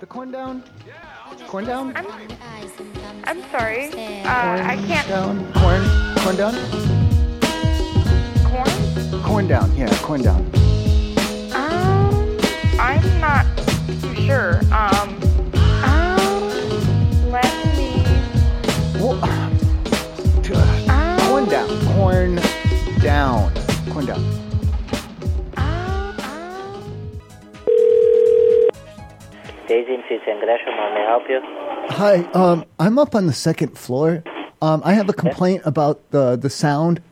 The corn down? Corn down? I'm sorry. Uh, corn I can't. down? Corn? Corn down? Corn? Corn down, yeah, corn down. Um, I'm not too sure. Um, um, let me. Well, uh, Um, corn down. Corn down. Corn down. um, um. Daisy Institute in Gresham, how may I help you? Hi, um, I'm up on the second floor. Um, I have a complaint about the, the sound.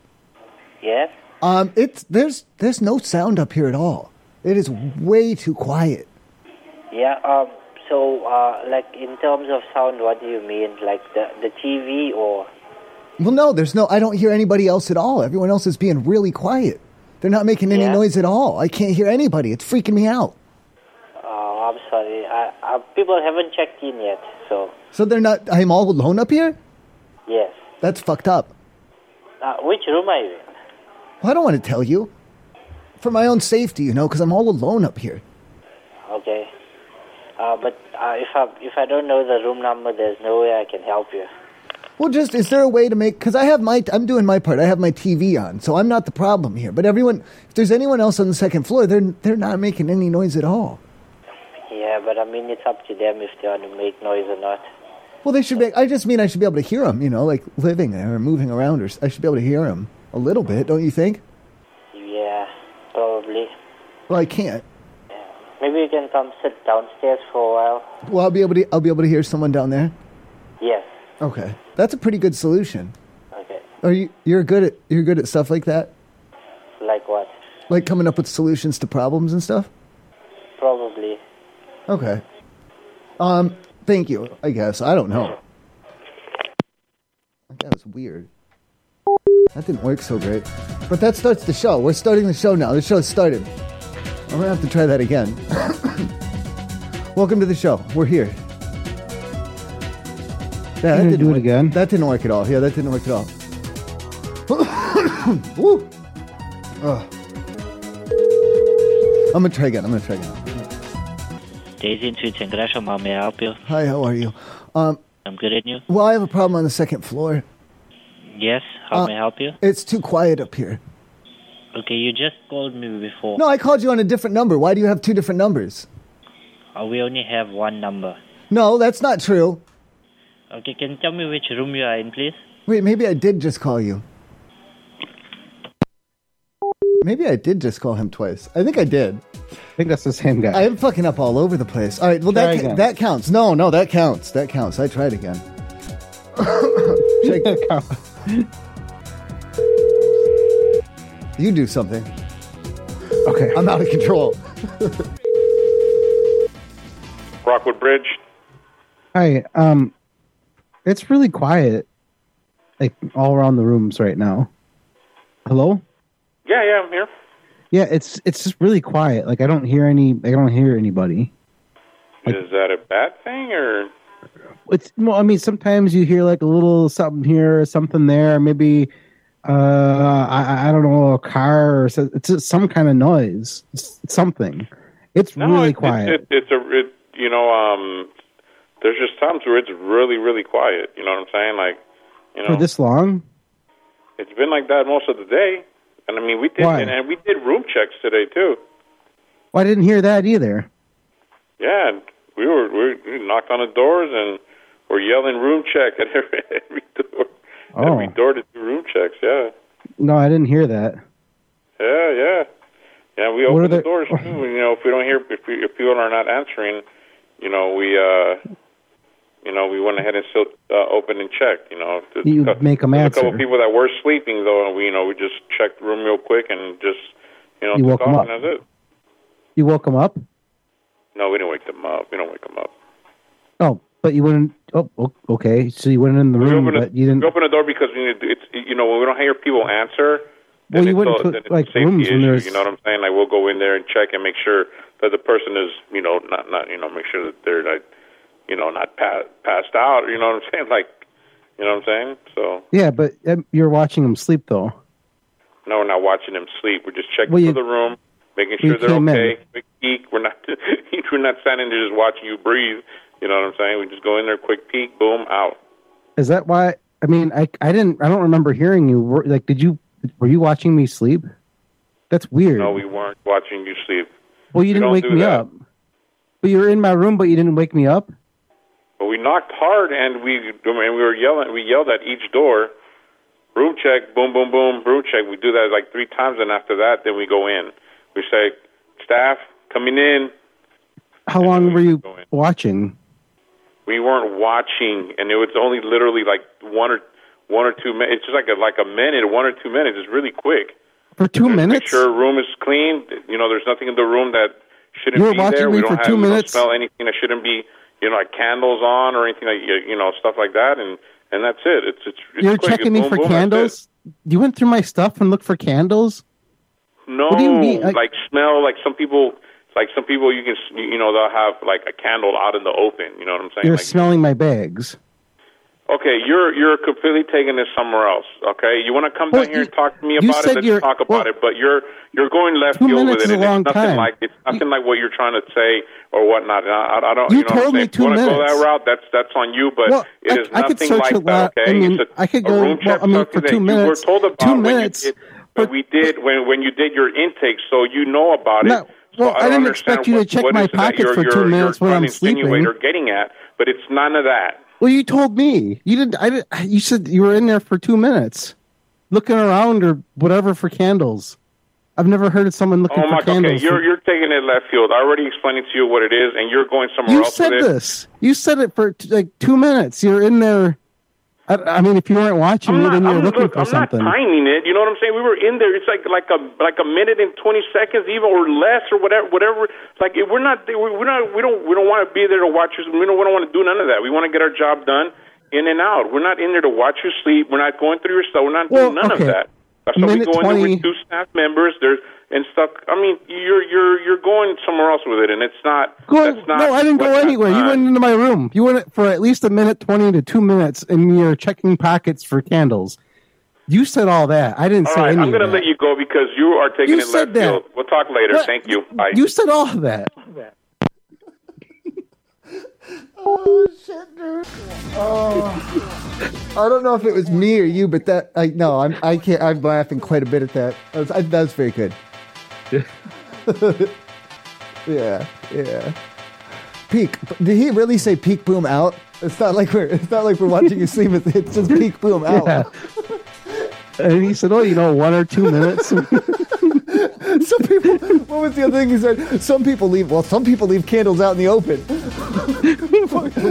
Yes? Um, it's there's there's no sound up here at all. It is way too quiet. Yeah, um, so, uh, like, in terms of sound, what do you mean? Like, the, the TV or... Well, no, there's no. I don't hear anybody else at all. Everyone else is being really quiet. They're not making any Yeah. noise at all. I can't hear anybody. It's freaking me out. Oh, I'm sorry. I, uh people haven't checked in yet, so, So they're not. I'm all alone up here. yes. That's fucked up. Uh, which room are you in? Well, I don't want to tell you. For my own safety, you know, because I'm all alone up here. Okay. Uh, but uh, if I if I don't know the room number, there's no way I can help you. Well, just is there a way to make? Because I have my, I'm doing my part. I have my TV on, so I'm not the problem here. But everyone, if there's anyone else on the second floor, they're they're not making any noise at all. Yeah, but I mean, it's up to them if they want to make noise or not. Well, they should make. I just mean I should be able to hear them. You know, like living there or moving around, or s- I should be able to hear them a little bit, don't you think? Yeah, probably. Well, I can't. Maybe you can come sit downstairs for a while. Well, I'll be able to. I'll be able to hear someone down there. Yes. Okay, that's a pretty good solution. Okay. Are you? You're good at. You're good at stuff like that, Like what? like coming up with solutions to problems and stuff. Probably. Okay. Um, thank you. I guess I don't know. That was weird. That didn't work so great. But that starts the show. We're starting the show now. The show started. I'm gonna have to try that again. Welcome to the show. We're here. Yeah, that gonna didn't do it work. again? That didn't work at all. Yeah, that didn't work at all. Woo. Ugh. I'm gonna try again. I'm gonna try again. Daisy Institute in Gresham, how may I help you? Hi, how are you? Um, I'm good at you. well, I have a problem on the second floor. Yes, how Uh, may I help you? It's too quiet up here. Okay, you just called me before. No, I called you on a different number. Why do you have two different numbers? Uh, we only have one number. No, that's not true. Okay, can you tell me which room you are in, please? Wait, maybe I did just call you. Maybe I did just call him twice. I think I did. I think that's the same guy. I'm fucking up all over the place. All right, well Try that ca- again. that counts. No, no, that counts. That counts. I tried again. Check- you do something. okay. I'm out of control. Rockwood Bridge. Hi. Um, it's really quiet, like all around the rooms right now. Hello. Yeah, yeah, I'm here. Yeah, it's it's just really quiet. Like I don't hear any. I don't hear anybody. Is that a bad thing or? It's. Well, I mean, sometimes you hear like a little something here, or something there. Maybe, uh, I, I- I don't know, a car or so, it's just some kind of noise. It's something. It's really it- quiet. It, it, it's a, it, you know, um, there's just times where it's really, really quiet. You know what I'm saying? Like, you know, For this long. it's been like that most of the day. And I mean, we did, Why? and, and we did room checks today too. Well, Oh, I didn't hear that either. Yeah, and we were we, we knocked on the doors and we're yelling room check at every, every door, every Oh. door to do room checks. Yeah, No, I didn't hear that. yeah, yeah. Yeah, we What are open the the- doors too. You know, if we don't hear, if, we, if people are not answering, you know, we, uh, you know, we went ahead and still uh, open and checked. You know, There's You a cou- make 'em there's A answer. couple people that were sleeping though, and we, you know, we just checked the room real quick and just, you know, You took woke 'em off up. and that's it. You woke him up. No, we didn't wake them up. We don't wake them up. Oh, but you wouldn't. Oh, o- okay. So you went in the We room, open, the, but you didn't. we open the door because we need to, it's you know when we don't hear people answer. Well, then you it's wouldn't all- put, then it's a like, safety rooms when issue, there's- You know what I'm saying? Like we'll go in there and check and make sure that the person is you know not not you know make sure that they're like you know not pa- passed out. You know what I'm saying? Like you know what I'm saying? So Yeah, but um, you're watching him sleep, though. no, we're not watching them sleep. We're just checking Well, you- for the room. making You sure they're came in. okay. We peek. We're not we're not standing there just watching you breathe. You know what I'm saying? We just go in there, quick peek, boom, out. Is that why? I mean, I I didn't. I don't remember hearing you. Were, like, did you? Were you watching me sleep? That's weird. No, we weren't watching you sleep, well, you we didn't don't wake do me that. up. But you were in my room, but you didn't wake me up. but we knocked hard and we and we were yelling. We yelled at each door. Room check, boom, boom, boom, room check. We do that like three times, and after that, then we go in. We say, staff coming in. How And long we were you go in. watching? we weren't watching, and it was only literally like one or one or two minutes. It's just like a like a minute, one or two minutes. It's really quick. For two Just minutes? Make sure room is clean. You know, there's nothing in the room that shouldn't You were be watching there. me we for don't have two we don't minutes? smell anything that shouldn't be. You know, like candles on or anything like you you know stuff like that, and and that's it. It's it's, it's You're quick. checking It's me boom, for boom, that's it. candles. You went through my stuff and looked for candles. No, What do you mean? Like- Like, smell. Like some people, like some people, you can s- you know they'll have like a candle out in the open. You know what I'm saying? You're like, smelling my bags. Okay, you're you're completely taking this somewhere else. Okay, you want to come Well, down here you- and talk to me you about said it? Let's you're- talk well, about it. But you're you're going left two field with minutes it. is a and long it's nothing time. like it's nothing like what you're trying to say or whatnot. And I, I don't. I don't- You You, know told what I'm saying? If me you two wanna minutes. Go that route? That's that's on you. But Well, it I- is I could nothing search like a that. lot. I Okay, mean, It's a- I could a go- room well, check, I mean, something for that two You were minutes- told about two when minutes, You did, but but- we did when when you did your intake, so you know about No, it. So well, I don't didn't understand expect you to what- check what my is it that pocket you're- for two you're- minutes you're when I'm trying to insinuate sleeping. Or getting at, but it's none of that. Well, you told me you didn't. I didn't, you said you were in there for two minutes, looking around or whatever for candles. I've never heard of someone looking Oh my for god! Okay, candles. you're you're taking it left field. I already explained to you what it is, and you're going somewhere you else said with it. this. You said it for t- like two minutes. You're in there. I, I mean, if you weren't watching I'm me, not, then you were I'm, looking look, for I'm something. not timing it. You know what I'm saying? We were in there. It's like like a like a minute and twenty seconds, even or less, or whatever. Whatever. Like if we're not we- we're not we don't we don't want to be there to watch you. We don't we don't want to do none of that. We want to get our job done in and out. We're not in there to watch you sleep. We're not going through your stuff. We're not Well, doing none of okay. that. So we Minute go in there 20. with two staff members. There's and stuff. I mean, you're you're you're going somewhere else with it, and it's not. Go- that's not no, I didn't go what's anywhere. You done. went into my room. You went for at least a minute, twenty to two minutes, and you're checking pockets for candles. You said all that. I didn't All say right, any I'm of going to that. let you go because you are taking You it said left that. field. We'll talk later. What? Thank you. Bye. You said all of that. Oh shit, dude. Oh. I don't know if it was me or you, but that I no, I'm I can't. I'm laughing quite a bit at that. That was, I, that was very good. yeah, yeah. Peak. Did he really say peak boom out? It's not like we're. It's not like we're watching you sleep. It's, it's just peak boom out. Yeah. and he said, "Oh, you know, one or two minutes." Some people. What was the other thing he said? Some people leave. Well, some people leave candles out in the open.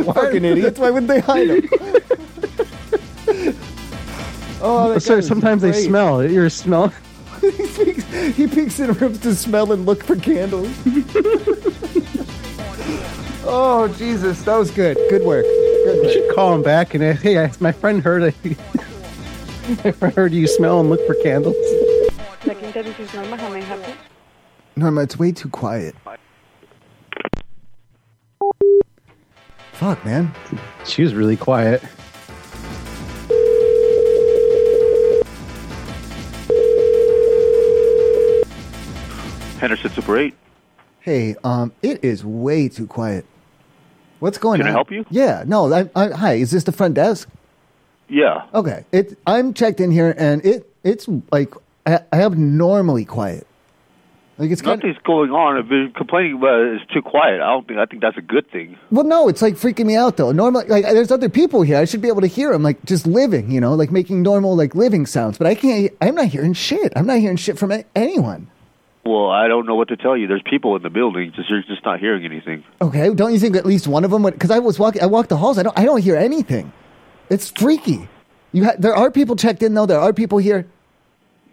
Fucking idiots! Why wouldn't they hide them? oh, that guy so was sometimes they great. smell. You're smell. he, peeks, he peeks in rooms to smell and look for candles. oh Jesus, that was good. Good work. Good You work. should call him back and ask, "Hey, I, my friend heard. I, my friend heard you smell and look for candles." Norma, it's way too quiet. Fuck, man. She was really quiet. Henderson Super 8. Hey, um, it is way too quiet. What's going Can I on? help you? Yeah, no. I, I, hi, is this the front desk? Yeah. Okay, it. I'm checked in here, and it it's like a- abnormally quiet. Like it's kind Nothing's going on. I've been complaining about it. it's too quiet. I don't think I think that's a good thing. well, no, it's like freaking me out though. Normally, like there's other people here. I should be able to hear them, like just living, you know, like making normal like living sounds. But I can't. I'm not hearing shit. I'm not hearing shit from a- anyone. Well, I don't know what to tell you. There's people in the building. Just you're just not hearing anything. Okay, don't you think at least one of them would? Because I was walking, I walked the halls. I don't, I don't hear anything. It's freaky. You ha- there are people checked in though. There are people here.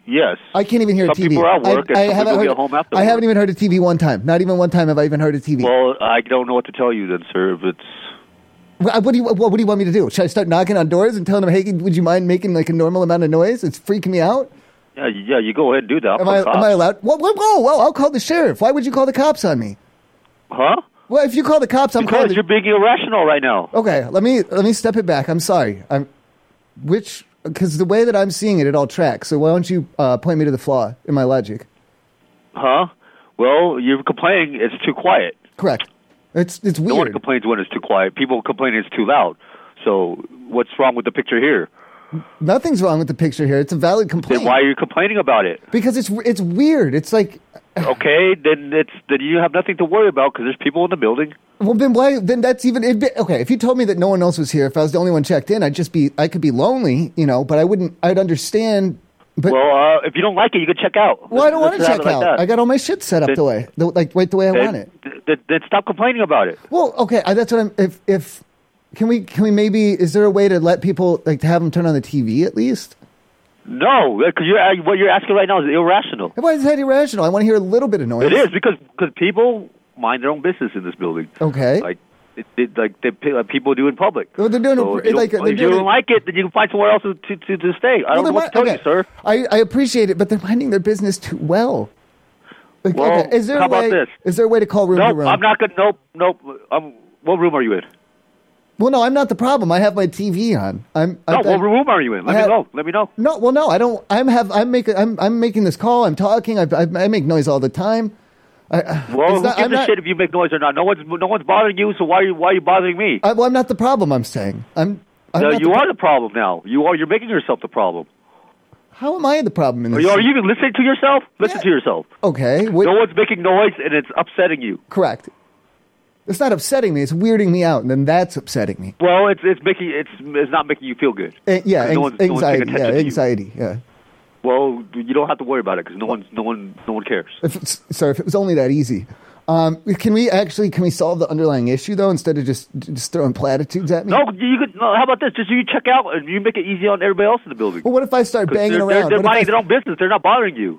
Yes. I can't even hear Some a TV. people are at work and I, I some haven't people heard. get home after I haven't work. even heard a TV one time. Not even one time have I even heard a TV. Well, I don't know what to tell you then, sir. If it's Wha- what do you What, what do you want me to do? Should I start knocking on doors and telling them, "Hey, would you mind making like a normal amount of noise? It's freaking me out." yeah, you- yeah, you go ahead and do that. I'll Am call I, cops. am I allowed? Whoa, whoa, whoa, whoa! I'll call the sheriff. Why would you call the cops on me? Huh? Well, if you call the cops, I'm calling. Because The, you're being irrational right now. Okay, let me let me step it back. I'm sorry. I'm which because the way that I'm seeing it, it all tracks. So why don't you uh, point me to the flaw in my logic? Huh? Well, you're complaining it's too quiet. Correct. It's it's No one weird. complains when it's too quiet. People complain it's too loud. So what's wrong with the picture here? Nothing's wrong with the picture here. It's a valid complaint. Then why are you complaining about it? Because it's it's weird. It's like Okay, then it's then you have nothing to worry about because there's people in the building. well then why then that's even it'd be, okay. If you told me that no one else was here, if I was the only one checked in, I'd just be I could be lonely, you know. But I wouldn't. I'd understand. But Well, uh, if you don't like it, you can check out. well, I don't want to Let's have check it like out. that. I got all my shit set up Then- the way the, like right the way I then, want it. Then, then stop complaining about it. Well, okay, I, that's what I'm. If if can we can we maybe is there a way to let people like to have them turn on the TV at least? No, because you're uh, what you're asking right now is irrational. Why is that irrational? I want to hear a little bit of noise. It is because because people mind their own business in this building. Okay. Like. It, it, like they, like people do in public. Well, they're doing it so for- if you like, don't- they're if you doing don't it- like it, then you can find somewhere else to to, to, to stay. I Well, don't know they're what to mi- tell you, okay, sir. I, I appreciate it, but they're minding their business too well. Like, Well, okay, is there how a way? about this? Is there a way to call room No, to room? I'm not gonna. Nope, nope. Um, what room are you in? Well, no, I'm not the problem. I have my TV on. I'm. No, I'm, what room are you in? Let I me have- know. Let me know. No, well, no, I don't. I'm have. I'm making. I'm. I'm making this call. I'm talking. I. I, I make noise all the time. Well, It's who not- gives I'm a not- shit if you make noise or not? No one's no one's bothering you, so why are you why are you bothering me? I, well, I'm not the problem. I'm saying. I'm. I'm no, not you the, are the problem now. You are you're making yourself the problem. How am I the problem in Are this? you, are you even listening to yourself? Listen Yeah. to yourself. Okay. What, No one's making noise, and it's upsetting you. Correct. It's not upsetting me. It's weirding me out, and then that's upsetting me. Well, it's it's making it's it's not making you feel good. Eh, yeah, No anx- one's- no one's paying anxiety. Yeah, attention to you. anxiety. Yeah. Well, you don't have to worry about it because no one's no one no one cares. If it's, sorry, if it was only that easy. Um, can we actually can we solve the underlying issue though instead of just just throwing platitudes at me? No, you could. No, how about this? Just you check out and you make it easy on everybody else in the building. Well, what if I start 'Cause banging they're, around? They're, they're what, minding if I, their own business. They're not bothering you.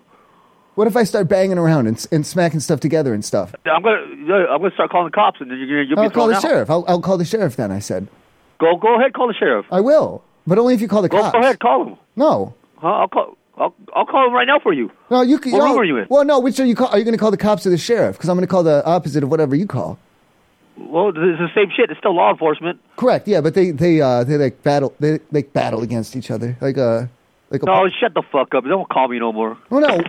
what if I start banging around and, s- and smacking stuff together and stuff? I'm gonna I'm gonna start calling the cops, and then you're, you'll be I'll Oh, call thrown the out. sheriff. I'll, I'll call the sheriff then. I said Go go ahead, call the sheriff. I will, but only if you call the Go, Uh, cops. go ahead, call him. No, Huh? I'll call. I'll, I'll call him right now for you. no, you can. What no. room are you in? Well, no. Which are you? Call, are you going to call the cops or the sheriff? Because I'm going to call the opposite of whatever you call. Well, it's the same shit. It's still law enforcement. Correct. Yeah, but they they uh they like battle they like battle against each other like a like a No, shut the fuck up. Don't call me no more. Oh, no.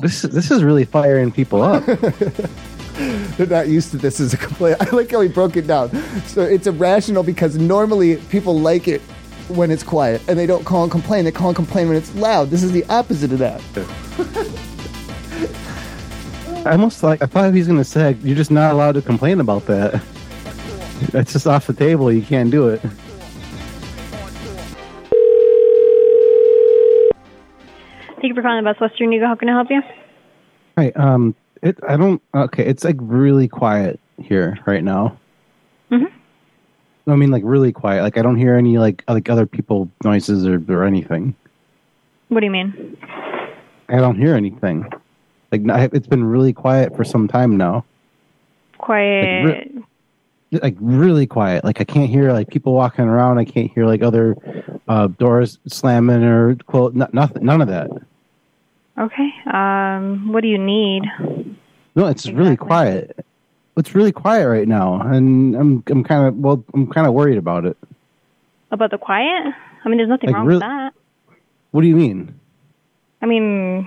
This is- this is really firing people up. They're not used to this as a complaint. I like how he broke it down. So it's irrational because normally people like it when it's quiet and they don't call and complain. They call and complain when it's loud. This is the opposite of that. I almost like I thought he was gonna say you're just not allowed to complain about that. That's just off the table. You can't do it. Thank you for calling the Best Western Eagle. How can I help you? Right. Um. It. I don't. Okay. It's like really quiet here right now. Mhm. I mean, like really quiet. Like I don't hear any like like other people noises or or anything. What do you mean? I don't hear anything. Like I- it's been really quiet for some time now. Quiet. Like really quiet. Like I can't hear like people walking around. I can't hear like other uh, doors slamming or close. No, nothing. None of that. Okay. Um, what do you need? No, it's really Exactly. quiet. It's really quiet right now, and I'm I'm kind of well, I'm kind of worried about it. About the quiet? I mean, there's nothing Like, wrong really- with that. What do you mean? I mean,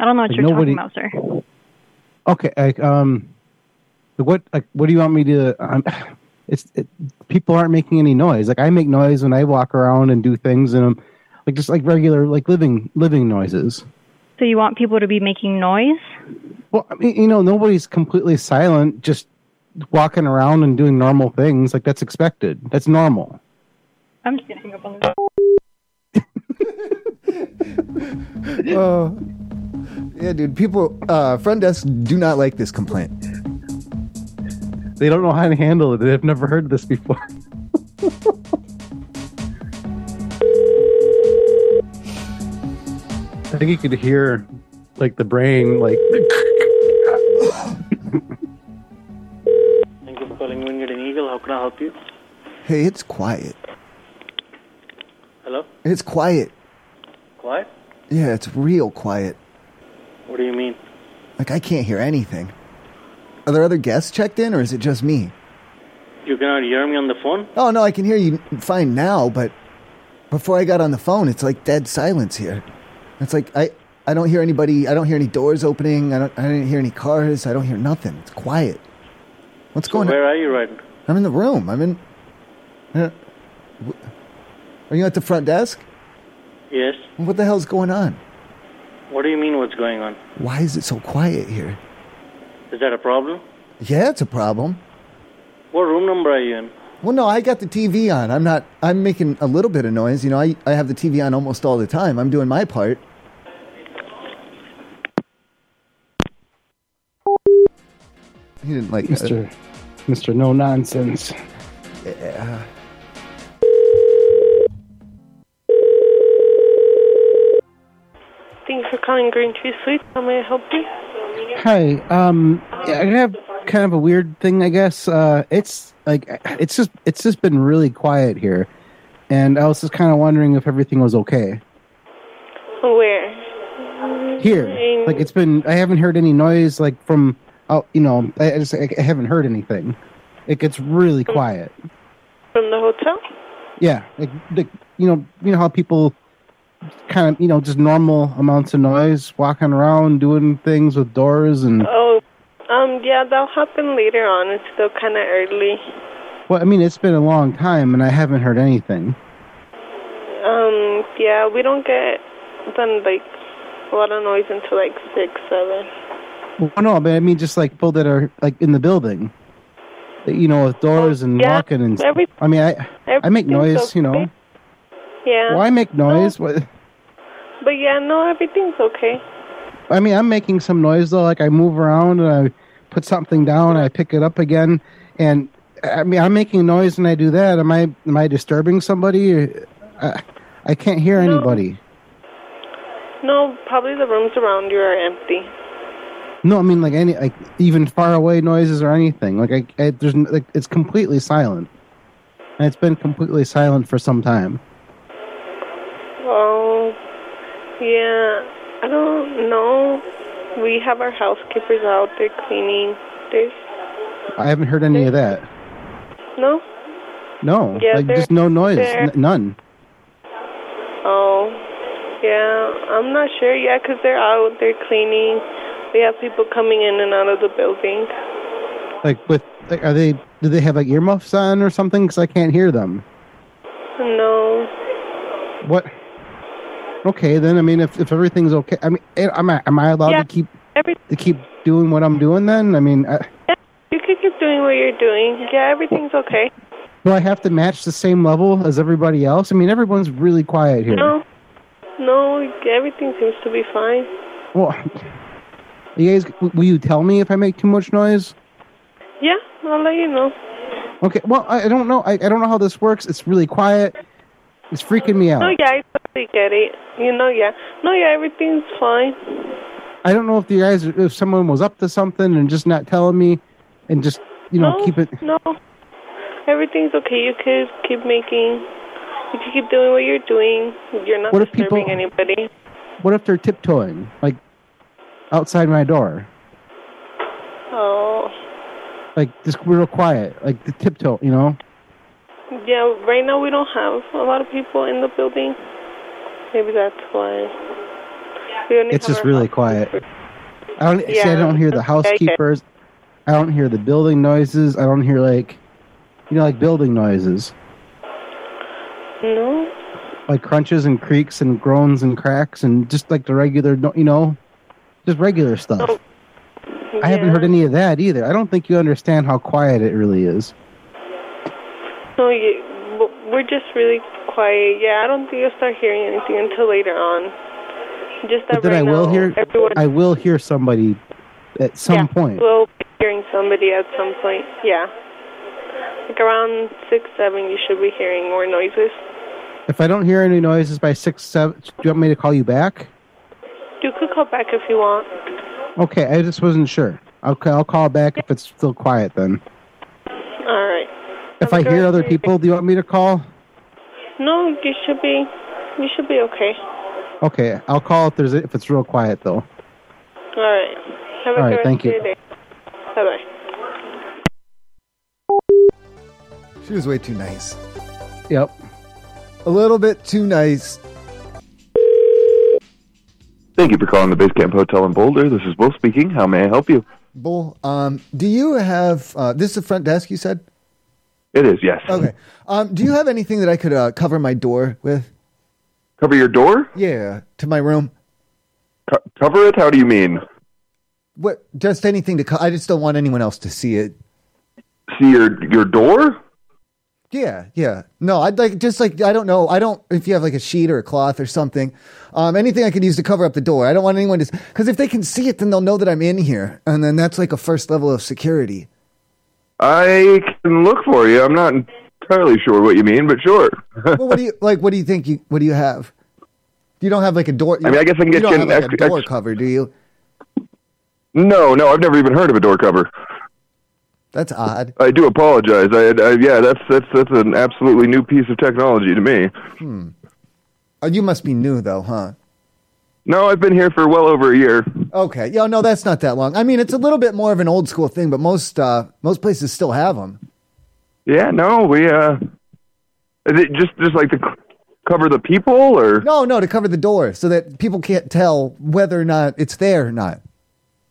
I don't know what Like, you're nobody- talking about, sir. Okay, like um, what like what do you want me to? Um, it's it, people aren't making any noise. Like I make noise when I walk around and do things, and I'm like just like regular like living living noises. So you want people to be making noise? Well, I mean, you know, nobody's completely silent, just walking around and doing normal things. Like that's expected. That's normal. I'm just gonna hang up on this. Oh. Yeah, dude. People, uh, front desk do not like this complaint. They don't know how to handle it. They've never heard this before. I think you could hear like the brain like Thank you for calling Winged and Eagle. How can I help you? Hey, it's quiet. Hello? It's quiet. Quiet? Yeah, it's real quiet. What do you mean? Like I can't hear anything. Are there other guests checked in, or is it just me? You cannot hear me on the phone? Oh no, I can hear you fine now, but before I got on the phone, it's like dead silence here. It's like I I don't hear anybody. I don't hear any doors opening. I don't. I didn't hear any cars. I don't hear nothing. It's quiet. What's going on? Where are you right now? I'm in the room. I'm in. Uh, w- Are you at the front desk? Yes. What the hell's going on? What do you mean? What's going on? Why is it so quiet here? Is that a problem? Yeah, it's a problem. What room number are you in? Well, no, I got the TV on. I'm not. I'm making a little bit of noise. You know, I, I have the TV on almost all the time. I'm doing my part. He didn't like that. Mister, Mister, no nonsense. Yeah. Thank you for calling Green Tree Suite. How may I help you? Hi. Um, yeah, I have kind of a weird thing, I guess. Uh, it's like it's just it's just been really quiet here, and I was just kind of wondering if everything was okay Where? here. Like it's been I haven't heard any noise like from out. You know, I, I just I, I haven't heard anything. It gets really Hmm. quiet. From the hotel? Yeah, like, like you know you know how people kind of you know just normal amounts of noise walking around doing things with doors and Oh, um, yeah, that'll happen later on. It's still kind of early. well I mean it's been a long time and I haven't heard anything. Um, yeah, we don't get done like a lot of noise until like six, seven. Well, no, but I mean just like people that are like in the building, you know, with doors and Oh, yeah, walking and. stuff. every- I mean, I I make everything's noise, you know. okay. Yeah. Oh. Well, I make noise. What- But yeah, no, everything's okay. I mean, I'm making some noise though. Like I move around and I put something down, and I pick it up again, and I mean, I'm making noise and I do that. Am I am I disturbing somebody? I, I can't hear No. anybody. No, probably the rooms around you are empty. No, I mean like any like even far away noises or anything. Like I, I there's n- like it's completely silent. And it's been completely silent for some time. Oh, yeah. I don't know. We have our housekeepers out there cleaning. There's I haven't heard any of that. no. No, Yeah, like there- just no noise, there- n- none. Oh, yeah. I'm not sure. Yeah, 'cause they're out. They're cleaning. We have people coming in and out of the building. Like with like, are they? Do they have like earmuffs on or something? Because I can't hear them. No. What? Okay, then I mean, if, if everything's okay, I mean, eh, am I am I allowed Yeah. to keep Every to keep doing what I'm doing? Then I mean, I, you could keep doing what you're doing. Yeah, everything's okay. do I have to match the same level as everybody else? I mean, everyone's really quiet here. No. No, everything seems to be fine. Well, you guys, w- will you tell me if I make too much noise? Yeah, I'll let you know. Okay. Well, I, I don't know. I, I don't know how this works. It's really quiet. It's freaking me out. No, Oh, yeah, I totally get it. You know, yeah. No, yeah, everything's fine. I don't know if the guys, if someone was up to something and just not telling me, and just you know no, keep it. No, everything's okay. You could keep making. You could keep doing what you're doing. You're not What if disturbing people- anybody. What if they're tiptoeing, like outside my door? Oh, like just real quiet, like the tiptoe, you know. yeah. Right now we don't have a lot of people in the building. Maybe that's why. We only It's have just our really house- quiet. I don't see. I Yeah. don't hear the housekeepers. I don't hear the building noises. I don't hear like, you know, like building noises, No. like crunches and creaks and groans and cracks and just like the regular, no- you know, just regular stuff. No, I haven't Oh, yeah. heard any of that either. I don't think you understand how quiet it really is. No, you, w- we're just really quiet. Yeah, I don't think you'll start hearing anything until later on. Just that But then right I will now, hear. everyone I will hear somebody at some yeah, point. We'll be hearing somebody at some point. Yeah. Like around six, seven, you should be hearing more noises. If I don't hear any noises by six, seven, do you want me to call you back? You could call back if you want. Okay, I just wasn't sure. Okay, I'll call back if it's still quiet then. All right. If I Have a hear good other rest of your people, do you want me to call? day. No, you should be. You should be okay. Okay, I'll call if there's if it's real quiet All though. right. Have a All right, good rest thank of you. your day. Bye bye. She was way too nice. Yep. A little bit too nice. Thank you for calling the Basecamp Hotel in Boulder. This is Will speaking. How may I help you? Bull, um, do you have uh, this is the front desk? You said It is, yes. okay. Um, do you have anything that I could uh, cover my door with? Cover your door? Yeah, to my room. Co- cover it? How do you mean? What? Just anything to. Co- I just don't want anyone else to see it. See your your door? Yeah, yeah. No, I'd like just like I don't know. I don't if you have like a sheet or a cloth or something. Um, anything I could use to cover up the door. I don't want anyone to because if they can see it, then they'll know that I'm in here, and then that's like a first level of security. I can look for you. I'm not entirely sure what you mean, but sure. well, what do you like? What do you think? You what do you have? You don't have like a door. I mean, I guess I can you get don't you have, an like, ex- a door ex- cover, do you? No, no, I've never even heard of a door cover. That's odd. I do apologize. I, I yeah, that's that's that's an absolutely new piece of technology to me. Hmm. Uh, you must be new though, huh? No, I've been here for well over a year. Okay. Yeah. No, that's not that long. I mean, it's a little bit more of an old school thing, but most uh, most places still have them. Yeah, no, we uh, is it just just like to c- cover the people, or No, no, to cover the door so that people can't tell whether or not it's there or not.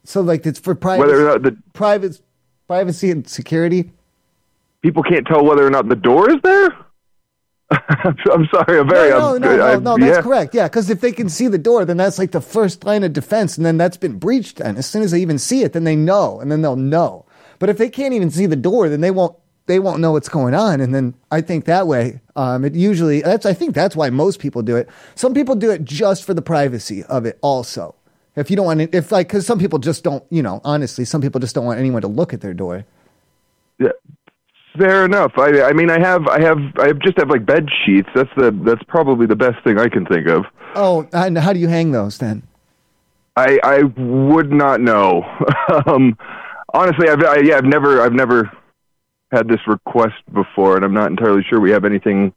So like it's for privacy, whether or not the private, privacy and security. people can't tell whether or not the door is there. I'm sorry. I'm very. No, I'm, no, no, I- no, that's yeah. correct. Yeah, because if they can see the door, then that's like the first line of defense, and then that's been breached. And as soon as they even see it, then they know, and then they'll know. But if they can't even see the door, then they won't. They won't know what's going on, and then I think that way. Um, it usually that's. I think that's why most people do it. Some people do it just for the privacy of it, also. If you don't want, it, if like, because some people just don't. You know, honestly, some people just don't want anyone to look at their door. Yeah, fair enough. I I mean, I have I have I just have like bed sheets. That's the that's probably the best thing I can think of. Oh, and how do you hang those then? I I would not know. um, honestly, I've I, yeah, I've never I've never had this request before, and I'm not entirely sure we have anything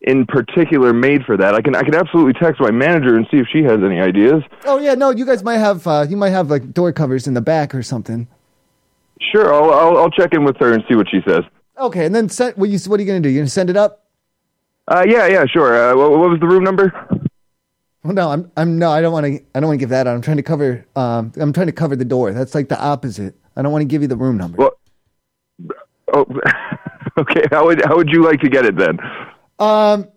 in particular made for that. I can I can absolutely text my manager and see if she has any ideas. Oh yeah, no, you guys might have. Uh, you might have like door covers in the back or something. Sure, I'll I'll, I'll check in with her and see what she says. Okay, and then send, what you what are you gonna do? You're gonna send it up? Uh, yeah, yeah, sure. Uh, what, what was the room number? Well, no, I'm I'm no, I don't want to. I don't want to give that out. I'm trying to cover. Um, I'm trying to cover the door. That's like the opposite. I don't want to give you the room number. Oh, okay. How would how would you like to get it then? Um,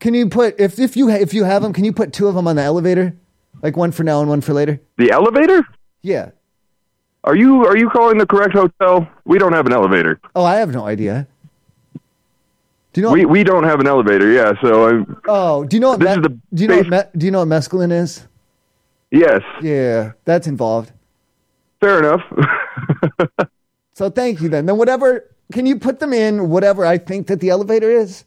can you put if if you ha- if you have them? Can you put two of them on the elevator, like one for now and one for later? The elevator? Yeah. Are you are you calling the correct hotel? We don't have an elevator. Oh, I have no idea. Do you know? We we don't have an elevator. Yeah. So I'm, oh, do you know what? This me- is the do you know what? base- Me- do you know what mescaline is? yes, Yeah, that's involved. fair enough. So thank you then. Then whatever, can you put them in whatever I think that the elevator is?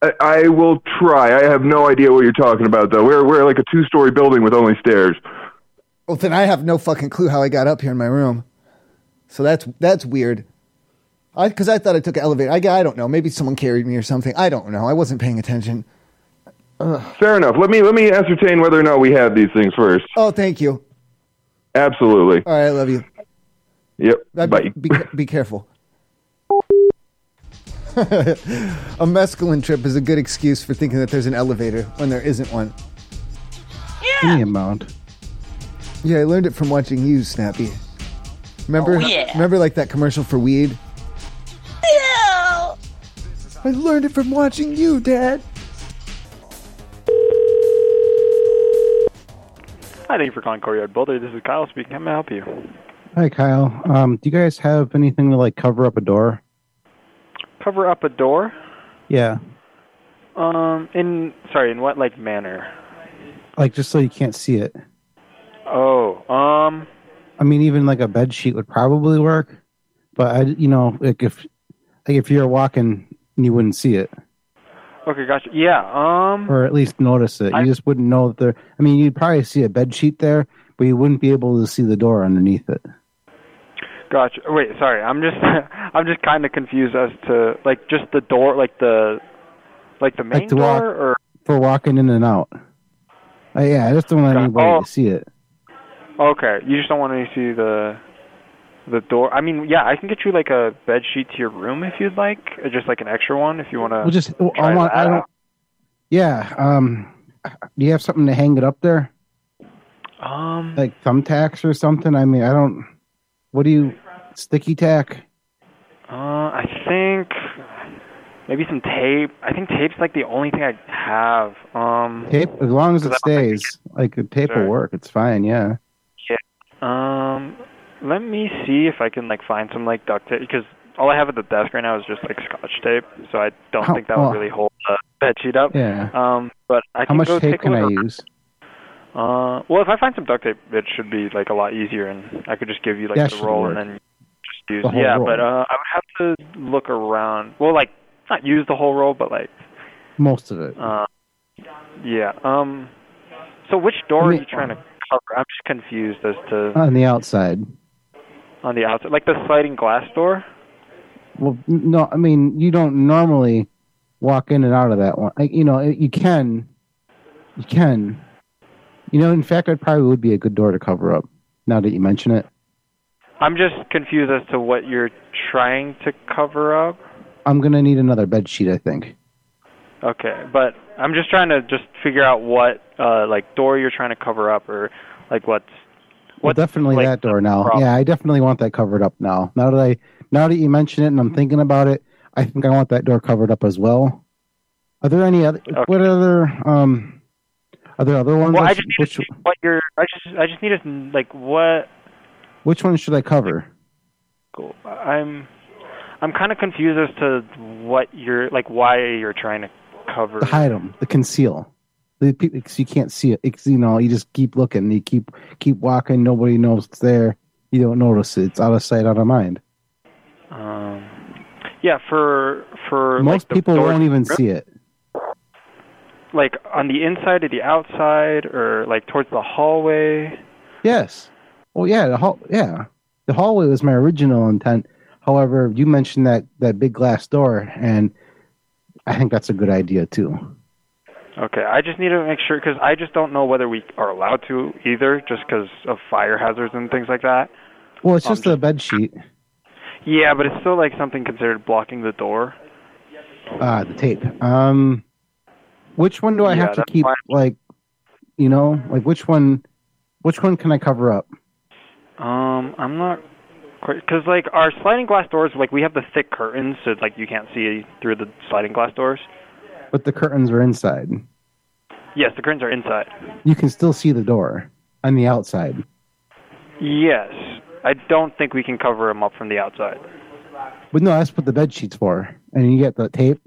I, I will try. I have no idea what you're talking about though. We're we're like a two story building with only stairs. Well, then I have no fucking clue how I got up here in my room. So that's that's weird. I because I thought I took an elevator. I I don't know. Maybe someone carried me or something. I don't know. I wasn't paying attention. Fair enough. Let me let me ascertain whether or not we have these things first. Oh, thank you. Absolutely. All right, I love you. Yep. Uh, Bye. Be, be careful. a mescaline trip is a good excuse for thinking that there's an elevator when there isn't one. Any amount. Yeah, I learned it from watching you, Snappy. Remember? Oh, yeah. Remember like that commercial for weed? I learned it from watching you, Dad. Hi, thank you for calling Courtyard Boulder. This is Kyle speaking. How may I help you? Hi, Kyle. Um, do you guys have anything to like cover up a door? Cover up a door. Yeah, Um, in sorry, in what like manner? like just so you can't see it. Oh, um, I mean, even like a bed sheet would probably work, but I, you know, like if like if you're walking, you wouldn't see it, okay, gotcha. Yeah, um, or at least notice it. You just wouldn't know that there. I mean, you'd probably see a bed sheet there, but you wouldn't be able to see the door underneath it. gotcha. Wait, sorry, I'm just I'm just kind of confused as to like just the door, like the like the main the door, walk- or for walking in and out. Uh, yeah, I just don't want anybody oh. to see it. okay, you just don't want to see the the door. I mean, yeah, I can get you like a bed sheet to your room if you'd like, or just like an extra one if you oh, want to. We'll just. oh, I want. I don't. Yeah. Um. Do you have something to hang it up there? Um, like thumbtacks or something? I mean, I don't. What do you sticky tack? uh, I think maybe some tape. I think tape's like the only thing I have. Um, Tape as long as it stays. Like the tape Sure. will work. It's fine. Yeah. Yeah. Um, let me see if I can like find some like duct tape because all I have at the desk right now is just like scotch tape, so I don't How- think that Oh, well- would really hold the bed sheet up. Yeah. Um, but I How can much go tape take a can I look. use? Uh, well, if I find some duct tape, it should be like a lot easier, and I could just give you like That the should roll work. and then just use. The whole yeah, roll. but uh, I would have to look around. Well, like not use the whole roll, but like Most of it. uh, yeah. Um, so which door are you trying to cover? I'm just confused as to On the outside. on the outside, like the sliding glass door. Well, n- no, I mean you don't normally walk in and out of that one. Like, you know, you can, you can. You know, in fact, that probably would be a good door to cover up. Now that you mention it, I'm just confused as to what you're trying to cover up. I'm gonna need another bed sheet. I think. Okay, but I'm just trying to just figure out what uh like door you're trying to cover up or like what's Well, definitely that door now. problem? Yeah, I definitely want that covered up now. Now that I, now that you mention it, and I'm thinking about it, I think I want that door covered up as well. Are there any other? What other? Um, are there other ones? Well, I I just should- need which, to see what your I just I just need to like what which one should I cover? I'm I'm kind of confused as to what you're like why you're trying to cover. The hide them, the conceal. The people, you can't see it. It's, you know, you just keep looking. You keep keep walking. Nobody knows it's there. You don't notice it. It's out of sight, out of mind. Um, yeah, for for Most like, the people door- won't even see it. Like on the inside or the outside or like towards the hallway. Yes. Well, yeah. The hall, yeah. The hallway was my original intent. However, you mentioned that that big glass door, and I think that's a good idea too. Okay, I just need to make sure because I just don't know whether we are allowed to either, just because of fire hazards and things like that. Well, it's Um, just a bed sheet. Yeah, but it's still like something considered blocking the door. Ah, the tape. Um, which one do I Yeah, have to that's keep? fine. Like, you know, like which one? Which one can I cover up? Um, I'm not quite because like our sliding glass doors, like we have the thick curtains, so like you can't see through the sliding glass doors. But the curtains are inside. Yes, the curtains are inside. You can still see the door on the outside. Yes, I don't think we can cover them up from the outside. But no, that's what the bed sheets for. And you get the tape.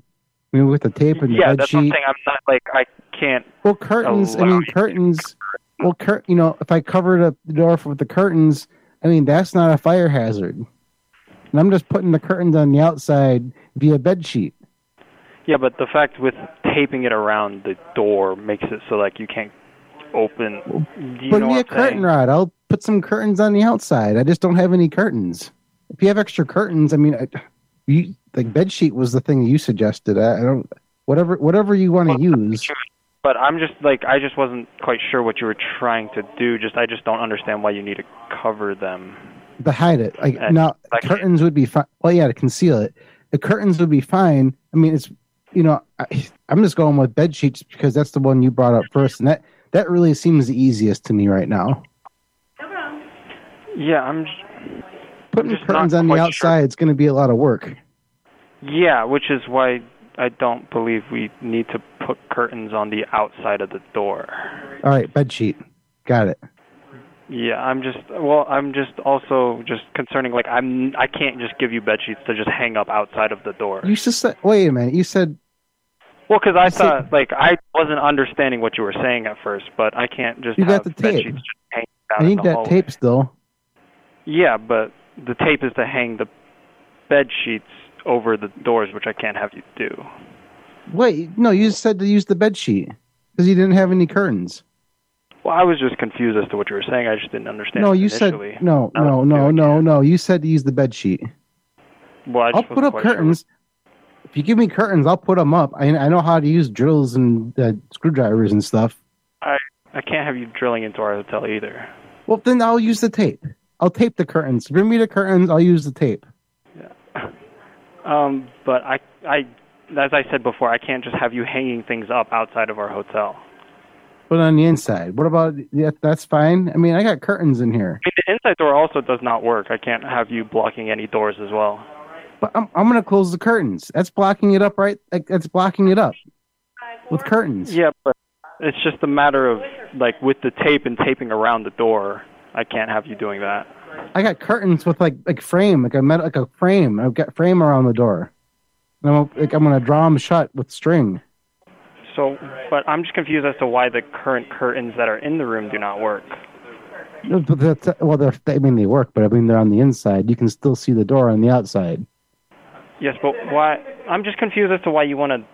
I mean, with the tape and the yeah, bed that's sheet. what I'm saying. uh, I'm not like I can't. Well, curtains. I allow mean, curtains. Well, cur- you know, if I covered up the door with the curtains, I mean, that's not a fire hazard. And I'm just putting the curtains on the outside via bed sheet. Yeah, but the fact with taping it around the door makes it so like you can't open. Do you Put know me what a I'm curtain saying? rod. I'll put some curtains on the outside. I just don't have any curtains. If you have extra curtains, I mean, I, you like bed sheet was the thing you suggested. I, I don't. Whatever, whatever you want to use. But I'm just like I just wasn't quite sure what you were trying to do. Just I just don't understand why you need to cover them. to hide it. Like Uh, now, like- curtains would be fine. Well, yeah, to conceal it, the curtains would be fine. I mean, it's you know, I, I'm just going with bed sheets because that's the one you brought up first, and that that really seems the easiest to me right now. Yeah, I'm. j- Putting just not curtains on the quite outside is going to be a lot of work. Yeah, which is why I don't believe we need to put curtains on the outside of the door. All right, bed sheet, got it. Yeah, I'm just well, I'm just also just concerning like I'm I can't just give you bed sheets to just hang up outside of the door. You just said, wait a minute. You said Well, because I See- thought like I wasn't understanding what you were saying at first, but I can't just You have got the bed tape. sheets just hang down I in need the that hallway. tape still. Yeah, but the tape is to hang the bed sheets over the doors, which I can't have you do. Wait, no, you said to use the bed sheet because you didn't have any curtains. Well, I was just confused as to what you were saying. I just didn't understand. No, you initially. said no, no, no, no, no. You said to use the bed sheet. Well, I I'll just put wasn't up quite sure. curtains. If you give me curtains, I'll put them up. I, I know how to use drills and uh, screwdrivers and stuff. I I can't have you drilling into our hotel either. Well, then I'll use the tape. I'll tape the curtains. Bring me the curtains. I'll use the tape. Um, but I I as I said before, I can't just have you hanging things up outside of our hotel. Put it on the inside. What about? Yeah, that's fine. I mean, I got curtains in here. I mean, the inside door also does not work. I can't have you blocking any doors as well. But I'm I'm gonna close the curtains. That's blocking it up, right? Like that's blocking it up with curtains. Yeah, but it's just a matter of like with the tape and taping around the door. I can't have you doing that. I got curtains with like like frame, like a metal, like a frame. I've got frame around the door. And I'm like I'm gonna draw them shut with string. So, but I'm just confused as to why the current curtains that are in the room do not work. No, but that's- Well, they're, I mean they work, but I mean they're on the inside. You can still see the door on the outside. Yes, but why? I'm just confused as to why you want to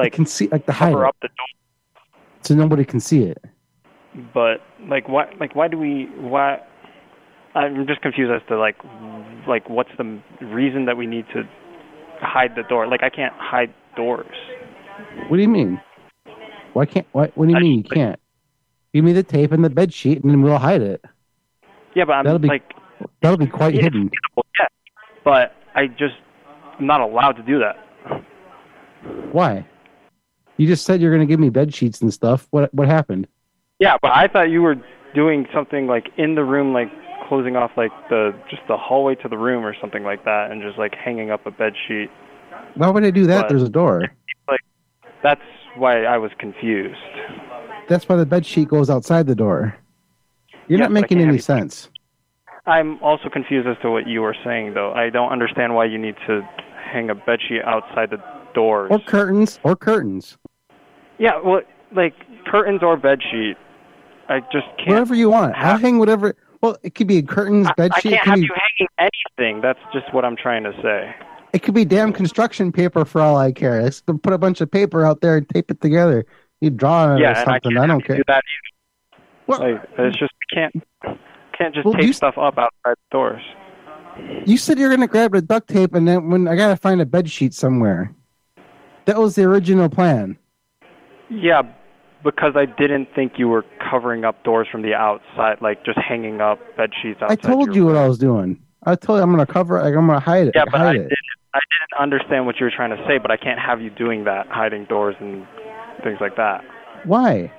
like can see, like, the cover highlight. up the door. So nobody can see it. But like why? Like why do we? Why? I'm just confused as to like like what's the m- reason that we need to hide the door? Like I can't hide doors. What do you mean? Why can't? Why, what do you mean you can't? Give me the tape and the bed sheet, and then we'll hide it. Yeah, but I'm That'll be- like That'll be quite Yeah. hidden. yeah, but I just I'm not allowed to do that. Why? You just said you're going to give me bed sheets and stuff. What what happened? Yeah, but I thought you were doing something like in the room, like closing off like the just the hallway to the room or something like that, and just like hanging up a bed sheet. Why would I do that? What? There's a door. Like that's why I was confused. That's why the bed sheet goes outside the door. You're Yeah, but not I making can't any have- sense. I'm also confused as to what you were saying though. I don't understand why you need to hang a bed sheet outside the doors. Or curtains, or curtains. Yeah, well, like curtains or bed sheet. I just can't. Whatever you want. I'll hang whatever. Well, it could be curtains, bed I sheet. It can't could, have be, you hanging anything. That's just what I'm trying to say. it could be damn construction paper for all I care. Let's put a bunch of paper out there and tape it together. You draw on it yeah, or and I something. can't I, have don't you care. do that either. Like, it's just can't can't just Well, tape you- stuff up outside the doors. You said you're gonna grab the duct tape, and then when I gotta find a bed sheet somewhere. That was the original plan. Yeah, because I didn't think you were covering up doors from the outside, like just hanging up bed sheets outside. I told you what I was doing. I told you I'm gonna cover it. Like I'm gonna hide it. yeah, but I hide didn't. it. I didn't understand what you were trying to say, but I can't have you doing that, hiding doors and things like that. Why?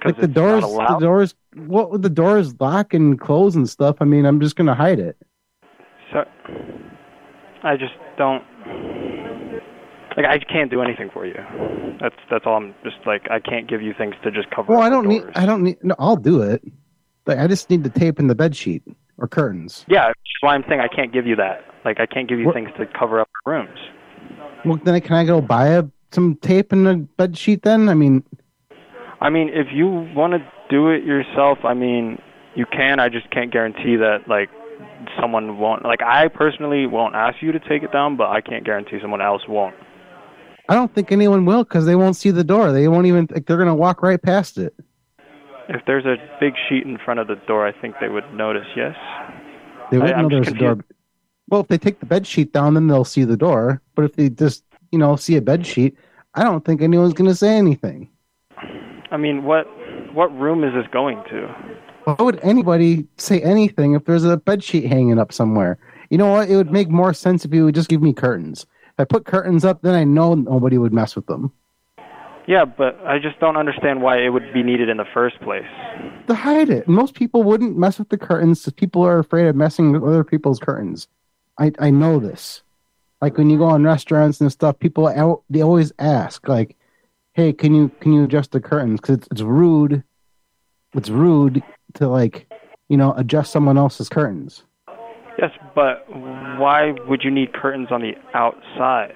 'cause Like the it's not doors, the allowed. doors. What would the doors lock and close and stuff? I mean, I'm just gonna hide it. So I just don't like I can't do anything for you. That's that's all I'm just like I can't give you things to just cover. Well, I up the don't need. doors. I don't need. No, I'll do it. Like I just need the tape and the bed sheet or curtains. Yeah, which is why I'm saying I can't give you that. Like I can't give you What- things to cover up our rooms. Well, then I- can I go buy a, some tape and a bed sheet? Then I mean, I mean, if you want to do it yourself, I mean, you can. I just can't guarantee that like someone won't. Like I personally won't ask you to take it down, but I can't guarantee someone else won't. I don't think anyone will because they won't see the door. They won't even. Like, they're gonna walk right past it. If there's a big sheet in front of the door, I think they would notice. Yes. They I- wouldn't I'm know there's just a door. Well, if they take the bed sheet down, then they'll see the door. But if they just, you know, see a bed sheet, I don't think anyone's gonna say anything. I mean, what what room is this going to? Why would anybody say anything if there's a bed sheet hanging up somewhere? You know what? It would make more sense if you would just give me curtains. If I put curtains up, then I know nobody would mess with them. Yeah, but I just don't understand why it would be needed in the first place. To hide it. Most people wouldn't mess with the curtains because people are afraid of messing with other people's curtains. I, I know this. Like when you go on restaurants and stuff, people al- they always ask like, "Hey, can you can you adjust the curtains?" Because it's, it's rude. It's rude to like, you know, adjust someone else's curtains. Yes, but why would you need curtains on the outside?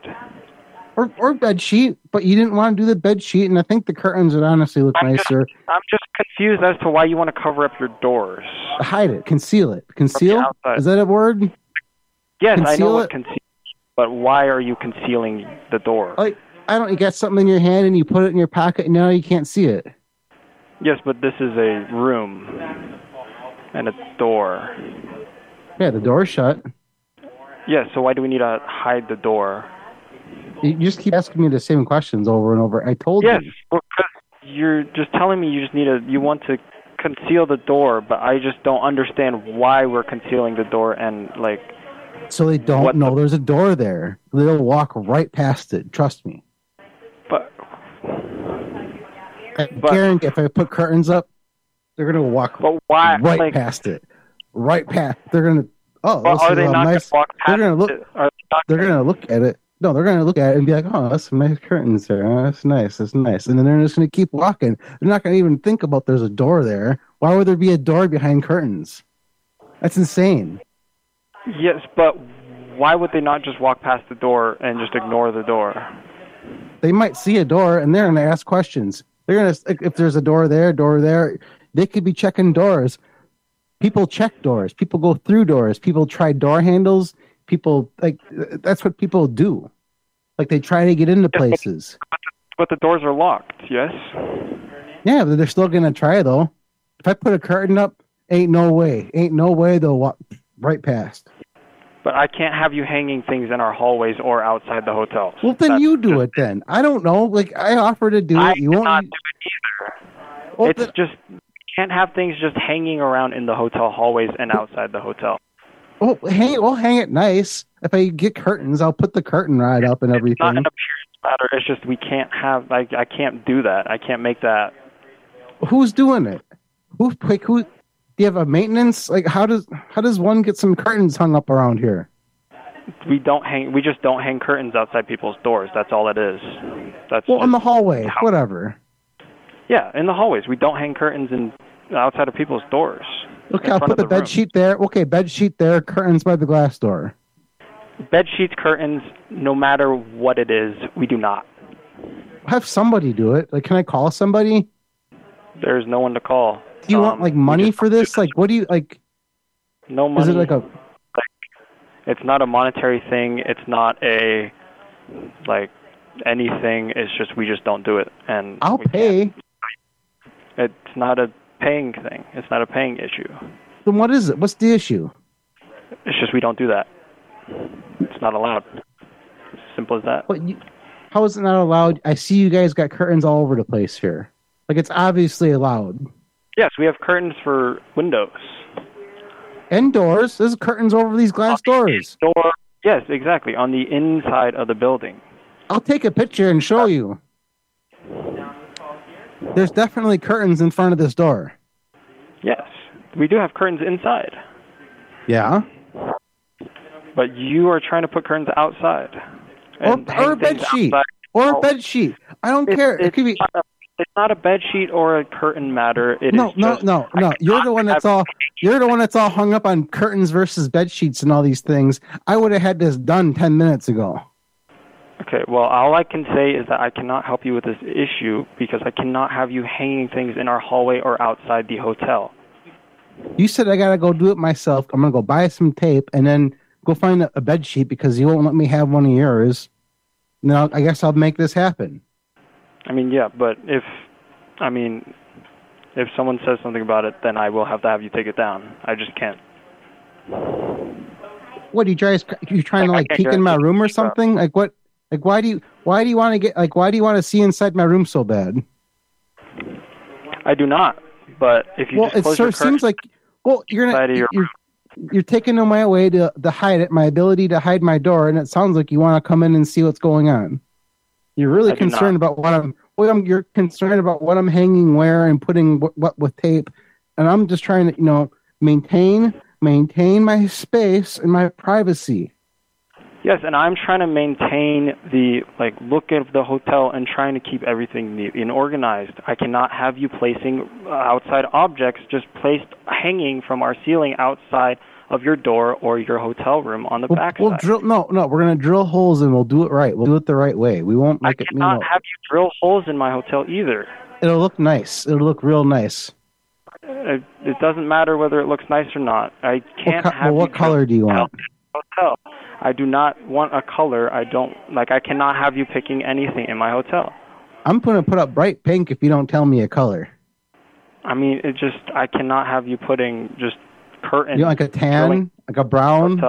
or or bed sheet, but you didn't want to do the bed sheet, and I think the curtains would honestly look nicer. I'm just confused as to why you want to cover up your doors. Hide it, conceal it, conceal. outside. Is that a word? Yes, I know Conceal what it. conceal, but why are you concealing the door? Like I don't. You got something in your hand and you put it in your pocket, and now you can't see it. Yes, but this is a room and a door. Yeah, the door's shut. Yes, so why do we need to hide the door? You you just keep asking me the same questions over and over. I told Yes, you. because you're just telling me you just need a you want to conceal the door, but I just don't understand why we're concealing the door and like So they don't What know there's a door there. They'll walk right past it. Trust me. but I guarantee if I put curtains up, they're gonna walk why- right like- past it. Right past. They're gonna. Oh, Well, this are is they a not nice- gonna walk past? They're gonna look. it? Are they not They're gonna look at it. No, they're gonna look at it and be like, "Oh, that's some nice curtains there. Oh, that's nice. That's nice." And then they're just gonna keep walking. They're not gonna even think about there's a door there. Why would there be a door behind curtains? That's insane. Yes, but why would they not just walk past the door and just ignore the door? They might see a door and they're gonna ask questions. They're gonna like, if there's a door there, door there. They could be checking doors. People check doors. People go through doors. People try door handles. People like that's what people do. Like they try to get into places. But the doors are locked. Yes. Yeah, but they're still gonna try though. If I put a curtain up, ain't no way, ain't no way they'll walk right past. But I can't have you hanging things in our hallways or outside the hotel. Well, then you do it. Then I don't know. Like I offer to do it, you won't. Well, it's just you can't have things just hanging around in the hotel hallways and outside the hotel. Well, Oh, hang. We'll hang it nice. If I get curtains, I'll put the curtain right up and Not everything. an appearance matter. It's just we can't have. Like I can't do that. I can't make that. Who's doing it? Who? Like who? Do you have a maintenance? Like how does how does one get some curtains hung up around here? We don't hang. We just don't hang curtains outside people's doors. That's all it is. That's Well, um, in the just- hallway, whatever. yeah, in the hallways. We don't hang curtains in outside of people's doors. Okay, in I'll front put of the, bed room. sheet there. Okay, bed sheet there. Curtains by the glass door. bed sheets, curtains, no matter what it is, we do not. Have somebody do it. Like, can I call somebody? There's no one to call. Do you Um, want like money for this? Like, what do you like? No money. Is it like a It's not a monetary thing. It's not a like anything. It's just we just don't do it, and I'll pay? it's not a paying thing. It's not a paying issue. Then what is it? What's the issue? It's just we don't do that. It's not allowed. Simple as that. But you, how is it not allowed? I see you guys got curtains all over the place here. Like it's obviously allowed. Yes, we have curtains for windows. And doors. There's curtains over these glass doors. Door. Yes, exactly. On the inside of the building. I'll take a picture and show you. There's definitely curtains in front of this door. Yes, we do have curtains inside. Yeah. But you are trying to put curtains outside. Or, And hang or a bed things sheet. outside. Or a bed sheet. I don't It's- care. It it's could be not a- It's not a bed sheet or a curtain matter. It is no, no, just- no, no. You're the one that's all. You're the one that's all hung up on curtains versus bed sheets and all these things. I would have had this done ten minutes ago. Okay, well, all I can say is that I cannot help you with this issue because I cannot have you hanging things in our hallway or outside the hotel. You said I gotta go do it myself. I'm gonna go buy some tape and then go find a, a bed sheet because you won't let me have one of yours. Now I guess I'll make this happen. I mean, yeah, but if, I mean, if someone says something about it, then I will have to have you take it down. I just can't. What do you try? You trying to like can't peek in my guarantee room or stuff. something? Like what? Like why do you? Why do you want to get? Like why do you want to see inside my room so bad? I do not. But if you well, just it close sort your of seems curtains like well, you're inside gonna of your you're, you're taking away my way to to hide it, my ability to hide my door, and it sounds like you want to come in and see what's going on. You're really I do not. concerned about what I'm. Well, I'm you're concerned about what I'm hanging where and putting what, what with tape, and I'm just trying to you know maintain maintain my space and my privacy. Yes, and I'm trying to maintain the like look of the hotel and trying to keep everything neat and organized. I cannot have you placing uh, outside objects just placed hanging from our ceiling outside of your door or your hotel room on the We'll, back. we'll drill. No, no, we're gonna drill holes and we'll do it right. We'll do it the right way. We won't make it. You Not know, have you drill holes in my hotel either. it'll look nice. It'll look real nice. It, Uh, it doesn't matter whether it looks nice or not. I What, can't co- have well, you what drill color do you want? hotel. I do not want a color. I don't like. I cannot have you picking anything in my hotel. I'm gonna put up bright pink if you don't tell me a color. I mean, it just I cannot have you putting just curtains. You want like a tan, drilling- like a brown,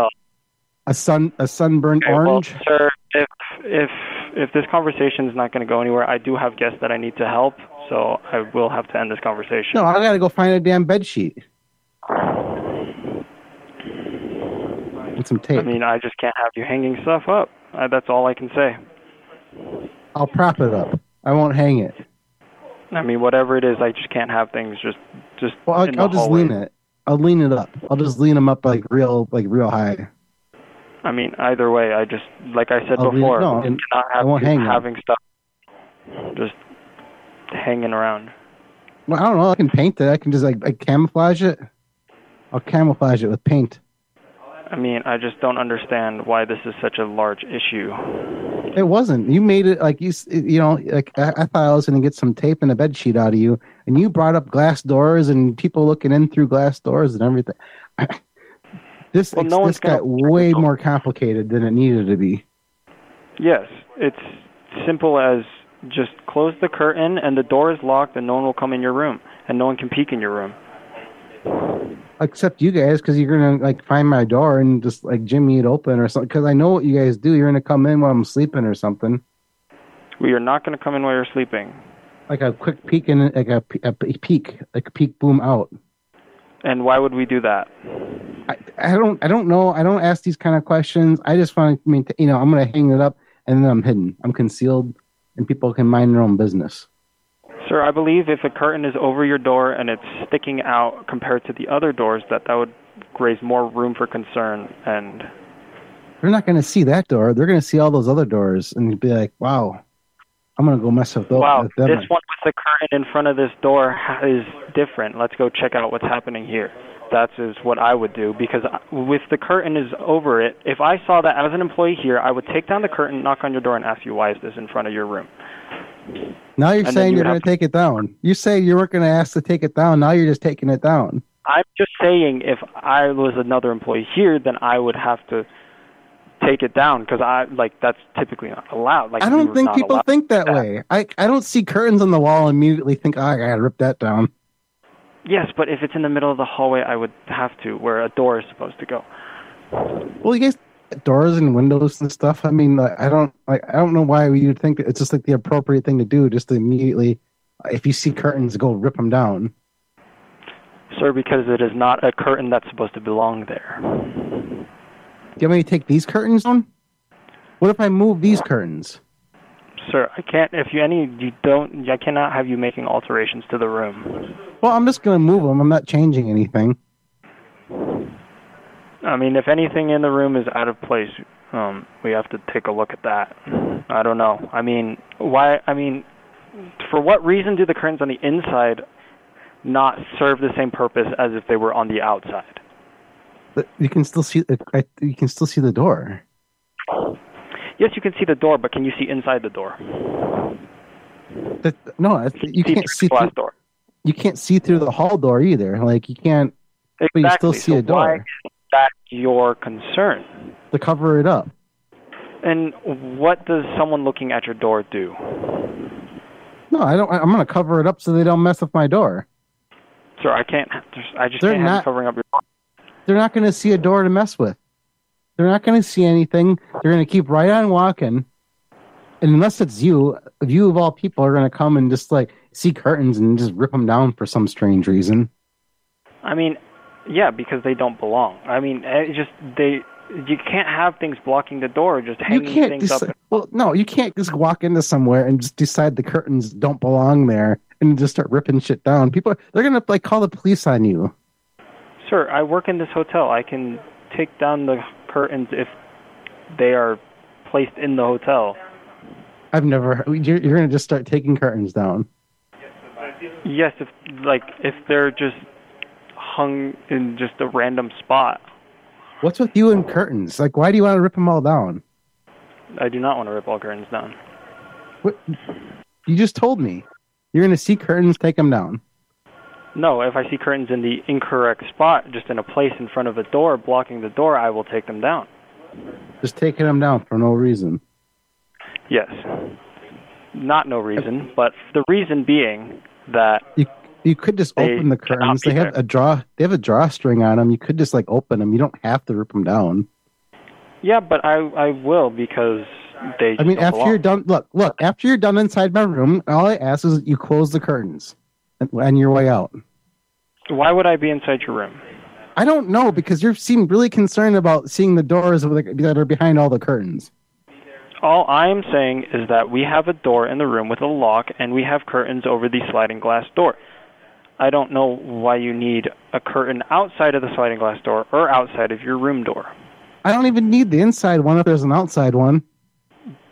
a sun, a sunburned Okay, well, orange. sir, if if if this conversation is not going to go anywhere, I do have guests that I need to help, so I will have to end this conversation. no, I gotta go find a damn bed sheet and some tape. I mean, I just can't have you hanging stuff up. Uh, I, that's all I can say. I'll prop it up. I won't hang it. I mean, whatever it is, I just can't have things just just. Well, in I'll, the I'll just hallway. lean it. I'll lean it up. I'll just lean them up like real, like real high. I mean, either way, I just like I said I'll leave it- before, no, just not have, won't hang them. having stuff just hanging around. Well, I don't know. I can paint it. I can just like I camouflage it. I'll camouflage it with paint. I mean, I just don't understand why this is such a large issue. It wasn't. You made it like you, s- you know, like I, I thought I was going to get some tape and a bed sheet out of you, and you brought up glass doors and people looking in through glass doors and everything. this Well, no this one's gonna- got way more complicated than it needed to be. Yes, it's simple as just close the curtain and the door is locked and no one will come in your room and no one can peek in your room. Except you guys, because you're gonna like find my door and just like jimmy it open or something. Because I know what you guys do. You're gonna come in while I'm sleeping or something. We are not going to come in while you're sleeping. Like a quick peek and like a, pe- a pe- peek, like a peek, boom out. And why would we do that? I don't I don't know. I don't ask these kind of questions. I just want to maintain, you know, I'm going to hang it up and then I'm hidden. I'm concealed and people can mind their own business. Sir, I believe if a curtain is over your door and it's sticking out compared to the other doors, that that would raise more room for concern. And They're not going to see that door. They're going to see all those other doors and be like, "Wow. I'm going to go mess with those." wow, with this them. one with the curtain in front of this door ha- is different. Let's go check out what's happening here. That is what I would do because I- with the curtain is over it, if I saw that as an employee here, I would take down the curtain, knock on your door, and ask you why is this in front of your room. now and you're then saying you you have are going to take it down. You say you weren't going to ask to take it down. Now you're just taking it down. I'm just saying, if I was another employee here, then I would have to take it down because I like that's typically not allowed. Like I we don't were think not people allowed- think that way. I I don't see curtains on the wall and immediately think, "Oh, I got to rip that down." Yes, but if it's in the middle of the hallway, I would have to where a door is supposed to go. Well, you guys doors and windows and stuff. I mean, like, I don't like I don't know why you'd think that it's just like the appropriate thing to do. Just to immediately, if you see curtains, go rip them down. Sir, because it is not a curtain that's supposed to belong there. Do you want me to take these curtains down? What if I move these curtains? Sir, I can't. If you any, you don't. I cannot have you making alterations to the room. Well, I'm just gonna move them. I'm not changing anything. I mean, if anything in the room is out of place, um, we have to take a look at that. I don't know. I mean, why? I mean, for what reason do the curtains on the inside not serve the same purpose as if they were on the outside? But You can still see. I- You can still see the door. Yes, you can see the door, but can you see inside the door? That, no, it's- See you can't through see the glass through, door. you can't see through the hall door either. Like you can't, but you still Exactly. see so a door Why is that your concern? to cover it up. And what does someone looking at your door do? No, I don't. I'm gonna cover it up so they don't mess with my door. Sir, I can't. I just They're can't have you not- covering up your door. they're not going to see a door to mess with. They're not going to see anything. They're going to keep right on walking. And unless it's you, you of all people are going to come and just like see curtains and just rip them down for some strange reason. I mean, yeah, because they don't belong. I mean, eh, it just they. You can't have things blocking the door, just You hanging can't things just, up. well, no, you can't just walk into somewhere and just decide the curtains don't belong there and just start ripping shit down. People, they're going to like call the police on you. Sir, I work in this hotel. I can take down the curtains if they are placed in the hotel. I've never, you're, you're going to just start taking curtains down. Yes, if like if they're just hung in just a random spot. What's with you and curtains? Like, why do you want to rip them all down? I do not want to rip all curtains down. What? You just told me. You're going to see curtains, take them down. No, if I see curtains in the incorrect spot, just in a place in front of a door blocking the door, I will take them down. Just taking them down for no reason. Yes. Not no reason, but the reason being that You you could just They open the curtains. be They have there. a draw. They have a drawstring on them. You could just like open them. You don't have to rip them down. yeah, but I I will because they. I just mean, don't after belong. you're done, look, look. After you're done inside my room, all I ask is you close the curtains and- on your way out. Why would I be inside your room? I don't know because you seem really concerned about seeing the doors with- that are behind all the curtains. all I'm saying is that we have a door in the room with a lock, and we have curtains over the sliding glass door. I don't know why you need a curtain outside of the sliding glass door or outside of your room door. I don't even need the inside one if there's an outside one.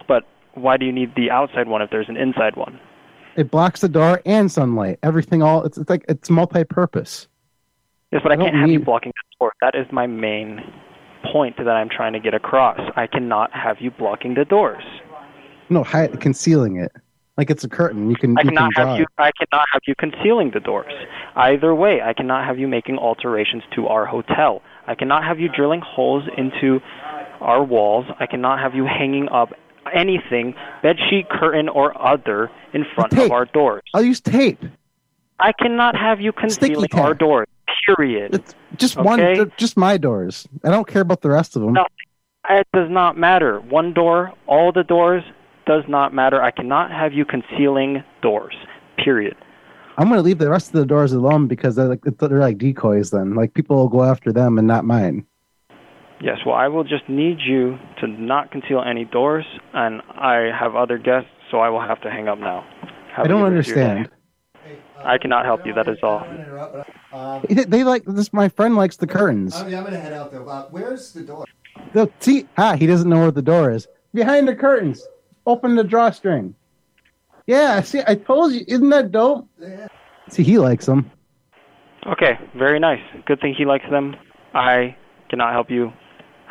But why do you need the outside one if there's an inside one? It blocks the door and sunlight. Everything all it's, it's like it's multi-purpose. Yes, but I, I don't can't have you need- blocking the door. That is my main point that I'm trying to get across. I cannot have you blocking the doors. No, hide, concealing it. Like it's a curtain. You can I you can cannot draw have you. it. I cannot have you concealing the doors. Either way, I cannot have you making alterations to our hotel. I cannot have you drilling holes into our walls. I cannot have you hanging up anything, bed sheet, curtain, or other, in front of our doors. I'll use tape. I cannot have you concealing tape. our doors. Period. Just one Okay? they're just my doors. I don't care about the rest of them. No. It does not matter. One door, all the doors, does not matter. I cannot have you concealing doors. Period. I'm gonna leave the rest of the doors alone because they're like they're like decoys. Then, like people will go after them and not mine. Yes, well, I will just need you to not conceal any doors, and I have other guests, so I will have to hang up now. Have I a don't good rest of your understand. day. I cannot help you, that is all. They, they like this. My friend likes the curtains. I mean, I'm gonna head out though. Uh, where's the door? They'll see. Ah, he doesn't know where the door is. Behind the curtains. Open the drawstring. Yeah, see, I told you. Isn't that dope? See, he likes them. Okay, very nice. Good thing he likes them. I cannot help you.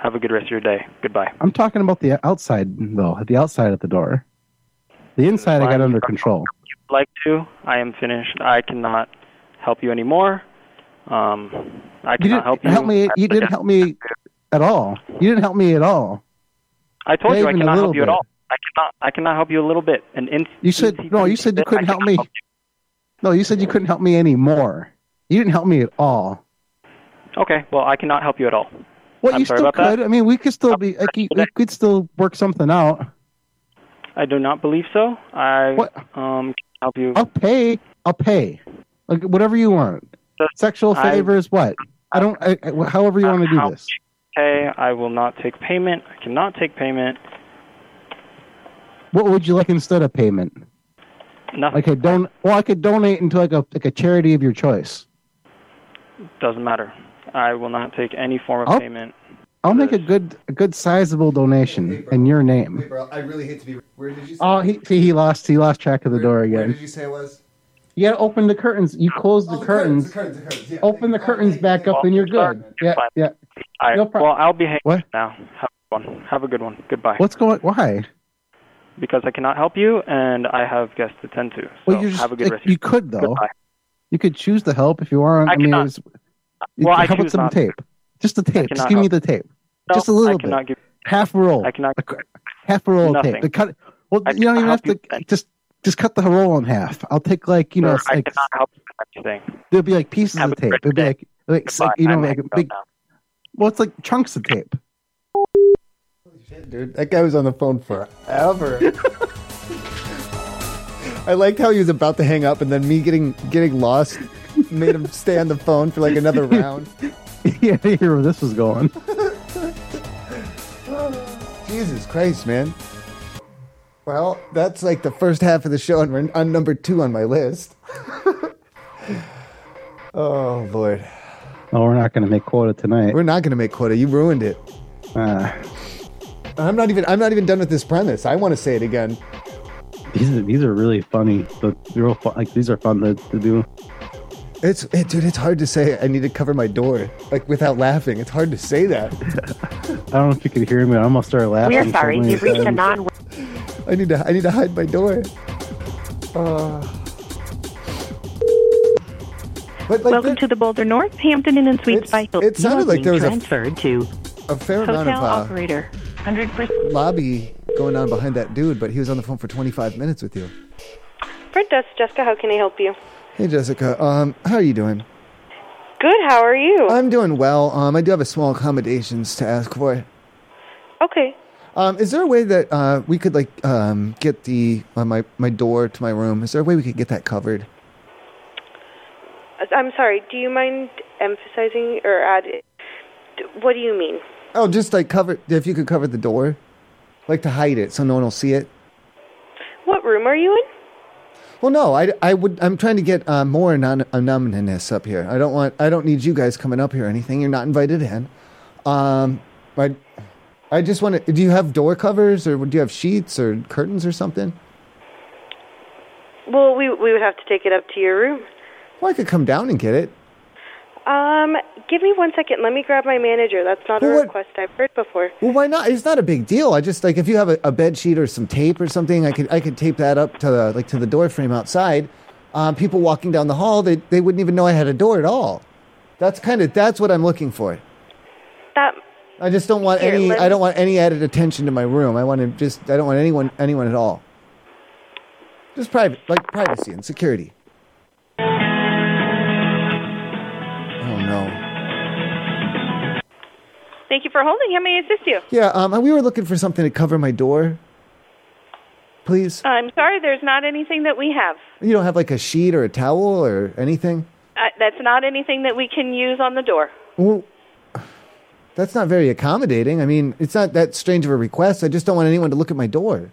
Have a good rest of your day. Goodbye. I'm talking about the outside though. The outside of the door. The inside I got under control. Like to, I am finished. I cannot help you anymore. Um, I cannot You didn't help you. help me. I You didn't forget- help me at all. You didn't help me at all. I told not you I even a cannot little help you at bit. all. I cannot. I cannot help you a little bit. An in, You said no. You said you couldn't help me. No, you said you couldn't help me anymore. You didn't help me at all. Okay, well, I cannot help you at all. Well, I'm you sorry still about that. could. I mean, we could still be. Like, you- we could still work something out. I do not believe so. I um can help you. I'll pay. I'll pay. Like whatever you want. Sexual I- favors. What? I don't. I, I- however you want to do this. Okay, I will not take payment. I cannot take payment. What would you like instead of payment? Nothing. Like I don't. Well, I could donate into like a like a charity of your choice. Doesn't matter. I will not take any form of Oh. payment. I'll make a good a good sizable donation in your name. Bro, I really hate to be. Where did you? Oh, he see, he lost he lost track of the door Where again. did you say it was? Oh, You gotta open the curtains. You close the, the curtains, the curtains, curtains. the curtains, yeah. Open the curtains back up, and you're good. Yeah, yeah. I, No problem. well, I'll be hanging up now. Have a good one. Have a good one. Goodbye. What's going? Why? Because I cannot help you, and I have guests to tend to. So Well, you just have a good like, rest. you could though. Goodbye. You could choose to help if you want. I, mean, cannot. it's- Well, I how about choose some not to. tape? Just the tape. Just cannot give me help. the tape. No, just a I little cannot bit. give- half a roll. I cannot. half a roll of Nothing. tape. The cut. Well, you don't even have to. Just just cut the roll in half. I'll take like you know, Sir, I like cannot help you with anything. there'll be like pieces of tape. It'll be like like s- Goodbye. you know I'm like hanging a up big. now. Well, it's like chunks of tape. Dude, that guy was on the phone forever. I liked how he was about to hang up, and then me getting getting lost made him stay on the phone for like another round. yeah, I hear where this was going. Jesus Christ, man. Well, that's like the first half of the show, and we're on number two on my list. oh, Lord. Oh, we're not going to make quota tonight. We're not going to make quota. You ruined it. Uh, I'm not even. I'm not even done with this premise. I want to say it again. these are these are really funny. The real fun, like these are fun to, to do. It's it, dude. It's hard to say. I need to cover my door like without laughing. It's hard to say that. I don't know if you could hear me. I almost started laughing. so many times. I need to. I need to hide my door. Uh, Welcome to the Boulder North Hampton Inn and Suites by Hilton. it sounded You are like there being was a transferred to a fair hotel amount of uh, operator. Hundred percent. lobby going on behind that dude, but he was on the phone for 25 minutes with you. Fred Dust, Jessica, how can I help you? Hey Jessica, um, how are you doing? Good, how are you? I'm doing well. Um, I do have a small accommodations to ask for. Okay. Um, is there a way that uh, we could like um, get the uh, my my door to my room? Is there a way we could get that covered? Uh, I'm sorry, do you mind emphasizing or add what do you mean? Oh, just like cover if you could cover the door. like to hide it so no one will see it. What room are you in? Well, no, I, I would. I'm trying to get uh, more anon- anonymous up here. I don't want. I don't need you guys coming up here or anything. You're not invited in. Um, I, I just want to. Do you have door covers or do you have sheets or curtains or something? Well, we we would have to take it up to your room. Well, I could come down and get it. Um, give me one second. Let me grab my manager. That's not a request I've heard before. Well, why not? It's not a big deal. I just like if you have a, a bed sheet or some tape or something, I could I could tape that up to the, like to the door frame outside. Um, people walking down the hall, they they wouldn't even know I had a door at all. That's kind of that's what I'm looking for. That I just don't want Here, any. let I don't me- want any added attention to my room. I want to just. I don't want anyone anyone at all. Just private, like privacy and security. Oh no. Thank you for holding. How may I assist you? Yeah. Um. We were looking for something to cover my door. Please. I'm sorry, there's not anything that we have. You don't have like a sheet or a towel or anything. Uh, that's not anything that we can use on the door. Well, that's not very accommodating. I mean, it's not that strange of a request. I just don't want anyone to look at my door.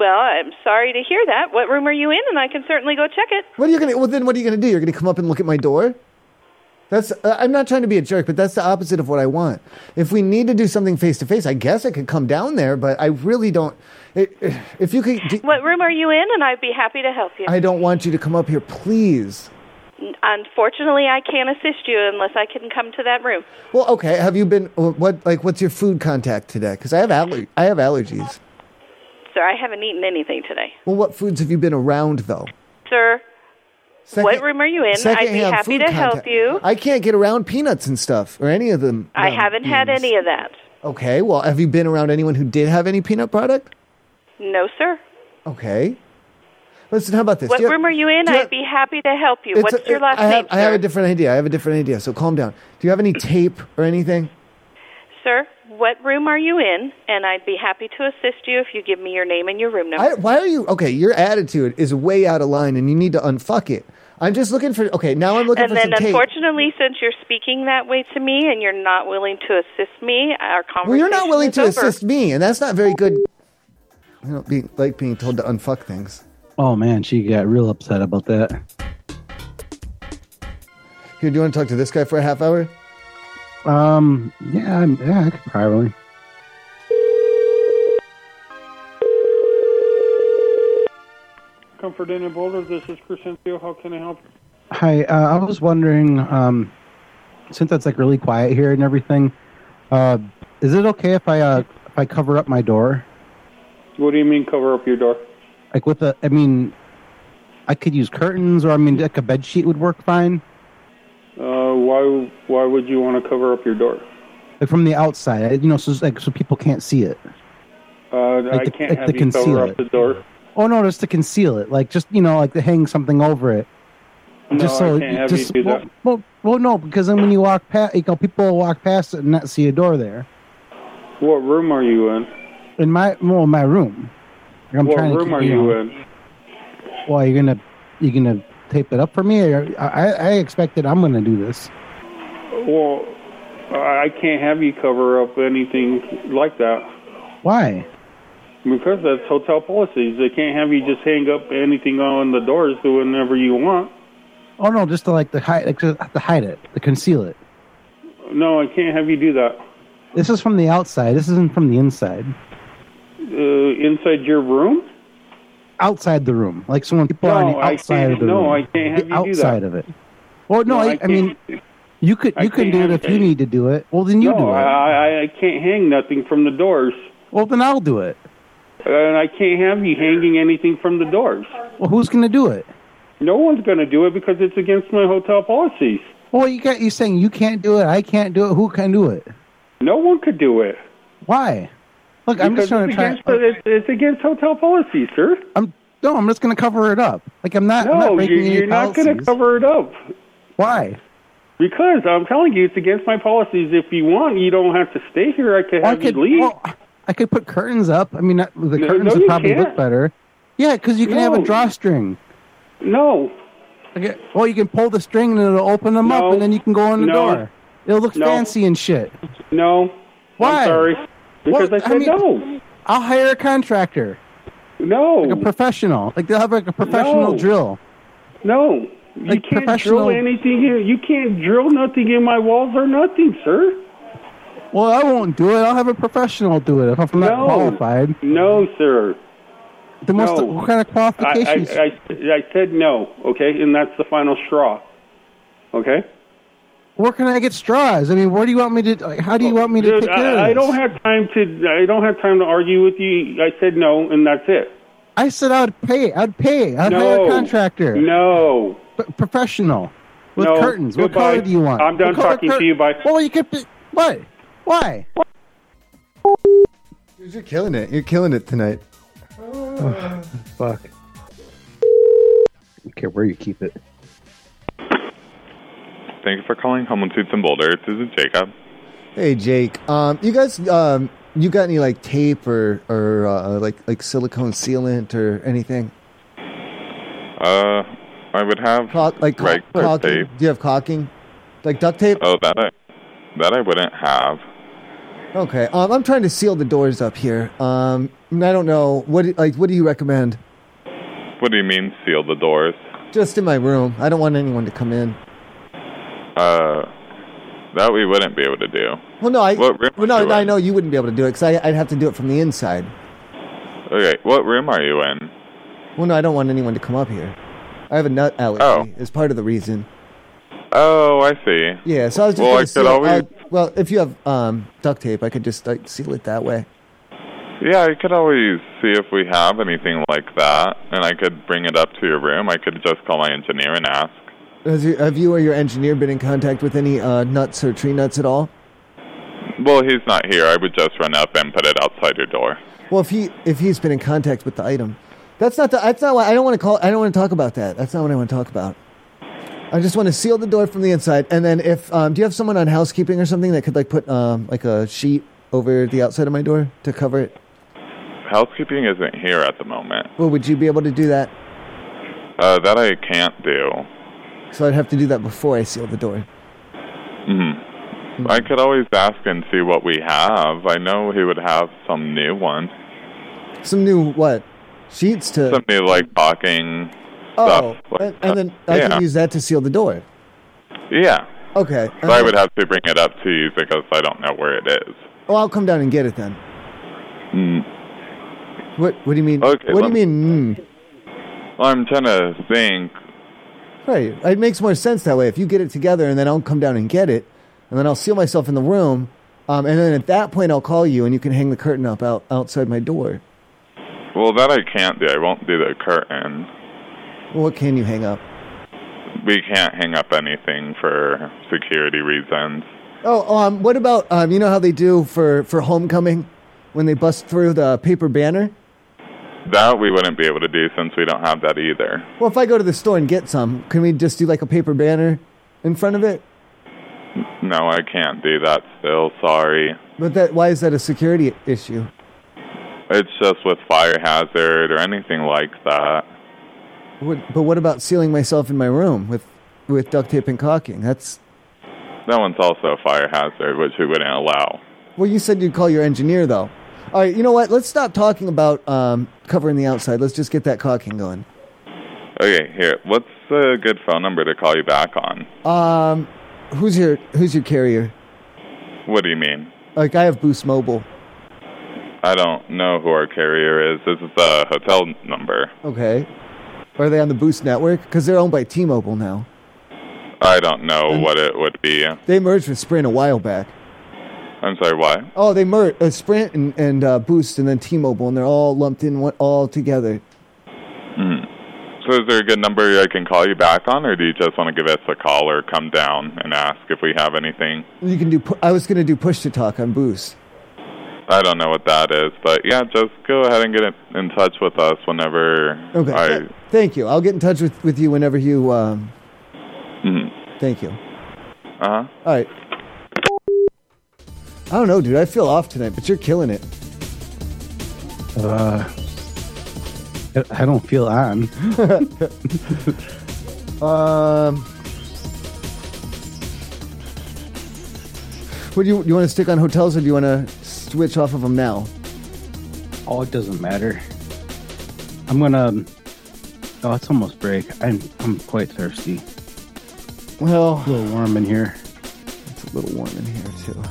Well, I'm sorry to hear that. What room are you in? And I can certainly go check it. What are you gonna? Well, then what are you gonna do? You're gonna come up and look at my door? That's. Uh, I'm not trying to be a jerk, but that's the opposite of what I want. If we need to do something face to face, I guess I could come down there, but I really don't. It, if you could, do, What room are you in? And I'd be happy to help you. I don't want you to come up here, please. Unfortunately, I can't assist you unless I can come to that room. Well, okay. Have you been? What like? What's your food contact today? Because I have aller- I have allergies. Sir, I haven't eaten anything today. Well, what foods have you been around though? Sir, what Second- room are you in? I'd be secondhand happy food to help contact. you. I can't get around peanuts and stuff or any of them. I haven't had any of that. Okay, well, have you been around anyone who did have any peanut product? No, sir. Okay. Listen, how about this? What Do you- room are you in? do you- I'd be happy to help you. it's What's a- your last I have, name, I have a different idea. I have a different idea, so calm down. Do you have any tape or anything? sir? What room are you in? And I'd be happy to assist you if you give me your name and your room number. I, why are you. Okay, your attitude is way out of line and you need to unfuck it. I'm just looking for. Okay, now I'm looking and for then, some tape. unfortunately, since you're speaking that way to me and you're not willing to assist me, our conversation Well, you're not willing is to over. assist me, and that's not very good. I don't be, like being told to unfuck things. Oh man, she got real upset about that. Here, do you want to talk to this guy for a half hour? Um, yeah, I'm, yeah, I could probably. Comfort Inn in Boulder. This is Crescencio. How can I help? Hi, uh, I was wondering, um, since it's like really quiet here and everything, uh, is it okay if I uh, if I cover up my door? What do you mean cover up your door? Like with a, I mean, I could use curtains, or I mean, like a bed sheet would work fine. Uh, why why would you want to cover up your door? Like from the outside, you know, so like so people can't see it. Uh, Like I to- can't like have to you conceal cover up it. the door. Oh no, just to conceal it, like just you know, like to hang something over it. No, just I so can't have just you do well, that. well, well, no, because then when you walk past, you know, people will walk past it and not see a door there What room are you in? in my well, my room. Like, I'm what trying room to, are you you know, in? Well, you're gonna you're gonna tape it up for me. Or I, I expected I'm gonna do this. Well, I I can't have you cover up anything like that Why? because that's hotel policies. They can't have you just hang up anything on the doors whenever you want. Oh no, just to like to hide, like to, to hide it, to conceal it. No, I can't have you do that. This is from the outside. This isn't from the inside. Uh, inside your room? Outside the room, like so when people are on the No, I outside of can't- the no, room. I can't have the you do that. outside of it. Well, Oh, no, No, I I, I, mean, you could I you can can't do it have if you that. need to do it. Well, then you no, do it. I, I, I can't hang nothing from the doors. Well, then I'll do it. And I can't have you hanging anything from the doors. Well, who's going to do it? No one's going to do it because it's against my hotel policies. Well, you got you saying you can't do it. I can't do it. Who can do it? No one could do it. Why? Look, I'm just Because trying to it's try. Against, it's, it's against hotel policies, sir. I'm no, I'm just going to cover it up. Like I'm not. I'm no, not breaking you, any you're not going to policies. cover it up. Why? Because I'm telling you, it's against my policies. If you want, you don't have to stay here. I could Well, I have could- you leave. well, I could put curtains up. I mean, not, the No, curtains no, would you probably can't. look better. Yeah, because you can have a No. drawstring. No. Okay. Well, you can pull the string and it'll open them up, and then you can go in the No. door. It'll look No. fancy and shit. No. Why? I'm sorry. Because Well, I said mean, no. I'll hire a contractor. No, like a professional. Like they'll have like a professional No. drill. No, you Like can't professional- drill anything here. You can't drill nothing in my walls or nothing, sir. Well, I won't do it. I'll have a professional do it if I'm not No. qualified. No, sir. The most No. what kind of I, I, qualifications? I, I said no, okay, and that's the final straw. Okay, where can I get straws? I mean, where do you want me to? Like, how do you want me to Dude, take care of I, I this? don't have time to. I don't have time to argue with you. I said no, and that's it. I said I'd pay. I'd pay. I'd No. hire a contractor. No. professional. With No. curtains. What Goodbye. color do you want? I'm done What color talking to you. Bye. Well, you could. Be, what? Why? Dude, you're killing it. You're killing it tonight. Fuck. I don't care where you keep it. Thank you for calling Home and Suites in Boulder. This is Jacob. Hey Jake, um, you guys, um, you got any like tape or or uh, like like silicone sealant or anything? Uh, I would have Caulk, like caulk, regular caulking? tape. Do you have caulking? Like duct tape? Oh, that I that I wouldn't have. Okay. Um, I'm trying to seal the doors up here. Um, and I don't know what do- like what do you recommend? What do you mean seal the doors? Just in my room. I don't want anyone to come in. Uh, that we wouldn't be able to do. Well, no, I What room well, no, are you I in? know you wouldn't be able to do it because I'd have to do it from the inside. Okay, what room are you in? Well, no, I don't want anyone to come up here. I have a nut allergy. Is part of the reason. Oh, I see. Yeah, so I was just well, gonna uh, I seal could it. always I- well, if you have um, duct tape, I could just like seal it that way. yeah, I could always see if we have anything like that, and I could bring it up to your room. I could just call my engineer and ask. Has you, have you or your engineer been in contact with any uh, nuts or tree nuts at all? Well, he's not here. I would just run up and put it outside your door. Well, if he if he's been in contact with the item, that's not the, that's not why I don't want to call. I don't want to talk about that. That's not what I want to talk about. I just want to seal the door from the inside, and then if um, do you have someone on housekeeping or something that could like put um, like a sheet over the outside of my door to cover it? Housekeeping isn't here at the moment. Well, would you be able to do that? Uh, that I can't do. So I'd have to do that before I seal the door. hmm I could always ask and see what we have. I know he would have some new ones, Some new what sheets to some new like caulking Uh, oh, stuff. and, and then I Yeah. could use that to seal the door. Yeah, Okay. so I would have to bring it up to you because I don't know where it is. Oh, I'll come down and get it then. Hmm. Mm. What What do you mean? Okay, what do let you mean? Mm. I'm trying to think. Right. It makes more sense that way. If you get it together and then I'll come down and get it, and then I'll seal myself in the room, um, and then at that point I'll call you and you can hang the curtain up out, outside my door. Well, that I can't do. I won't do the curtain. Well, what can you hang up? We can't hang up anything for security reasons. Oh, um, what about um, you know how they do for for homecoming when they bust through the paper banner? That we wouldn't be able to do since we don't have that either. Well, if I go to the store and get some, can we just do like a paper banner in front of it? No, I can't do that still. Sorry. But that why is that a security issue? It's just with fire hazard or anything like that. What, but what about sealing myself in my room with with duct tape and caulking? That's That one's also a fire hazard, which we wouldn't allow. well, you said you'd call your engineer though. All right, you know what? Let's stop talking about um, covering the outside. Let's just get that caulking going. Okay, here. What's a good phone number to call you back on? Um, who's your who's your carrier? What do you mean? Like I have Boost Mobile. I don't know who our carrier is. This is the hotel number. Okay, are they on the Boost network? Because they're owned by T-Mobile now. I don't know what it would be. They merged with Sprint a while back. I'm sorry, what? Oh, they merged uh, Sprint and, and uh, Boost, and then T-Mobile, and they're all lumped in one, all together. Mm. So is there a good number I can call you back on, or do you just want to give us a call or come down and ask if we have anything? You can do. Pu- I was gonna do push to talk on Boost. I don't know what that is, but yeah, just go ahead and get in- in touch with us whenever Okay. I. Th- Thank you. I'll get in touch with, with you whenever you. Um, Thank you. Uh huh. All right. I don't know, dude. I feel off tonight, but you're killing it. Uh, I- I don't feel on. um. What do you, do you want to stick on hotels or do you want to switch off of them now? Oh, it doesn't matter. I'm gonna. Oh, it's almost break. I'm I'm quite thirsty. Well, a little warm in here. It's a little warm in here too.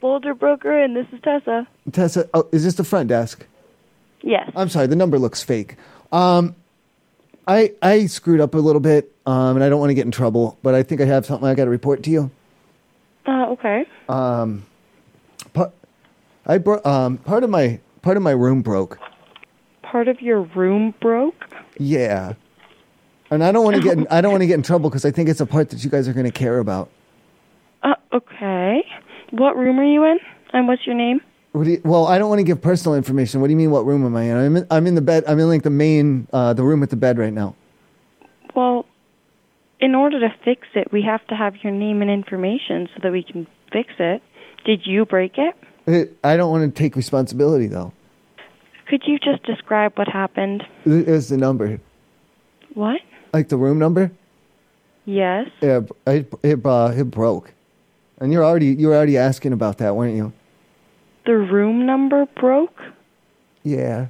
Boulder Broker, and this is Tessa. Tessa, oh, is this the front desk? Yes. I'm sorry, the number looks fake. Um, I I screwed up a little bit, um, and I don't want to get in trouble, but I think I have something I got to report to you. Uh, okay. Um, part, I bro- um, part of my part of my room broke. Part of your room broke? Yeah, and I don't want to get in, I don't want to get in trouble because I think it's a part that you guys are going to care about. Uh, okay. What room are you in? And what's your name? What do you, well, I don't want to give personal information. What do you mean? What room am I in? I'm in, I'm in the bed. I'm in like the main uh, the room with the bed right now. Well, in order to fix it, we have to have your name and information so that we can fix it. Did you break it? It, I don't want to take responsibility though. Could you just describe what happened? It was the number, What? like the room number. Yes. Yeah, it it, uh, it broke, and you're already you were already asking about that, weren't you? The room number broke? Yeah.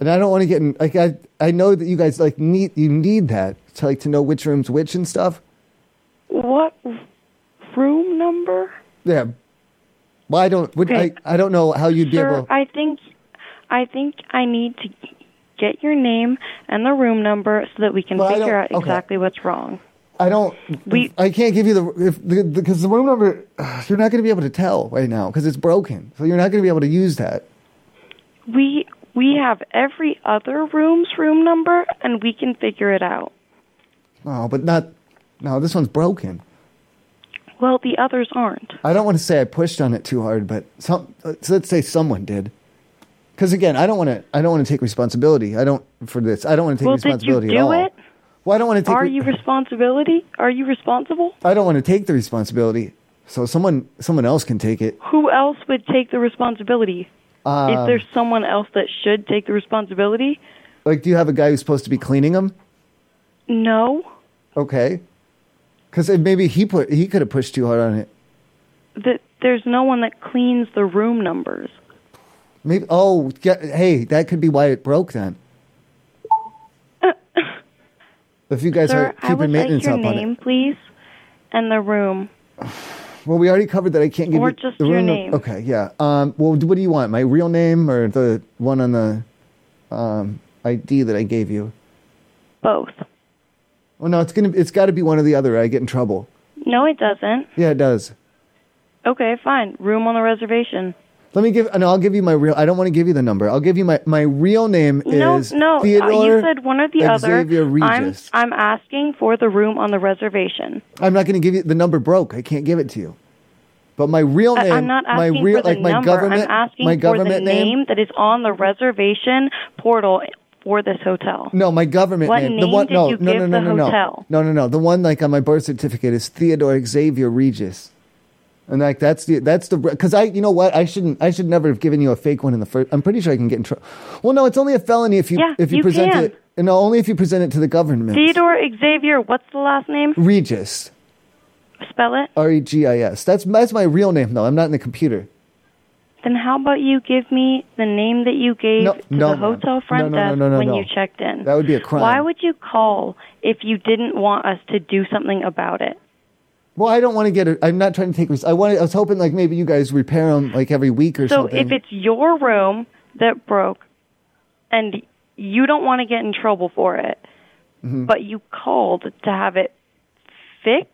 And I don't want to get in, like I I know that you guys like need you need that to like to know which room's which and stuff. What r- room number? Yeah. Well, I don't would, Okay. I I don't know how you'd be Sir, able. I think I think I need to get your name and the room number so that we can Well, I figure don't- out okay. exactly what's wrong. I don't. We, I can't give you the if the because the, room number you're not going to be able to tell right now because it's broken. So you're not going to be able to use that. We we have every other room's room number and we can figure it out. Oh, but not. No, this one's broken. Well, the others aren't. I don't want to say I pushed on it too hard, but some so let's say someone did. Because again, I don't want to. I don't want to take responsibility. I don't for this. I don't want to take well, did you responsibility do at all. it? Well, I don't want to take. Are re- you responsibility? Are you responsible? I don't want to take the responsibility. So someone someone else can take it. Who else would take the responsibility? Is Um, there someone else that should take the responsibility? like, do you have a guy who's supposed to be cleaning them? No. Okay, because maybe he put he could have pushed too hard on it. That there's no one that cleans the room numbers. Maybe oh yeah, hey, that could be why it broke then. if you guys Uh, Sir, I are would keeping like maintenance your up on name, it, please, and the room. well, we already covered that. I can't give Or you just the your room num- name. Okay, yeah. Um, well, what do you want? My real name or the one on the um, ID that I gave you? Both. Well, no, it's gonna it's got to be one or the other. I get in trouble. No, it doesn't. Yeah, it does. Okay, fine. Room on the reservation. Let me give. No, I'll give you my real. I don't want to give you the number. I'll give you my my real name no, is no. uh, Theodore. you said one or the Xavier other. Regis. I'm I'm asking for the room on the reservation. I'm not going to give you the number. Broke. I can't give it to you. But my real I- name. I'm not my asking real for the like my number. government. I'm asking my for the government name, that is on the reservation portal for this hotel. No, my government What name. The name one. did no, you no, give no, the no, no, hotel? no, no, no, no. The one like on my birth certificate is Theodore Xavier Regis. And like that's the that's the because I you know what I shouldn't I should never have given you a fake one in the first. I'm pretty sure I can get in trouble. Well, no, it's only a felony if you Yeah, if you, you present can. it. No, only if you present it to the government. Theodore Xavier. What's the last name? Regis. Spell it. R E G I S. That's that's my real name though. I'm not in the computer. Then how about you give me the name that you gave No, to no, the ma'am. hotel front No, no, no, desk no, no, when no. you checked in? That would be a crime. Why would you call if you didn't want us to do something about it? Well, I don't want to get it. I'm not trying to take. Res- I want. I was hoping like maybe you guys repair them like every week or so something. if it's your room that broke and you don't want to get in trouble for it, Mhm. but you called to have it fixed.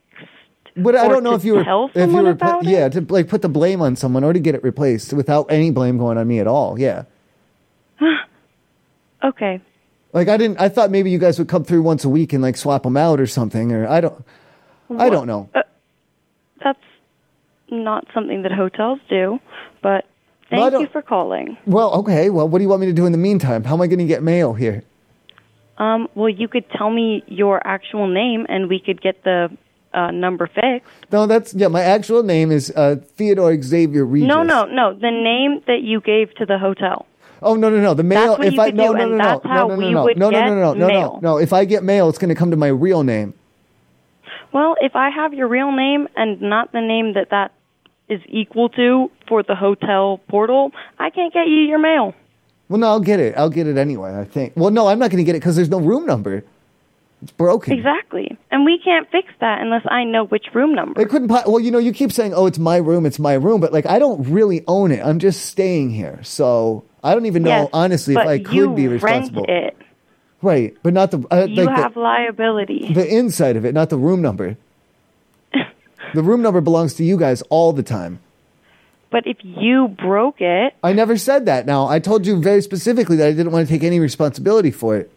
But I or don't know to if you were tell if you someone were about it? yeah to like put the blame on someone or to get it replaced without any blame going on me at all. Yeah, Okay. like I didn't. I thought maybe you guys would come through once a week and like swap them out or something. Or I don't. I don't know. Uh, that's not something that hotels do, but Well, I thank you don't- for calling. Well, okay. Well, what do you want me to do in the meantime? How am I going to get mail here? Um, well, you could tell me your actual name, and we could get the uh, number fixed. No, that's yeah. My actual name is uh, Theodore Xavier Regis. No, no, no. The name that you gave to the hotel. Oh no no no the mail That's what if you I could no do, no and no that's no how no no we no would no no get no no no no mail. no if I get mail it's going to come to my real name Well, if I have your real name and not the name that that is equal to for the hotel portal, I can't get you your mail. Well, no, I'll get it. I'll get it anyway. I think. Well, no, I'm not going to get it because there's no room number. It's broken. Exactly. And we can't fix that unless I know which room number. It couldn't. Po- well, you know, you keep saying, "Oh, it's my room. It's my room," but like, I don't really own it. I'm just staying here, so I don't even know Yes, honestly if but I could you be responsible. Rent it. Right, but not the uh, You like have the, liability. the inside of it, not the room number. the room number belongs to you guys all the time. But if you broke it, I never said that. Now I told you very specifically that I didn't want to take any responsibility for it.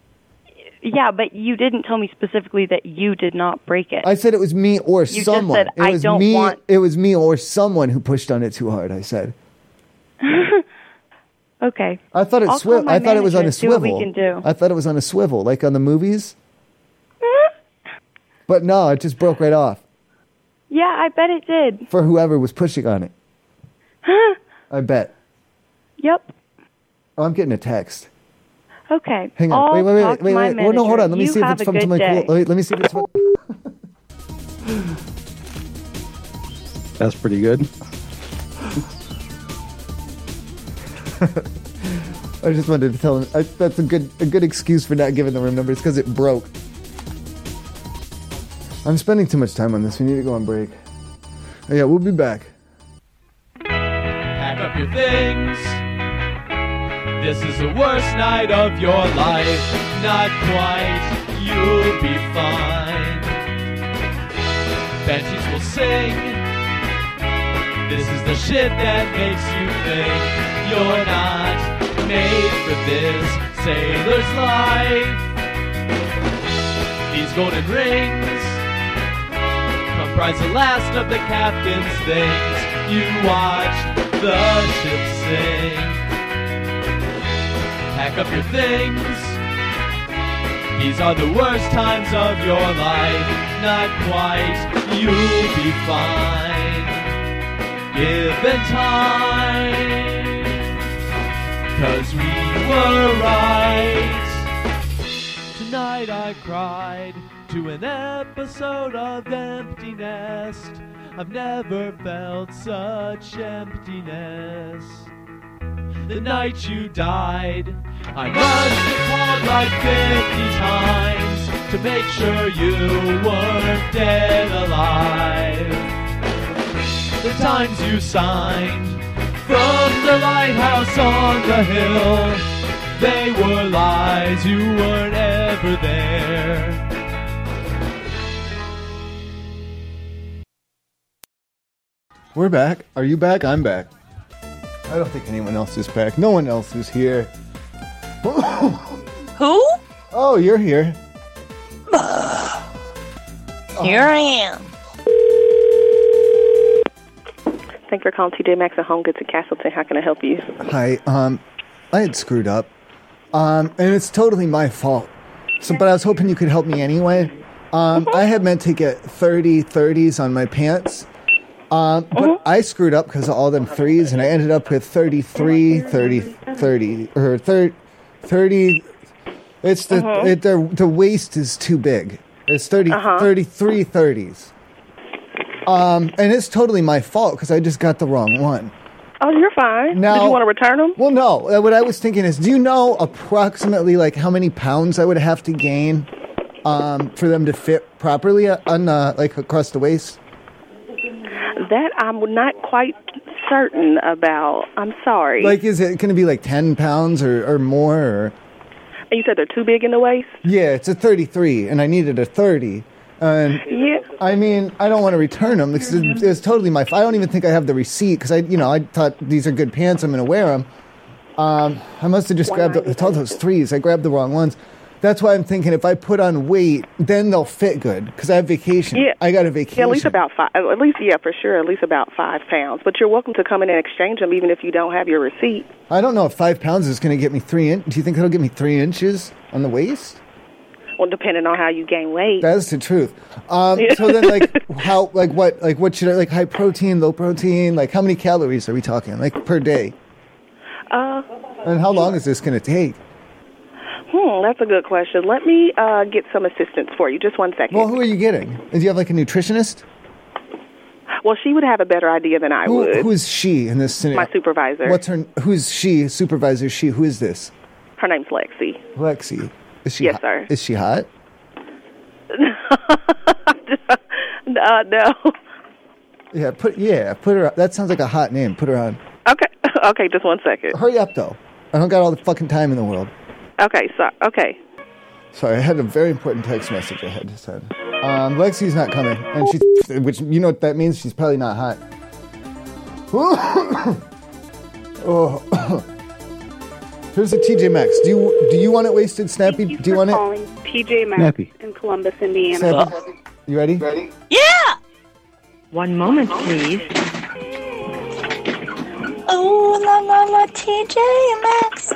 yeah, but you didn't tell me specifically that you did not break it. I said it was me or just someone. said, it "I was don't me. want-" It was me or someone who pushed on it too hard. I said. okay. I thought it I'll call swivel. my I thought it was on a manager and see swivel. what we can do. I thought it was on a swivel, like on the movies. but no, it just broke right off Yeah, I bet it did. for whoever was pushing on it. I bet. Yep. Oh, I'm getting a text. Okay. Hang on. I'll wait, wait, wait, talk to wait, my wait. Well, no, hold manager. on. Let me You see if have it's a from good someone cool. day. Let me, let me see if it's from. That's pretty good. I just wanted to tell him I, that's a good a good excuse for not giving the room numbers because it broke. I'm spending too much time on this. We need to go on break. Oh, yeah, we'll be back. Pack up your things. This is the worst night of your life. Not quite. You'll be fine. Banshees will sing. This is the shit that makes you think you're not made for this sailor's life. These golden rings comprise the last of the captain's things. You watch the ship sink. Pack up your things. These are the worst times of your life. Not quite. You'll be fine. Given time. Cause we were right. Tonight I cried to an episode of Empty Nest. I've never felt such emptiness. The night you died, I must have called like 50 times to make sure you weren't dead alive. The times you signed from the lighthouse on the hill. They were lies, you weren't ever there. We're back. Are you back? I'm back. I don't think anyone else is back. No one else is here. Who? Oh, you're here. Here I am. Thank you for calling TJ Maxx at Home Goods in Castleton. How can I help you? Hi. Um, I had screwed up. Um, and it's totally my fault. So, but I was hoping you could help me anyway. Um, I had meant to get 30 30s on my pants. Um, but I screwed up because of all them threes, and I ended up with 33, 30, 30, or thir 30. It's the, Mhm. it, the, the waist is too big. It's 30, Uh-huh. 33 30s. Um, and it's totally my fault because I just got the wrong one. Oh, you're fine. Now, Did you want to return them? Well, no. Uh, What I was thinking is, do you know approximately like how many pounds I would have to gain um, for them to fit properly uh, on uh, like across the waist? That I'm not quite certain about. I'm sorry. Like, is it going to be like ten pounds or, or more? Or and you said they're too big in the waist? yeah, it's a thirty-three, and I needed a thirty. And yeah, Mm-hmm. I mean, I don't want to return them because it's, it's totally my. f- I don't even think I have the receipt because I, you know, I thought these are good pants. I'm going to wear them. Um, I must have just grabbed. It's all those threes. I grabbed the wrong ones. That's why I'm thinking if I put on weight, then they'll fit good because I have vacation. Yeah. I got a Yeah, at least vacation. about five. At least, yeah, for sure. At least about five pounds. But you're welcome to come in and exchange them, even if you don't have your receipt. I don't know if five pounds is going to get me three. In- Do you think it'll get me three inches on the waist? Well, depending on how you gain weight. That's the truth. Um, so then, like, how, like, what, like, what should I, like, high protein, low protein, like, how many calories are we talking, like, per day? Uh, And how long is this going to take? hmm, that's a good question. Let me uh, get some assistance for you. Just one second. Well, who are you getting? Do you have like a nutritionist? Well, she would have a better idea than I Who, would. who is she in this scenario? my supervisor. What's her? Who's she? Supervisor? She? Who is this? Her name's Lexi. Lexi. Is she? Yes, hot? sir. Is she hot? Uh, no. Yeah. Put yeah. Put her. That sounds like a hot name. Put her on. Okay. Okay, just one second. Hurry up though. I don't got all the fucking time in the world. Okay, so okay. Sorry, I had a very important text message I had to send. Um, Lexi's not coming, and she's which you know what that means. She's probably not hot. oh. Here's a TJ Maxx. Do you do you want it wasted, Snappy? do you want it? calling TJ Maxx Snappy. in Columbus, Indiana. Snappy? You ready? Ready? Yeah. One moment, please. Oh, la la la, TJ Maxx.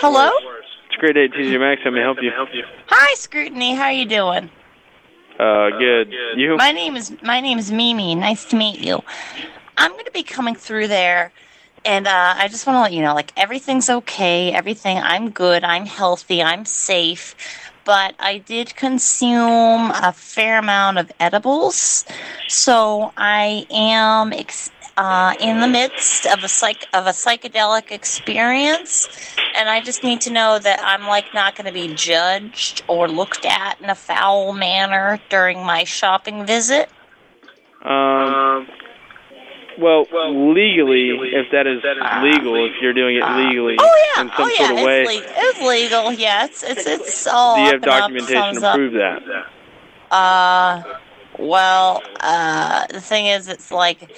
Hello? It's a great day, TJ Maxx. Let me help you. Help you. Hi, Scrutiny. How you doing? Uh, good. You? My name is my name is Mimi. Nice to meet you. I'm going to be coming through there, and uh, I just want to let you know, like everything's okay. Everything. I'm good. I'm healthy. I'm safe. But I did consume a fair amount of edibles, so I am ex- uh, in the midst of a psych of a psychedelic experience, and I just need to know that I'm like not going to be judged or looked at in a foul manner during my shopping visit. Um. Well, legally, if that is legal, ah. if you're doing it legally Oh, in some sort of way, It's, le- it's legal. Yeah, it's it's it's all. do you up have and up, documentation thumbs to up. prove that? Uh, well, uh, the thing is, it's like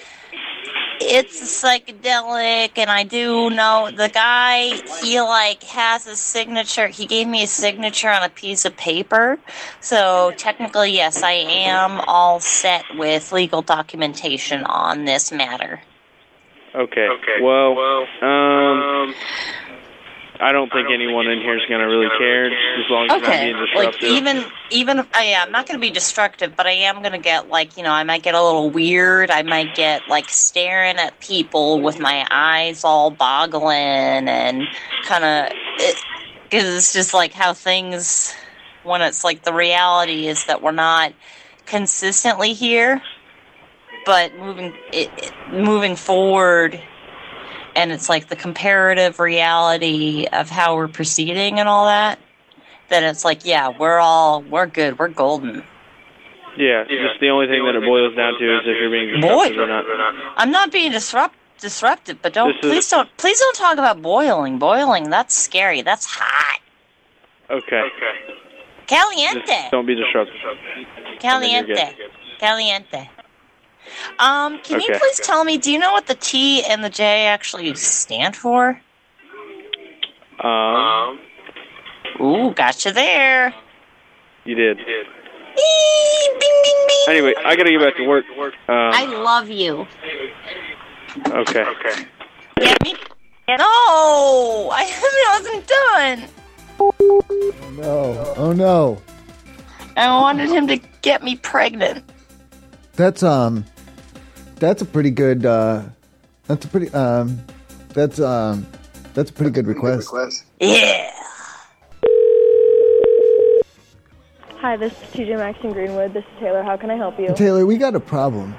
it's a psychedelic, and I do know the guy. He like has a signature. He gave me a signature on a piece of paper, so technically, yes, I am all set with legal documentation on this matter. Okay. Well, um, I don't think anyone in here is going to really care as long as you're not Okay, being like disruptive. even even I yeah, I'm not going to be destructive, but I am going to get like you know I might get a little weird. I might get like staring at people with my eyes all boggling and kind of because it's just like how things when it's like the reality is that we're not consistently here, but moving it, it- moving forward. And it's like the comparative reality of how we're proceeding and all that then it's like, yeah, we're all we're good, we're golden. yeah, just the only thing that it boils down to is if you're being Boy. disruptive or not. I'm not being disrupt disruptive, but don't This is- please don't please don't talk about boiling. Boiling, that's scary. That's hot. Okay. Just Caliente. don't be disruptive. Caliente. Caliente. Um, can you Okay. please tell me, do you know what the T and the J actually stand for? Um, Ooh, gotcha there. you did. Anyway, I got to get back to work. I Um, love you. okay. No, I wasn't done. No. Oh no. I wanted him to get me pregnant. That's um. That's a pretty good. Uh, that's a pretty um. That's um. That's a pretty good request. Yeah. Hi, this is TJ Maxx in Greenwood. This is Taylor. How can I help you? Taylor, we got a problem.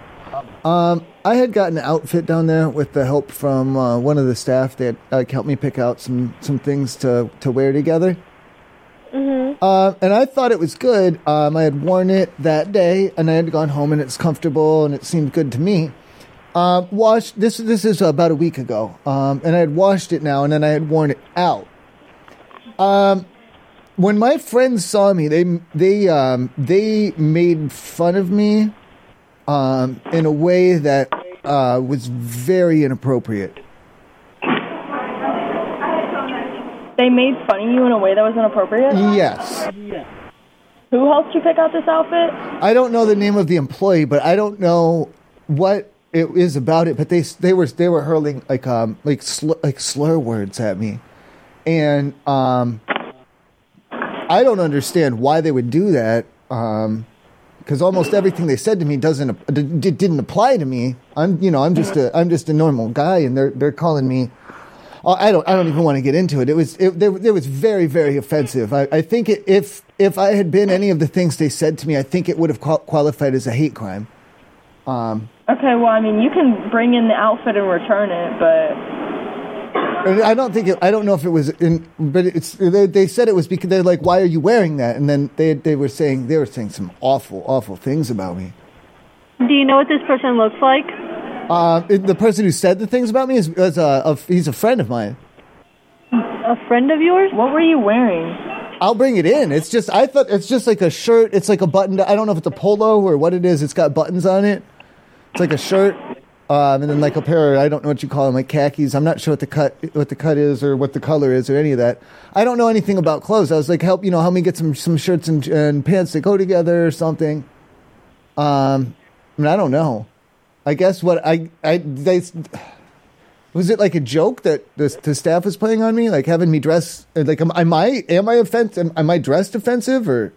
Um, I had gotten an outfit down there with the help from uh, one of the staff that like helped me pick out some some things to to wear together. Mm-hmm. Uh, and I thought it was good. Um, I had worn it that day, and I had gone home, and it's comfortable, and it seemed good to me. Uh, washed this. This is about a week ago, um, and I had washed it now, and then I had worn it out. Um, when my friends saw me, they they um, they made fun of me um, in a way that uh, was very inappropriate. They made fun of you in a way that was inappropriate? Yes. Who helped you pick out this outfit? I don't know the name of the employee, but I don't know what it is about it. But they they were they were hurling like um like sl- like slur words at me, and um I don't understand why they would do that. Um, because almost everything they said to me doesn't d- d- didn't apply to me. I'm you know I'm just a I'm just a normal guy, and they're they're calling me I don't I don't even want to get into it. It was it, there, there was very very offensive. I, I think it, if if I had been any of the things they said to me, I think it would have qual- qualified as a hate crime. Um, Okay, well, I mean, you can bring in the outfit and return it, but and I don't think it, I don't know if it was in, but it's they, they said it was because they're like, why are you wearing that? And then they they were saying they were saying some awful awful things about me. Do you know what this person looks like? Uh, it- the person who said the things about me is, is a, a he's a friend of mine. a friend of yours? What were you wearing? I'll bring it in. It's just I thought it's just like a shirt. It's like a button. I don't know if it's a polo or what it is. It's got buttons on it. It's like a shirt, um, and then like a pair. of, I don't know what you call them, like khakis. I'm not sure what the cut what the cut is or what the color is or any of that. I don't know anything about clothes. I was like, help you know, help me get some some shirts and, and pants that go together or something. Um, I mean, I don't know. I guess what I I they. Was it like a joke that the, the staff was playing on me, like having me dress like am, am I am I offense am, am I dressed offensive or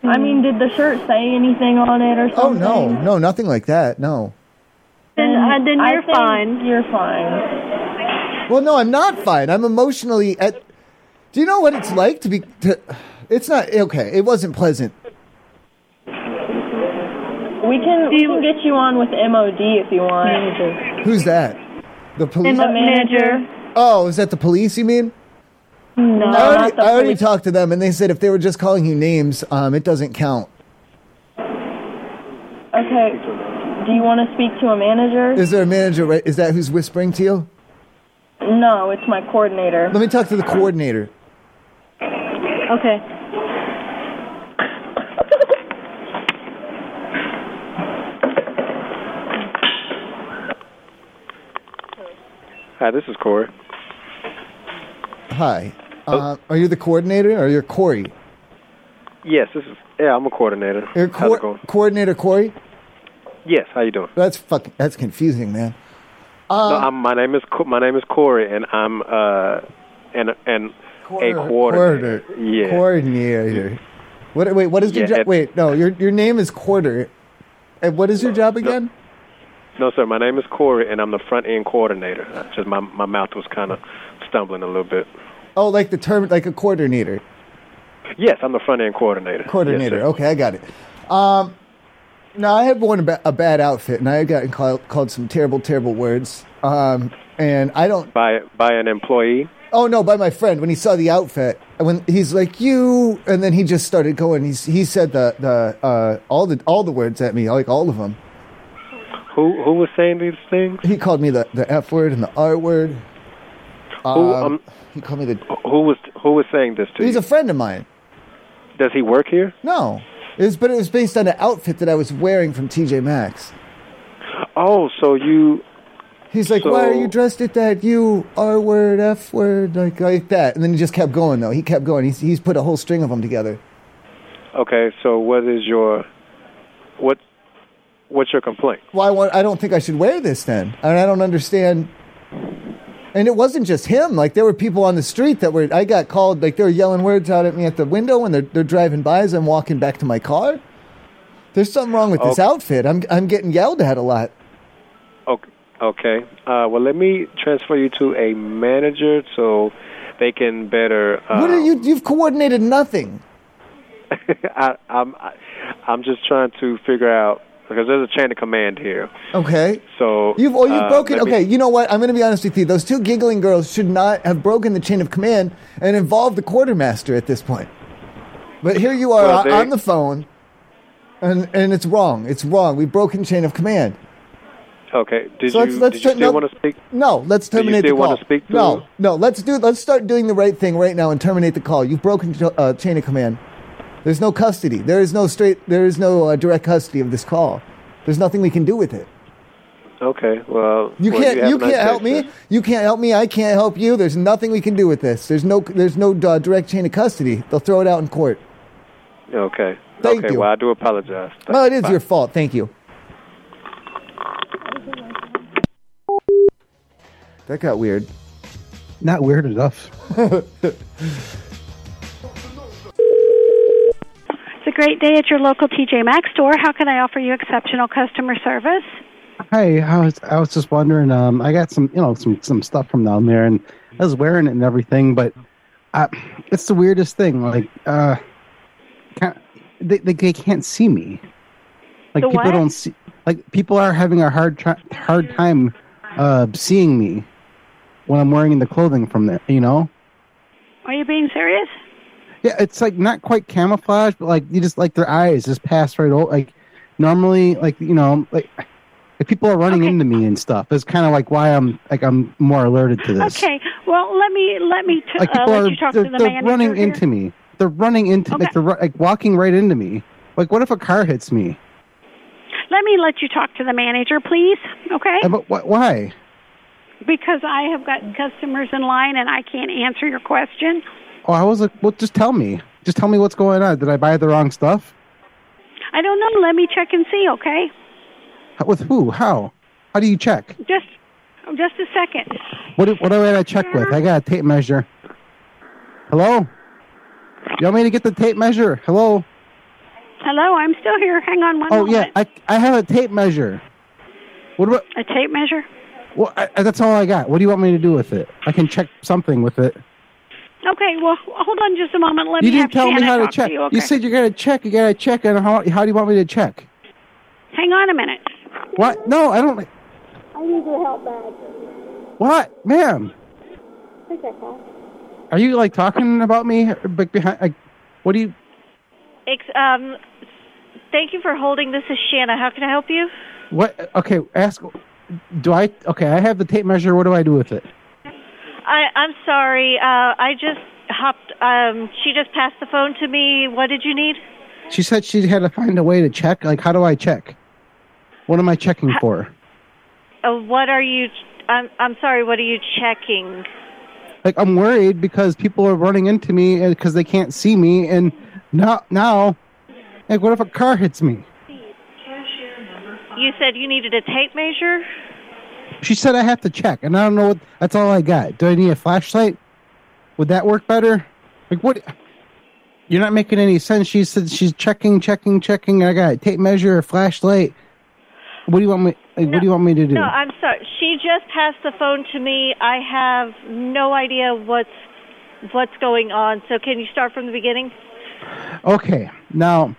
I mean, did the shirt say anything on it or oh something? no no nothing like that no Then, uh, then Mm, I you're think fine. You're fine. well no I'm not fine I'm emotionally at do you know what it's like to be to, it's not okay it wasn't pleasant We can, we can get you on with MOD if you want. who's that the police The manager. oh is that the police you mean No, I already, not the I already police. talked to them and they said if they were just calling you names um it doesn't count Okay. Do you want to speak to a manager? is there a manager right is that who's whispering to you no, it's my coordinator. let me talk to the coordinator Okay. Hi, this is Corey. Hi. Oh. Uh, are you the coordinator or you're Corey? Yes, this is. Yeah, I'm a coordinator. You're How's it co- going? coordinator Corey? Yes, how you doing? That's fucking. That's confusing, man. Um, no, I'm, my name is Co- my name is Corey, and I'm uh, and and a coordinator. Yeah. Coordinator. What? Wait. What is your Yeah, job? it- Wait. No. Your your name is Quarter. And what Uh, is your job again? No, sir. My name is Corey, and I'm the front end coordinator. It's Just my my mouth was kind of stumbling a little bit. Oh, like the term, like a coordinator. Yes, I'm the front end coordinator. Yes, Coordinator. sir. okay, I got it. Um, no, I had worn a, ba- a bad outfit, and I had gotten called, called some terrible, terrible words. Um, and I don't By by an employee. Oh no, by my friend when he saw the outfit. And when he's like you, and then he just started going. He's, he said the the uh, all the all the words at me, like all of them. Who who was saying these things? He called me the, the f word and the r word. Who, Um, um, he called me the. Who was who was saying this to He's you? a friend of mine. Does he work here? No, it was, but it was based on an outfit that I was wearing from TJ Maxx. Oh, so you. He's like, why are So- you dressed at that? You r word, f word, like like that. And then he just kept going though. He kept going. He's he's put a whole string of them together. Okay, so what is your what what's your complaint? well, I, want, I don't think I should wear this then. And I don't understand. And it wasn't just him. Like, there were people on the street that were, I got called, like, they were yelling words out at me at the window when they're, they're driving by as I'm walking back to my car. There's something wrong with this Okay. outfit. I'm, I'm getting yelled at a lot. Okay. Okay. Uh, well, let me transfer you to a manager so they can better. Uh, what are you, you've coordinated nothing. I, I'm I, I'm just trying to figure out because there's a chain of command here. Okay. So You've, oh, you've uh, broken, let me- okay, you know what? I'm going to be honest with you. Those two giggling girls should not have broken the chain of command and involved the quartermaster at this point. But here you are Well, on- they- on the phone, and, and it's wrong. It's wrong. We've broken chain of command. Okay. Did So you let's- let's did you turn- still no. want to speak? No, let's Do you terminate still the call. wanna speak to no, them? no, let's do. Let's start doing the right thing right now and terminate the call. You've broken uh, chain of command. There's no custody. There is no straight. There is no uh, direct custody of this call. There's nothing we can do with it. Okay. Well, You well, can't. have You, a can't nice day, help me. sir. You can't help me. I can't help you. There's nothing we can do with this. There's no. There's no uh, direct chain of custody. They'll throw it out in court. Okay. Thank okay. you. Well, I do apologize. Well, it is Bye. your fault. Thank you. That got weird. Not weird enough. It's a great day at your local TJ Maxx store. How can I offer you exceptional customer service? Hi, I was, I was just wondering. Um, I got some, you know, some some stuff from down there, and I was wearing it and everything. But I, it's the weirdest thing. Like, uh, can't, they, they they can't see me. Like The people what? don't see. Like people are having a hard tri- hard time uh, seeing me when I'm wearing the clothing from there. You know. Are you being serious? Yeah, it's like not quite camouflage, but like you just like their eyes just pass right over. Like normally, like you know, like if people are running into me and stuff, it's kind of like why I'm like I'm more alerted to this. Okay. Well, let me let me t- Like uh, people let are you talk they're, to the they're manager running here. into me. They're running into like they're ru- like walking right into me. Like what if a car hits me? Let me let you talk to the manager, please. Okay. Uh, But wh- why? Because I have got customers in line and I can't answer your question. Oh, I was like, well, just tell me. Just tell me what's going on. Did I buy the wrong stuff? I don't know. Let me check and see. Okay. How- With who? How? How do you check? Just just a second. What do, what do I gotta check with? I got a tape measure. Hello? You want me to get the tape measure? Hello? Hello, I'm still here. Hang on one oh yeah, moment. I, I have a tape measure. What about? A tape measure? Well, I, I- that's all I got. What do you want me to do with it? I can check something with it. Okay. Well, hold on just a moment. Let you me didn't have tell me Shannon how to talk check. you, okay. said you gotta check. You gotta check. And how how do you want me to check? Hang on a minute. What? No, I don't. I need your help bag. What, ma'am? It's Are you like talking about me? Like behind? Like, what do you? um, thank you for holding. This is Shanna. How can I help you? What? Okay, ask. Do I? Okay, I have the tape measure. What do I do with it? I, I'm sorry. Uh, I just hopped. Um, she just passed the phone to me. What did you need? She said she had to find a way to check. Like, how do I check? What am I checking for? Uh, what are you? I'm I'm sorry. What are you checking? Like, I'm worried because people are running into me because they can't see me, and now, now, like, what if a car hits me? You said you needed a tape measure. She said I have to check, and I don't know what. That's all I got. Do I need a flashlight? Would that work better? Like, what? You're not making any sense. She said she's checking, checking, checking. and I got a tape measure, a flashlight. What do you want me? Like, what do you want me to do? No, I'm sorry. She just passed the phone to me. I have no idea what's what's going on. So can you start from the beginning? Okay, now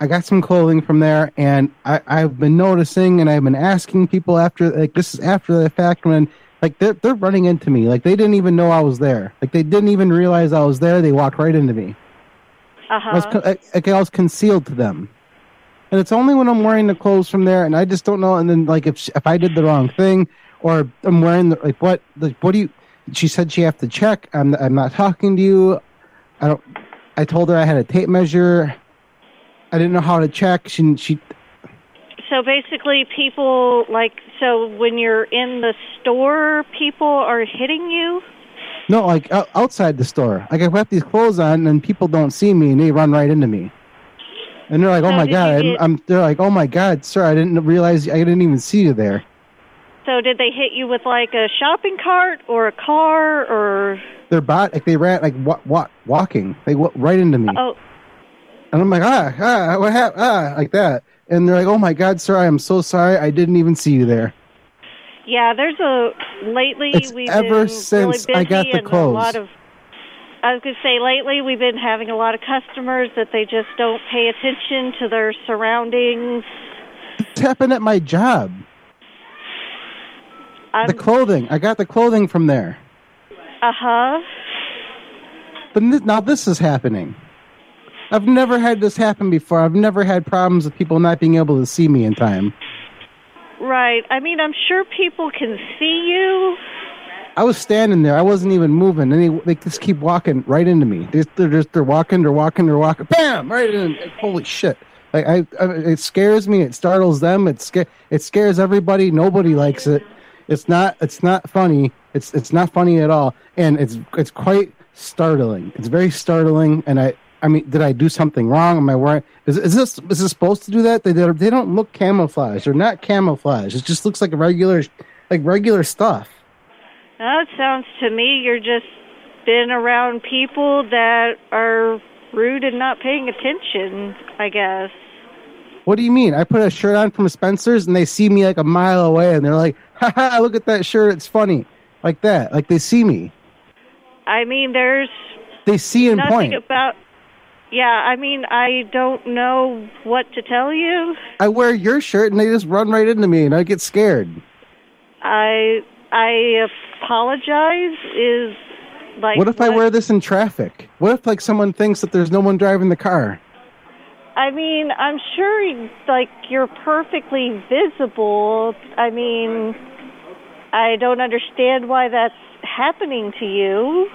I got some clothing from there, and I, I've been noticing, and I've been asking people after, like this is after the fact when, like they're they're running into me, like they didn't even know I was there, like they didn't even realize I was there. They walked right into me. Uh I was, huh. con- I, like, I was concealed to them, and it's only when I'm wearing the clothes from there, and I just don't know. And then like if sh- if I did the wrong thing, or I'm wearing the like what like what do you? She said she have to check. I'm I'm not talking to you. I don't. I told her I had a tape measure. I didn't know how to check. She she So basically, people like so when you're in the store, people are hitting you. no like out, outside the store. Like I have these clothes on, and people don't see me, and they run right into me. And they're like, "Oh So my did you god!" I'm, get- I'm. They're like, "Oh my god, sir! I didn't realize. I didn't even see you there." So did they hit you with like a shopping cart or a car or their bot like they ran like what what walking they wa- right into me oh and I'm like ah ah what happened ah like that and they're like oh my god sir I am so sorry I didn't even see you there yeah? There's a lately It's we've ever been really since I got busy the and a lot clothes. of. I was gonna say lately we've been having a lot of customers that they just don't pay attention to their surroundings. this happened at my job I'm, the clothing I got the clothing from there uh huh. but n- now this is happening I've never had this happen before I've never had problems with people not being able to see me in time Right. I mean, I'm sure people can see you. I was standing there I wasn't even moving and they, they just keep walking right into me they're, they're just they're walking they're walking they're walking bam right in like, holy shit Like I, I, it scares me. It startles them. It sca- it scares everybody. Nobody likes it. It's not. It's not funny. It's it's not funny at all. And it's it's quite startling. It's very startling. And I I mean, did I do something wrong? Am I wearing? Is, is this is this supposed to do that? They they're- they don't look camouflaged. They're not camouflaged. It just looks like regular like regular stuff. Well, it sounds to me you're just been around people that are rude and not paying attention, I guess. What do you mean? I put a shirt on from Spencer's and they see me like a mile away and they're like, "Ha ha! look at that shirt. It's funny. Like that. Like they see me. I mean, there's They see and nothing point. about. Yeah, I mean, I don't know what to tell you. I wear your shirt and they just run right into me and I get scared. I I apologize. Is like what if I wear this in traffic? What if like someone thinks that there's no one driving the car? I mean, I'm sure like you're perfectly visible. I mean, I don't understand why that's happening to you.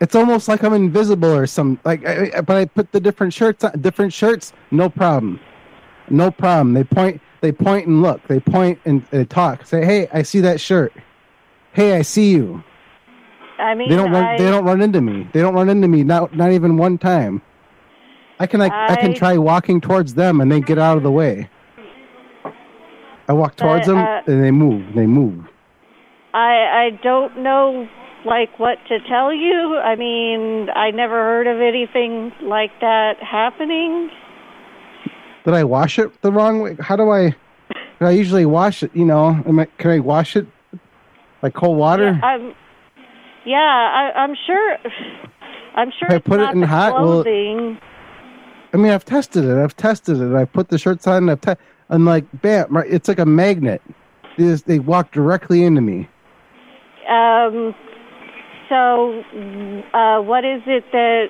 It's almost like I'm invisible or some like. I, I- but I put the different shirts on. Different shirts, no problem, no problem. They point, they point and look. They point and they talk. Say, hey, I see that shirt. Hey, I see you. I mean, they don't run, I, they don't run into me. They don't run into me. Not not even one time. I can like I, can I- try walking towards them and they get out of the way. I walk But, towards them uh, and they move. They move. I I don't know like what to tell you. I mean, I never heard of anything like that happening. Did I wash it the wrong way? How do I? 'cause I usually wash it. You know, am I, can I wash it like cold water? I'm Yeah, I I'm sure I'm sure I it's put it not in the hot, will it- clothing. I mean, I've tested it. I've tested it. I've put the shirts on. And I've te- and like bam, right? It's like a magnet. They just, they walk directly into me. Um so uh what is it that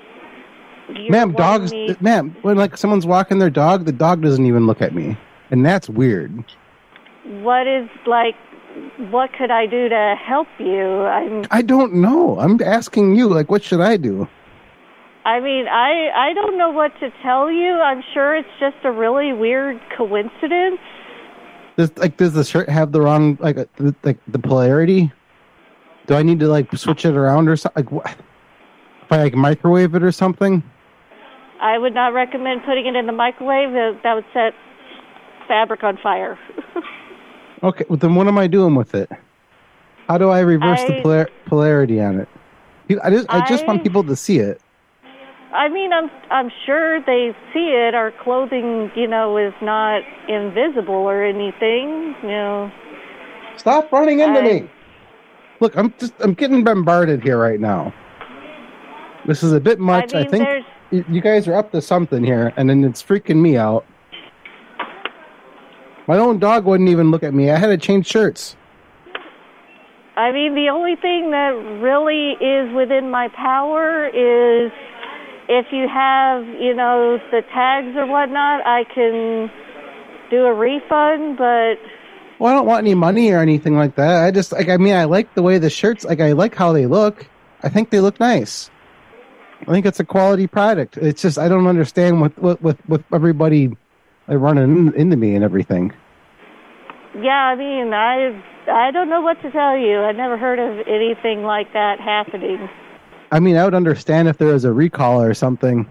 you ma'am, wanting dogs, uh, me- ma'am, when like someone's walking their dog, the dog doesn't even look at me, and that's weird. what is like what could I do to help you? I'm I don't know. I'm asking you, like, what should I do? I mean, I I don't know what to tell you. I'm sure it's just a really weird coincidence. Does like does the shirt have the wrong like uh, th- like the polarity? Do I need to like switch it around or something? Like, what? If I like microwave it or something? I would not recommend putting it in the microwave. That that would set fabric on fire. Okay, well, then what am I doing with it? How do I reverse the I- polar- polarity on it? You- I just I just want I- people to see it. I mean, I'm I'm sure they see it. Our clothing, you know, is not invisible or anything. You know, Stop running into I- me. Look, I'm just I'm getting bombarded here right now. This is a bit much. I, mean, think there's- y- you guys are up to something here, and then it's freaking me out. My own dog wouldn't even look at me. I had to change shirts. I mean, the only thing that really is within my power is if you have, you know, the tags or whatnot, I can do a refund, but Well, I don't want any money or anything like that. I just like I mean I like the way the shirts like I like how they look. I think they look nice. I think it's a quality product. It's just I don't understand what with with, with everybody like, running in- into me and everything. yeah, I mean, I I don't know what to tell you. I never heard of anything like that happening. I mean, I would understand if there was a recall or something,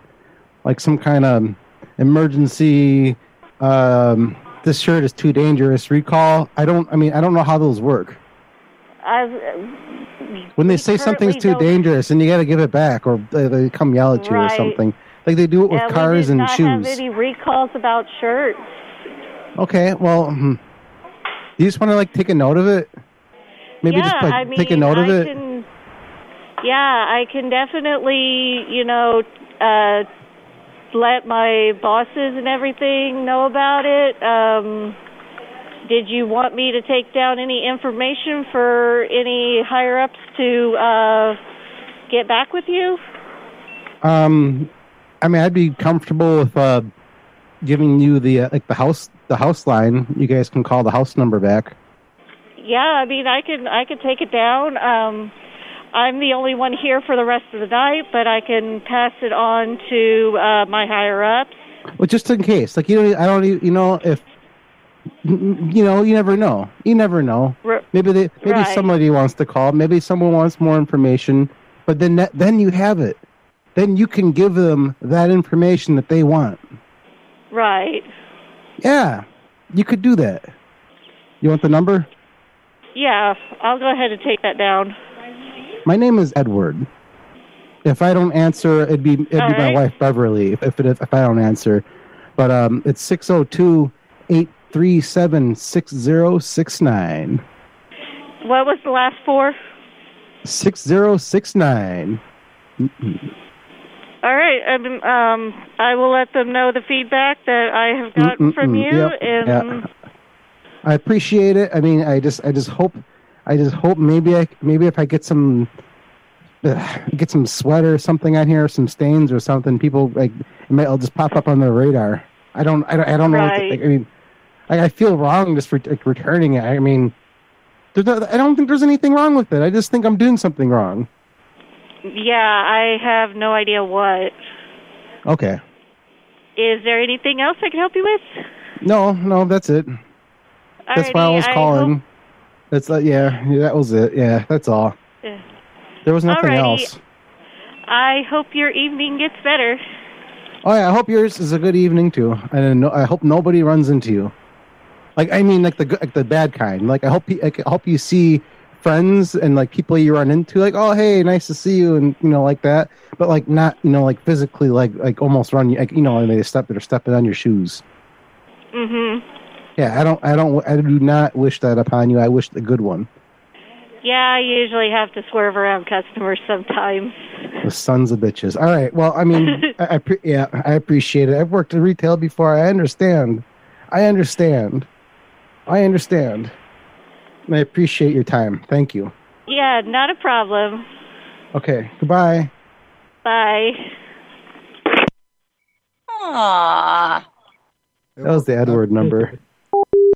like some kind of emergency. Um, this shirt is too dangerous. Recall. I don't. I mean, I don't know how those work. I've When they say something's too dangerous and you got to give it back, or they, they come yell at you Right. or something, like they do it with yeah, cars we did and not have e- shoes. any recalls about shirts. Okay. Well, hmm. you just want to like take a note of it. Maybe yeah, just like, I mean, take a note of I it. Can, yeah, I can definitely, you know, uh, let my bosses and everything know about it. Um, did you want me to take down any information for any higher ups to uh, get back with you? Um, I mean, I'd be comfortable with uh, giving you the uh, like the house the house line. You guys can call the house number back. Yeah, I mean, I can I can take it down. Um, I'm the only one here for the rest of the night, but I can pass it on to uh, my higher ups. Well, just in case, like you don't, I don't, e- you know, if you know, you never know. You never know. Re- Maybe they, maybe right. somebody wants to call. Maybe someone wants more information. But then, that, then you have it. Then you can give them that information that they want. Right. Yeah, you could do that. You want the number? Yeah, I'll go ahead and take that down. My name is Edward. If I don't answer, it'd be it'd All be my right. wife Beverly. If if, it, if I don't answer, But um, it's 602 837 6069. What was the last four? 6069. Mm-mm. All right. Um, um, I will let them know the feedback that I have gotten Mm, mm, from mm. you. Yep. And I appreciate it. I mean, I just, I just hope, I just hope maybe I, maybe if I get some, ugh, get some sweat or something on here, some stains or something, people like it might all just pop up on their radar. I don't, I don't, I don't know. What to, Right. like, I mean, like, I feel wrong just for like, returning it. I mean, there's no, I don't think there's anything wrong with it. I just think I'm doing something wrong. yeah, I have no idea what. Okay. Is there anything else I can help you with? No, no, that's it. That's why I Alrighty, was I calling. That's uh, yeah, yeah, that was it. Yeah, that's all. Yeah. There was nothing Alrighty. else. I hope your evening gets better. Oh yeah, I hope yours is a good evening too, and no- I hope nobody runs into you. Like I mean, like the good- like the bad kind. Like I hope you, like, I hope you see friends and like people you run into, like oh hey, nice to see you, and you know like that. But like not you know like physically like like almost run you like you know and they step they're stepping on your shoes. Mhm. Yeah, I don't I don't I do not wish that upon you. I wish the good one, Yeah, I usually have to swerve around customers sometimes. the sons of bitches. All right, well I mean I, I pre- yeah I appreciate it. I've worked in retail before. I understand. I understand. I understand. And I appreciate your time. Thank you. Yeah, not a problem. Okay. Goodbye. Bye. Aww. That was the Edward number.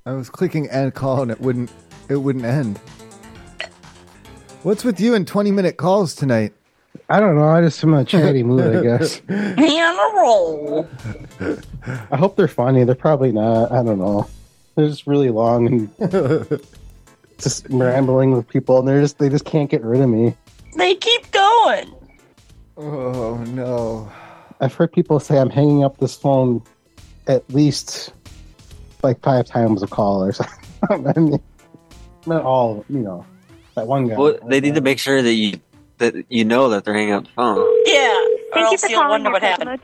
I was clicking end call and it wouldn't it wouldn't end. What's with you and 20 minute calls tonight? I don't know. I just am in a chatty mood, I guess. Me on a roll. I hope they're funny. They're probably not. I don't know. They're just really long and just rambling with people, and they're just they just can't get rid of me. They keep going. Oh no. I've heard people say I'm hanging up this phone at least like five times a call or something. I mean, not all, you know, that one guy. Well, they need to make sure that you that you know that they're hanging up the phone. Yeah. Thank you for calling wonder what happened.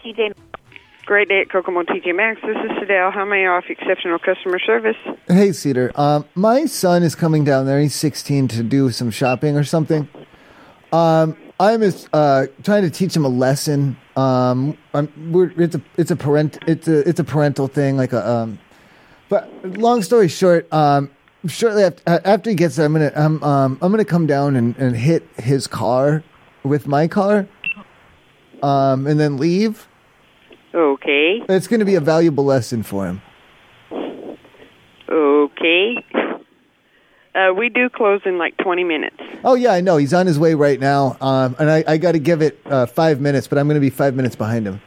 Great day at Kokomo TJ Maxx. This is Sadell. How may I offer exceptional customer service? Hey Cedar, um, my son is coming down there. He's 16 to do some shopping or something. Um, I'm uh, trying to teach him a lesson. Um, I'm, we're, it's a it's a parent it's a it's a parental thing like a um, but long story short, um, shortly after, uh, after he gets there, I'm gonna I'm um, I'm gonna come down and, and hit his car with my car, um, and then leave. Okay. It's gonna be a valuable lesson for him. Okay. Uh, we do close in like 20 minutes. Oh yeah, I know. He's on his way right now, um, and I, I got to give it uh, five minutes, but I'm going to be five minutes behind him.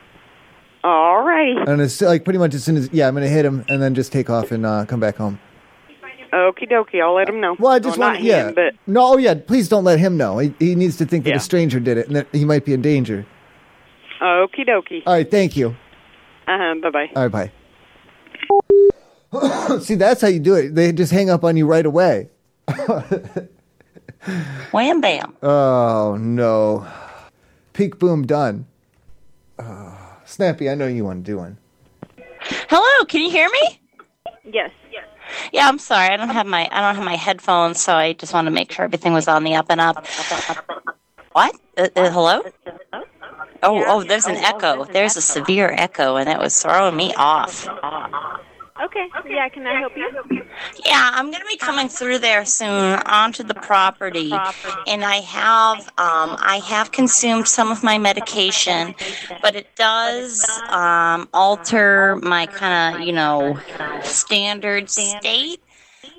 All righty. And it's like pretty much as soon as yeah, I'm going to hit him and then just take off and uh, come back home. Okie dokie. I'll let him know. Well, I just well, want not yeah, him, but no, oh, yeah. Please don't let him know. He, he needs to think that a stranger did it and that he might be in danger. okie dokie. All right, thank you. Uh-huh. Bye-bye. All right, bye. See, that's how you do it. They just hang up on you right away. Wham bam. Oh no, peak boom done. Oh, Snappy, I know you want to do one. Hello, can you hear me? Yes. Yeah, I'm sorry. I don't have my I don't have my headphones, so I just want to make sure everything was on the up and up. What? Uh, uh, hello? Oh, oh, there's an echo. There's a severe echo, and it was throwing me off. Okay. Yeah, can I help you? Yeah, I'm going to be coming through there soon onto the property, and I have um, I have consumed some of my medication, but it does um, alter my kind of you know standard state.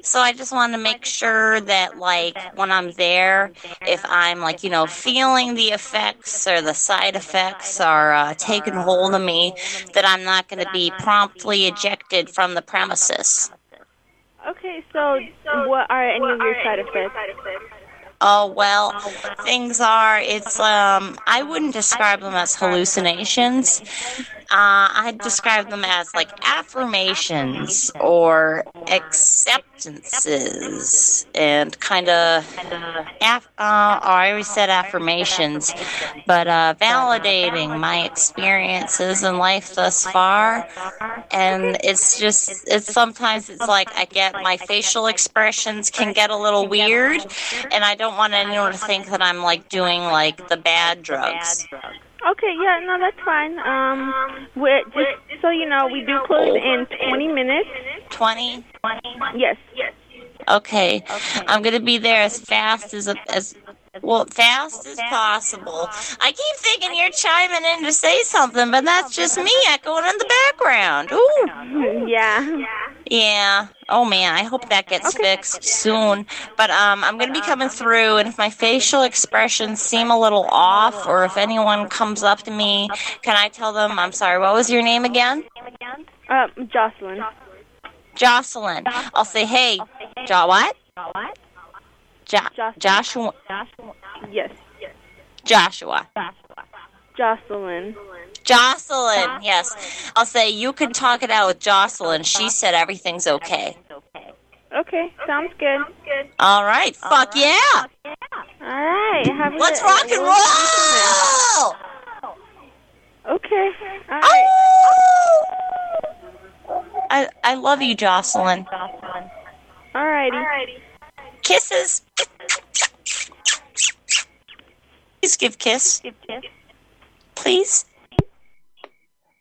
So I just want to make sure that like when I'm there, if I'm like you know feeling the effects or the side effects are uh, taking hold of me, that I'm not going to be promptly ejected from the premises. Okay, so what are any of your side effects? Oh well, things are. It's um. I wouldn't describe them as hallucinations. Uh, I describe them as like affirmations or acceptances and kind of, af- uh, oh, I always said affirmations, but uh, validating my experiences in life thus far. And it's just, it's sometimes it's like I get my facial expressions can get a little weird, and I don't want anyone to think that I'm like doing like the bad drugs. Okay, yeah, no, that's fine. Um, we're just so you know, we do close in 20 minutes. 20? Yes. Yes. Okay. I'm going to be there as fast as as well, fast as possible. I keep thinking you're chiming in to say something, but that's just me echoing in the background. Ooh. Yeah. Yeah. Oh man, I hope that gets fixed soon. But um, I'm going to be coming through, and if my facial expressions seem a little off, or if anyone comes up to me, can I tell them? I'm sorry. What was your name again? Uh, Jocelyn. Jocelyn. I'll say, hey, jo- what? What? Jo- Joshua. Yes. Joshua. Jocelyn. Jocelyn. Yes. I'll say, you can talk it out with Jocelyn. She said everything's okay. Okay, sounds good. Sounds good. All right. Fuck yeah. All right. Have a Let's good- rock and roll. Okay. All right. I, I love you, Jocelyn. All righty. Kisses. Please give kiss. Please.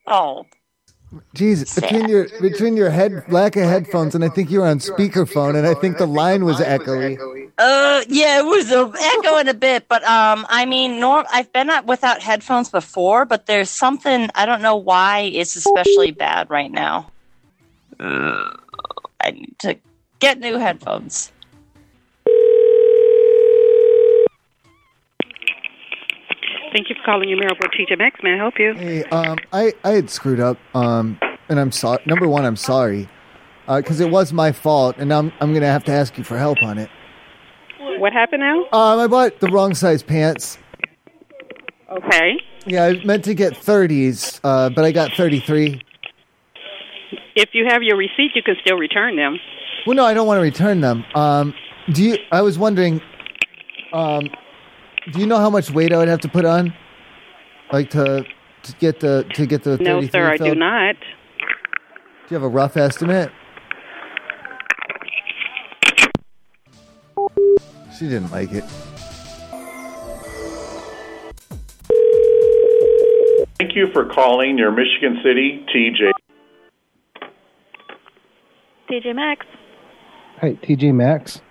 Oh, Jesus, between your between your head lack of headphones, and I think you were on speakerphone, and I think the line was echoey. Uh, yeah, it was uh, echoing a bit, but um, I mean, norm. I've been out without headphones before, but there's something I don't know why it's especially bad right now. Uh, I need to get new headphones. Thank you for calling your Maribel TJ Maxx. May I help you? Hey, um, I I had screwed up, um, and I'm sorry. Number one, I'm sorry, because it was my fault, and I'm I'm gonna have to ask you for help on it. What happened now? Um, I bought the wrong size pants. Okay. Yeah, I meant to get 30s, uh, but I got 33. If you have your receipt, you can still return them. Well, no, I don't want to return them. Um, do you? I was wondering. Um, do you know how much weight I would have to put on, like to to get the to get the? No, 33 sir, I do filled? not. Do you have a rough estimate? She didn't like it. Thank you for calling your Michigan City TJ. TJ Maxx. Hey, TJ Maxx.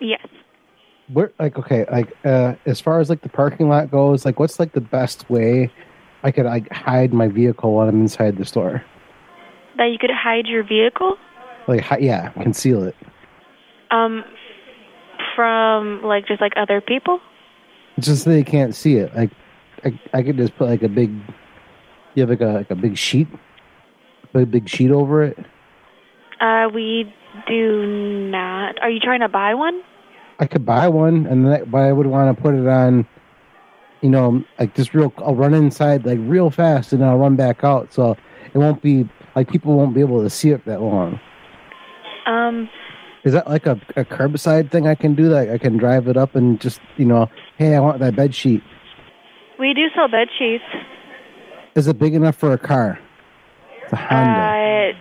Yes. Where like okay, like uh as far as like the parking lot goes, like what's like the best way I could like hide my vehicle while I'm inside the store? That you could hide your vehicle Like hi- yeah, conceal it. um from like just like other people. It's just so they can't see it. Like I, I could just put like a big you have like a like a big sheet. Put a big sheet over it. Uh, we do not. Are you trying to buy one? I could buy one, and then I, but I would want to put it on, you know, like just real. I'll run inside like real fast, and I'll run back out, so it won't be like people won't be able to see it that long. Um, Is that like a, a curbside thing I can do? Like I can drive it up and just you know, hey, I want that bed sheet. we do sell bed sheets. Is it big enough for a car? It's a Honda. Uh,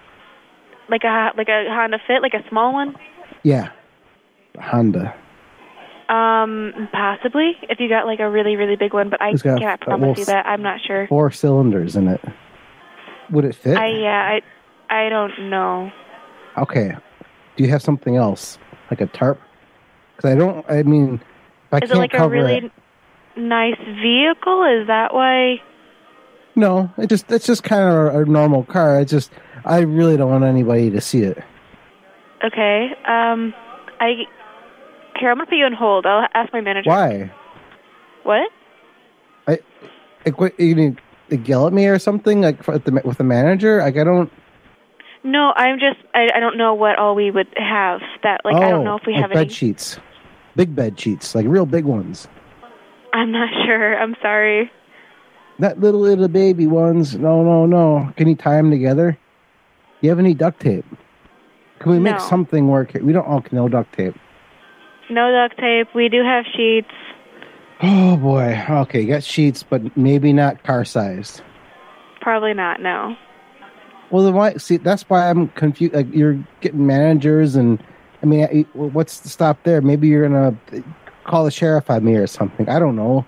like a like a Honda Fit, like a small one. yeah, a Honda. Um, possibly if you got like a really really big one, but I It's got, cannot uh, promise well, you that. I'm not sure. Four cylinders in it. Would it fit? I yeah, I I don't know. Okay. Do you have something else, like a tarp? Because I don't. I mean, if I Is can't it like a cover really it. nice vehicle? Is that why? No, it just it's just kind of a, a normal car. I just I really don't want anybody to see it. Okay. Um, I here I'm gonna put you on hold. I'll ask my manager. Why? What? I like what you mean, like yell at me or something like for, the, with the manager? Like I don't. No, I'm just I, I don't know what all we would have that like I oh, don't know if we like have bed any. sheets, big bed sheets, like real big ones. I'm not sure. I'm sorry. That little little baby ones. No, no, no. Can you tie them together? Do you have any duct tape? Can we No. make something work here? We don't all no duct tape. No duct tape. We do have sheets. Oh boy. Okay, you got sheets, but maybe not car sized. Probably not. No. Well, then why? See, that's why I'm confused. Like you're getting managers, and I mean, I- well, what's the stop there? Maybe you're gonna call the sheriff on me or something. I don't know.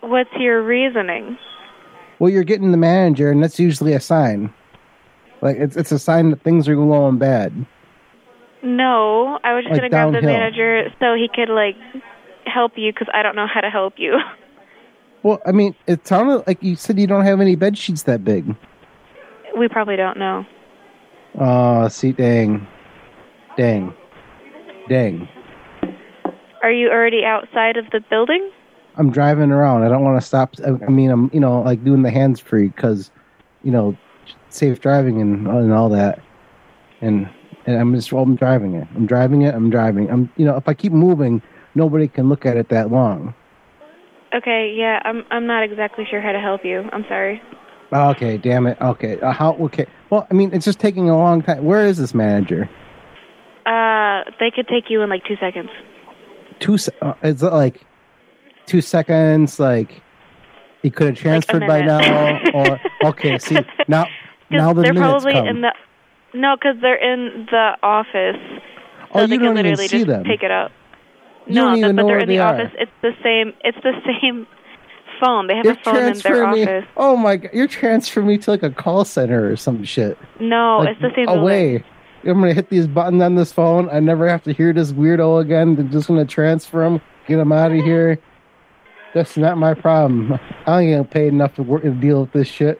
What's your reasoning? Well, you're getting the manager, and that's usually a sign. Like it's it's a sign that things are going bad. No, I was just gonna Like grab the downhill. manager so he could like help you because I don't know how to help you. Well, I mean, it sounded like you said you don't have any bed sheets that big. We probably don't know. Oh, see, dang, dang, dang. Are you already outside of the building? I'm driving around. I don't want to stop. I, I mean, I'm you know like doing the hands free because you know safe driving and and all that. And and I'm just well, I'm driving it. I'm driving it. I'm driving. I'm you know if I keep moving, nobody can look at it that long. Okay, yeah, I'm I'm not exactly sure how to help you. I'm sorry. Okay, damn it. Okay, uh, how? Okay. Well, I mean, it's just taking a long time. Where is this manager? Uh, they could take you in like two seconds. Two. se- Uh, is it like two seconds? Like he could have transferred by now, minute. or okay. See now, 'Cause now the they're minutes probably come. in the no, because they're in the office. so Oh, you they don't can even literally see just them. pick it up. You no, don't th- even but know they're where in they the are. office. It's the same. It's the same phone. They have You're a phone in their transferring me. office. Oh my god, you're transferring me to like a call center or some shit. No, Like, Oh, it's the same building. Away. I'm gonna hit these buttons on this phone. I never have to hear this weirdo again. They're just gonna transfer him, get him out of here. That's not my problem. I ain't getting paid enough to work to deal with this shit.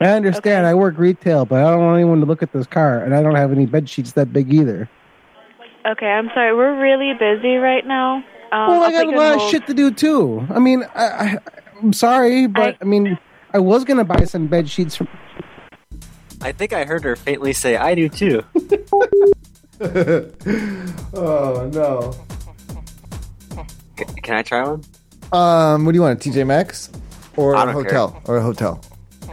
I understand. I work retail, but I don't want anyone to look at this car, and I don't have any bed sheets that big either. Okay, I'm sorry. We're really busy right now. Um, well, I I'll got put you a on lot of hold. shit to do too. I mean, I, I, I'm sorry, but I, mean, I was gonna buy some bed sheets from I think I heard her faintly say, "I do too." oh no. C- can I try one? Um, what do you want? TJ Maxx or I a don't hotel care. or a hotel?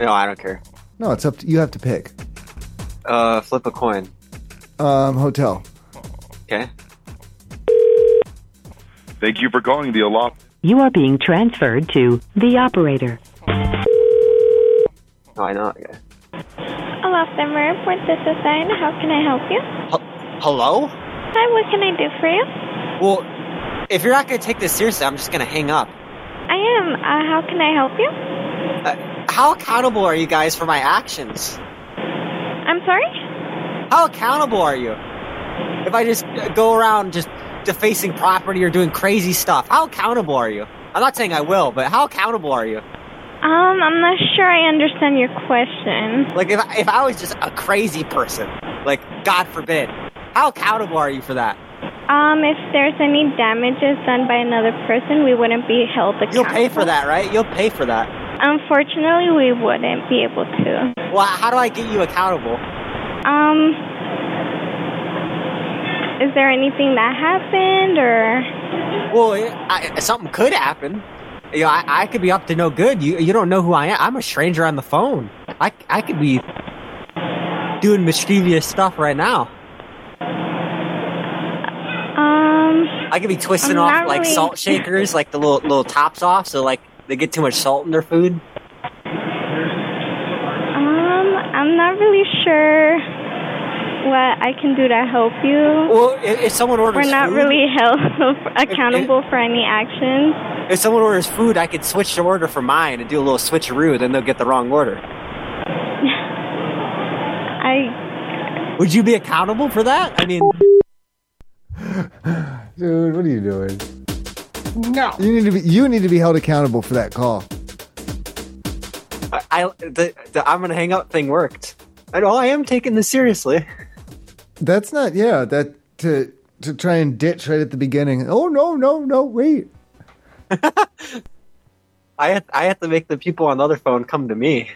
No, I don't care. No, it's up to you. Have to pick. Uh, flip a coin. Um, hotel. Okay. Thank you for calling the Aloft. You are being transferred to the operator. No, I know. that guy. Alofthem Airport, this is Diana. How can I help you? Hello. Hi, what can I do for you? Well, if you're not gonna take this seriously, I'm just gonna hang up. I am. Uh, how can I help you? How accountable are you guys for my actions? I'm sorry? How accountable are you? If I just uh, go around just defacing property or doing crazy stuff, how accountable are you? I'm not saying I will, but how accountable are you? Um, I'm not sure I understand your question. Like if if I was just a crazy person, like God forbid, how accountable are you for that? Um, if there's any damages done by another person, we wouldn't be held accountable. You'll pay for that, right? You'll pay for that. Unfortunately, we wouldn't be able to. Well, how do I get you accountable? Um, is there anything that happened or? Well, I, I- something could happen. You know, I, I could be up to no good. You you don't know who I am. I'm a stranger on the phone. I, I could be doing mischievous stuff right now. Um, I could be twisting I'm off not like really- salt shakers, like the little little tops off, so like they get too much salt in their food. um, I'm not really sure what I can do to help you. Well, if, if someone orders We're not food- really held accountable for any actions. If someone orders food, I could switch the order for mine and do a little switcheroo. Then they'll get the wrong order. I Would you be accountable for that? I mean, Dude, what are you doing? no. You need to be. You need to be held accountable for that call. I, I the, the I'm gonna hang up thing worked. I know I am taking this seriously. That's not. Yeah, that to to try and ditch right at the beginning. Oh no, no, no! Wait. I have, I have to make the people on the other phone come to me.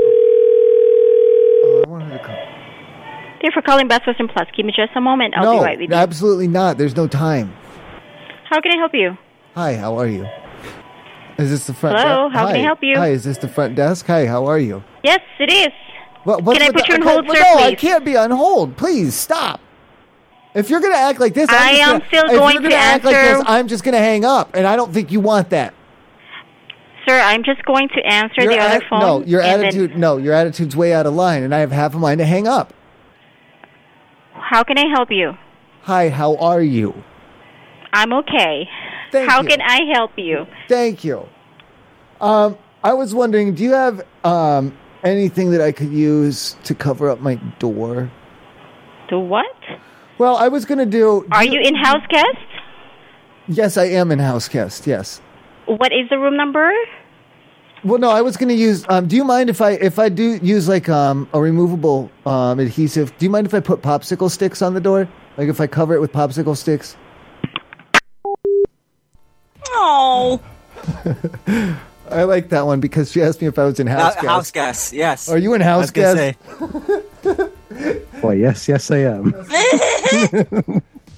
Oh, I want her to come. Thank you for calling Best Western Plus. Give me just a moment. I'll no, be right with you. absolutely not. There's no time. How can I help you? Hi, how are you? Is this the front? Hello, de- how can I Hi. help you? Hi, is this the front desk? Hi, how are you? Yes, it is. What, what- Can I what put the- you on okay, hold, well, sir, No, I please? can't be on hold. Please stop. If you're gonna act like this, I I'm just am gonna- still if you're going gonna to act like answer- this, I'm just gonna hang up, and I don't think you want that. Sir, I'm just going to answer Your the other at- phone. No, your and then- attitude. No, your attitude's way out of line, and I have half a mind to hang up. how can I help you? Hi, how are you? I'm okay. Thank how you. can I help you? Thank you. Um, I was wondering, do you have um, anything that I could use to cover up my door? To what? Well, I was going to do. Are you in house guest? Yes, I am in house guest. Yes. What is the room number? Well, no, I was going to use. Um, do you mind if I if I do use like um, a removable um, adhesive? Do you mind if I put popsicle sticks on the door? Like if I cover it with popsicle sticks? Oh. I like that one because she asked me if I was in house Uh, guest. house guest, yes. Are you in house I was guest? gonna Boy, yes, yes, I am.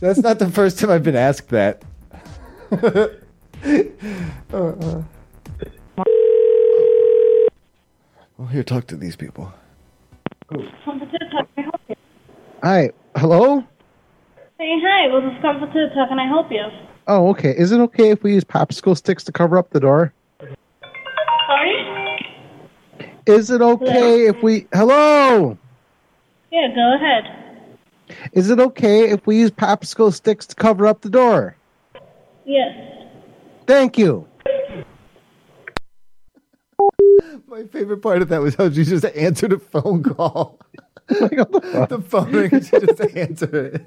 That's not the first time I've been asked that. Uh-uh. Well, here, talk to these people. Hi, hello. Hey, hi, this is Comfort Tooth. How can I help you? Oh, okay. Is it okay if we use popsicle sticks to cover up the door? Sorry? Is it okay if we hello? Yeah, go ahead. Is it okay if we use popsicle sticks to cover up the door? Yes. Thank you. My favorite part of that was how she just answered a phone call. the phone ring, she just answered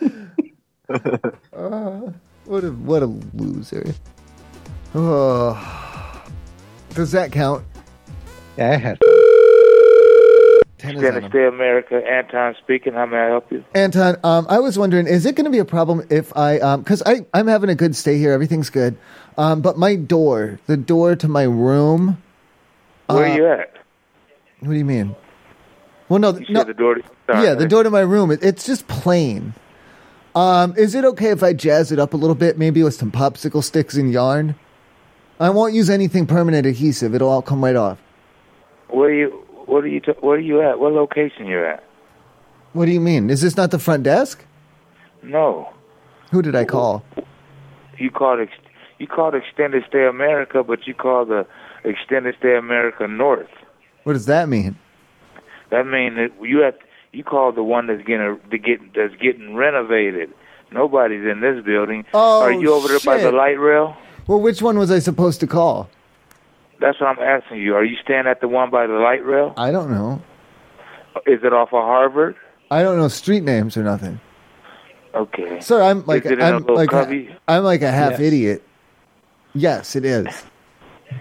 it. Uh, what a what a loser. Oh. Does that count? Yeah, I had. Dennis Day America, Anton speaking. How may I help you? Anton, um, I was wondering, is it going to be a problem if I, because I I'm having a good stay here, everything's good, um, but my door, the door to my room. Where uh, are you at? What do you mean? Well, no, You said the door. To, sorry. yeah, the door to my room. It, it's just plain. Um, is it okay if I jazz it up a little bit, maybe with some popsicle sticks and yarn? I won't use anything permanent adhesive. It'll all come right off. Where you? What are you? T- where are you at? What location you at? What do you mean? Is this not the front desk? No, Who did I call? you called. Ex- you called Extended Stay America, but you called the Extended Stay America North. What does that mean? That means that you have. You called the one that's getting to get that's getting renovated. Nobody's in this building. Oh, are you over there by the shit. light rail? Well, which one was I supposed to call? That's what I'm asking you. Are you staying at the one by the light rail? I don't know. Is it off of Harvard? I don't know street names or nothing. Okay. Sir, I'm like Is it in a I'm little like cubby? i I'm like a half Yes. idiot. Yes, it is.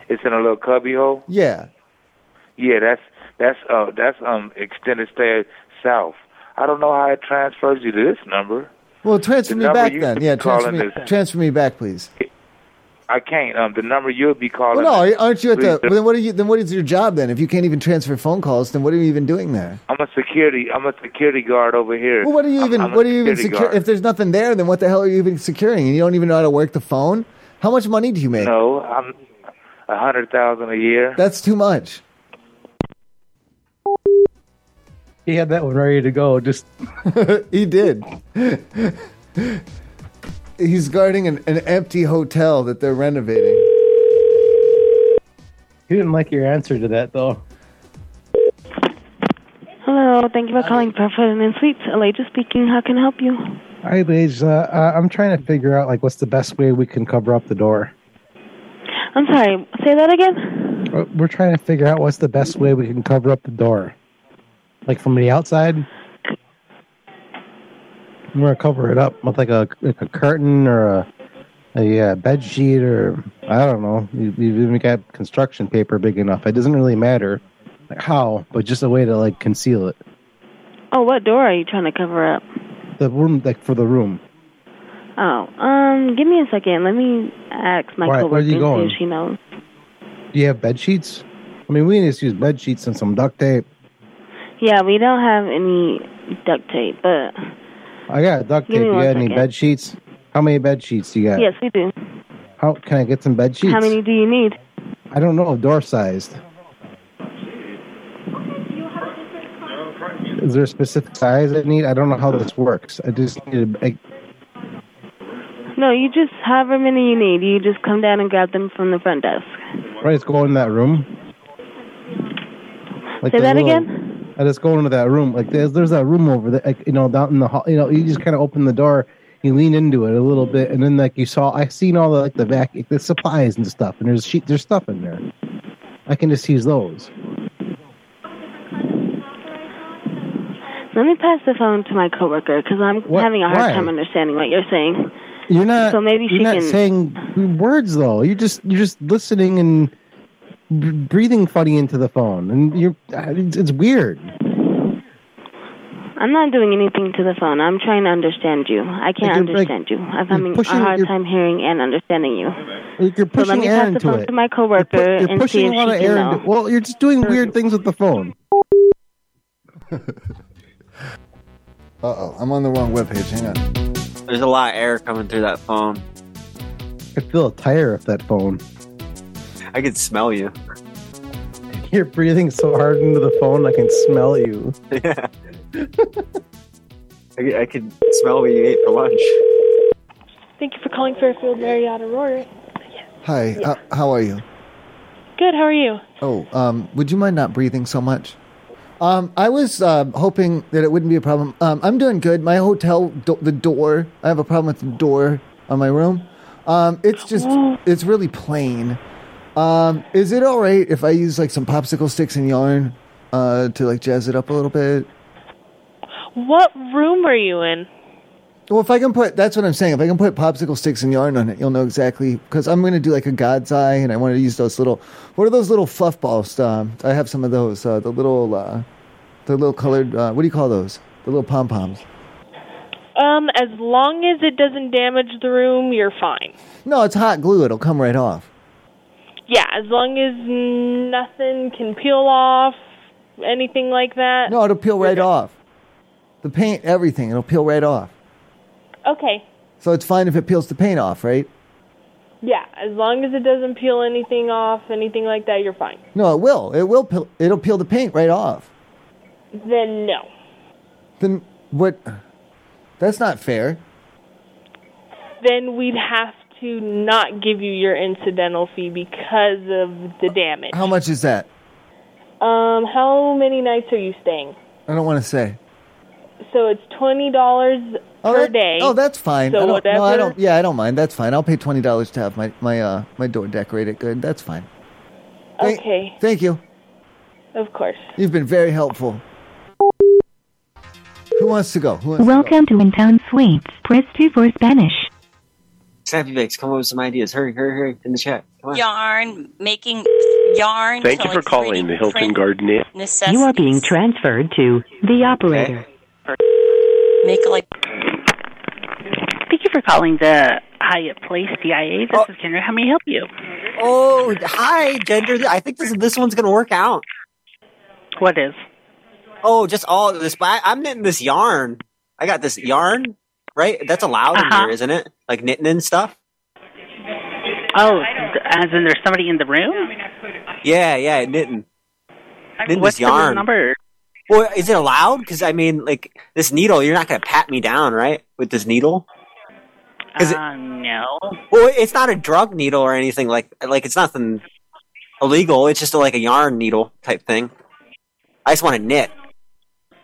It's in a little cubbyhole. Yeah. Yeah, that's that's uh that's um extended stay south. I don't know how it transfers you to this number. Well, transfer The me number back you then. should Yeah, be transfer calling me, is- transfer me back, please. I can't. Um, the number you'll be calling. Well, no, aren't you at the? Please, Then what are you? Then what is your job then? If you can't even transfer phone calls, then what are you even doing there? I'm a security. I'm a security guard over here. Well, what are you I'm- even? I'm a what are you even security secure? guard. If there's nothing there, then what the hell are you even securing? And you don't even know how to work the phone. How much money do you make? No, I'm a hundred thousand a year. That's too much. He had that one ready to go. Just he did. He's guarding an, an empty hotel that they're renovating. he didn't like your answer to that though. Hello, thank you for calling Preferred and Suites. Elijah speaking. How can I help you? Hi, Paige. Uh, uh, I'm trying to figure out like what's the best way we can cover up the door. I'm sorry, say that again? Uh, We're trying to figure out what's the best way we can cover up the door, like from the outside. We're gonna cover it up with like a like a curtain or a a uh, bed sheet or I don't know. You, you've even got construction paper big enough. It doesn't really matter like how, but just a way to like conceal it. Oh, what door are you trying to cover up? The room like for the room. Oh, um, give me a second. Let me ask my Why, where are coworker you and going? see if she knows. Do you have bed sheets? I mean, we can just use bed sheets and some duct tape. Yeah, we don't have any duct tape, but I got duct Give tape. me You one got any second. bed sheets? How many bed sheets do you got? yes, we do. How can I get some bed sheets? How many do you need? I don't know. Door sized. Is there a specific size I need? I don't know how this works. I just need. A, I, No, you just however many you need. You just come down and grab them from the front desk. right, let's go in that room. Say the that little- again. I just go into that room. Like there's there's that room over there, like, you know, down in the hall. You know, you just kind of open the door, you lean into it a little bit, and then like you saw, I seen all the like the back, the supplies and stuff, and there's sheet, there's stuff in there. I can just use those. Let me pass the phone to my coworker because I'm having a hard Why? time understanding what you're saying. You're not. So maybe you're she not can- saying words though. You just you're just listening and b- breathing funny into the phone, and you're uh, it's, it's weird. I'm not doing anything to the phone. I'm trying to understand you. I can't Like you're, like, understand you. I'm having pushing- a hard you're- time hearing and understanding you. Like you're so let pushing me air pass the into phone it. to my coworker You're Uh, and see pushing if a lot she of can uh, air. know. Into, well, you're just doing weird things with the phone. Uh oh, I'm on the wrong webpage. Hang on. There's a lot of air coming through that phone. I feel a tire of that phone. I can smell you. You're breathing so hard into the phone, I can smell you. Yeah. I, I could smell what you ate for lunch. Thank you for calling Fairfield Marriott Aurora. Hi, h- how are you? Good, how are you? Oh, um, would you mind not breathing so much? Um, I was um hoping that it wouldn't be a problem. Um, I'm doing good. My hotel, do- the door. I have a problem with the door on my room. Um, it's just, it's really plain. Um, is it all right if I use like some popsicle sticks and yarn uh, to like jazz it up a little bit? What room are you in? Well, if I can put, that's what I'm saying. If I can put popsicle sticks and yarn on it, you'll know exactly. Because I'm going to do like a god's eye, and I want to use those little. What are those little fluff balls? Um, I have some of those. Uh, the little, uh, the little colored. Uh, what do you call those? The little pom poms. Um, as long as it doesn't damage the room, you're fine. No, it's hot glue. It'll come right off. Yeah, as long as nothing can peel off, anything like that. No, Oh, it'll peel right off. The paint, everything, it'll peel right off. Okay. So it's fine if it peels the paint off, right? Yeah, as long as it doesn't peel anything off, anything like that, you're fine. No, it will. It will. Peel, it'll peel the paint right off. Then no. Then what? That's not fair. Then we'd have to not give you your incidental fee because of the damage. How much is that? Um, how many nights are you staying? I don't want to say. So it's twenty dollars Oh, per that- day. Oh, that's fine. So I don't, whatever. no, I don't. Yeah, I don't mind. That's fine. I'll pay twenty dollars to have my my uh my door decorated good. That's fine. okay, Thank you. of course. You've been very helpful. Who wants to go? Who wants Welcome to In-Town Suites. Press 2 for Spanish. Snappy Bakes, come up with some ideas. Hurry, hurry, hurry. In the chat. Come on. yarn making yarn. Thank so you for it's calling really the Hilton print Garden Inn. Necessity. You are being transferred to the operator. Make like Thank you for calling the Hyatt Place DIA. This is Kendra. How may I help you? Oh, hi, Gender. I think this this one's gonna work out. What is? Oh, just all of this. but I, I'm knitting this yarn. I got this yarn, right? That's allowed in Uh-huh. here, isn't it? Like knitting and stuff. Oh, th- as in there's somebody in the room? Yeah, yeah, knitting. Knitting What's this yarn. the number? Well, is it allowed? Because I mean, like this needle, you're not gonna pat me down, right? With this needle. Is it- Uh, no. Well, it's not a drug needle or anything like like it's nothing illegal. It's just like a yarn needle type thing. I just want to knit,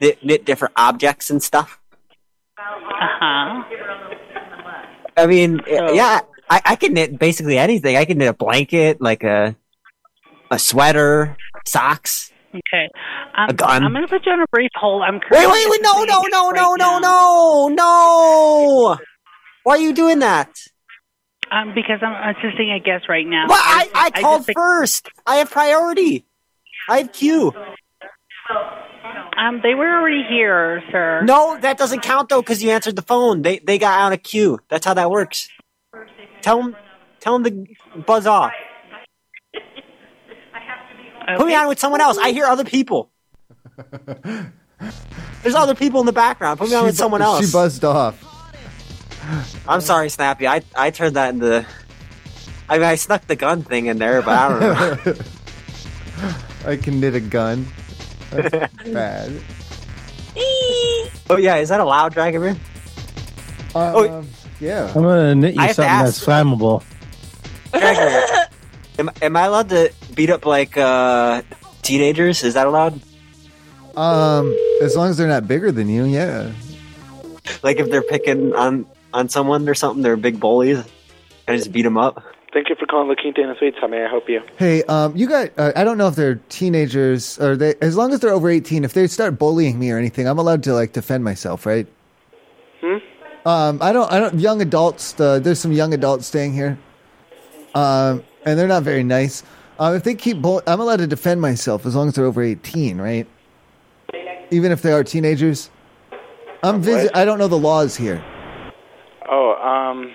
knit, knit different objects and stuff. Uh-huh. I mean, So- yeah, I, I can knit basically anything. I can knit a blanket, like a a sweater, socks. Okay. Um, A gun. I'm going to put you on a brief hold. I'm Wait, wait, wait! No, no, no, no, no, no, no! Why are you doing that? Um, because I'm assisting a guest right now. Well, I, I just called think- first. I have priority. I have queue. Um, they were already here, sir. No, that doesn't count though, because you answered the phone. They they got out of queue. That's how that works. Tell them, tell them to buzz off. Put me on with someone else. I hear other people. There's other people in the background. Put me on She with bu- someone She else. buzzed off. I'm sorry, Snappy. I I turned that into I mean, I snuck the gun thing in there, but I don't know. I can knit a gun. That's bad. oh yeah, is that allowed, Dragon Man? oh, Um, yeah. I'm gonna knit you I have to something ask. that's flammable. Dragon, am, am I allowed to beat up like uh, teenagers? Is that allowed? Um, as long as they're not bigger than you, yeah. Like if they're picking on on someone or something, they're big bullies. Can I just beat them up? Thank you for calling La Quintana Suites. How may I help you? Hey, um, you got? Uh, I don't know if they're teenagers or they. As long as they're over eighteen, if they start bullying me or anything, I'm allowed to like defend myself, right? Hmm? Um, I don't. I don't. Young adults. Uh, there's some young adults staying here, um, and they're not very nice. Um, if they keep, bull- I'm allowed to defend myself as long as they're over eighteen, right? Even if they are teenagers. I'm visit. I don't know the laws here. Oh, um,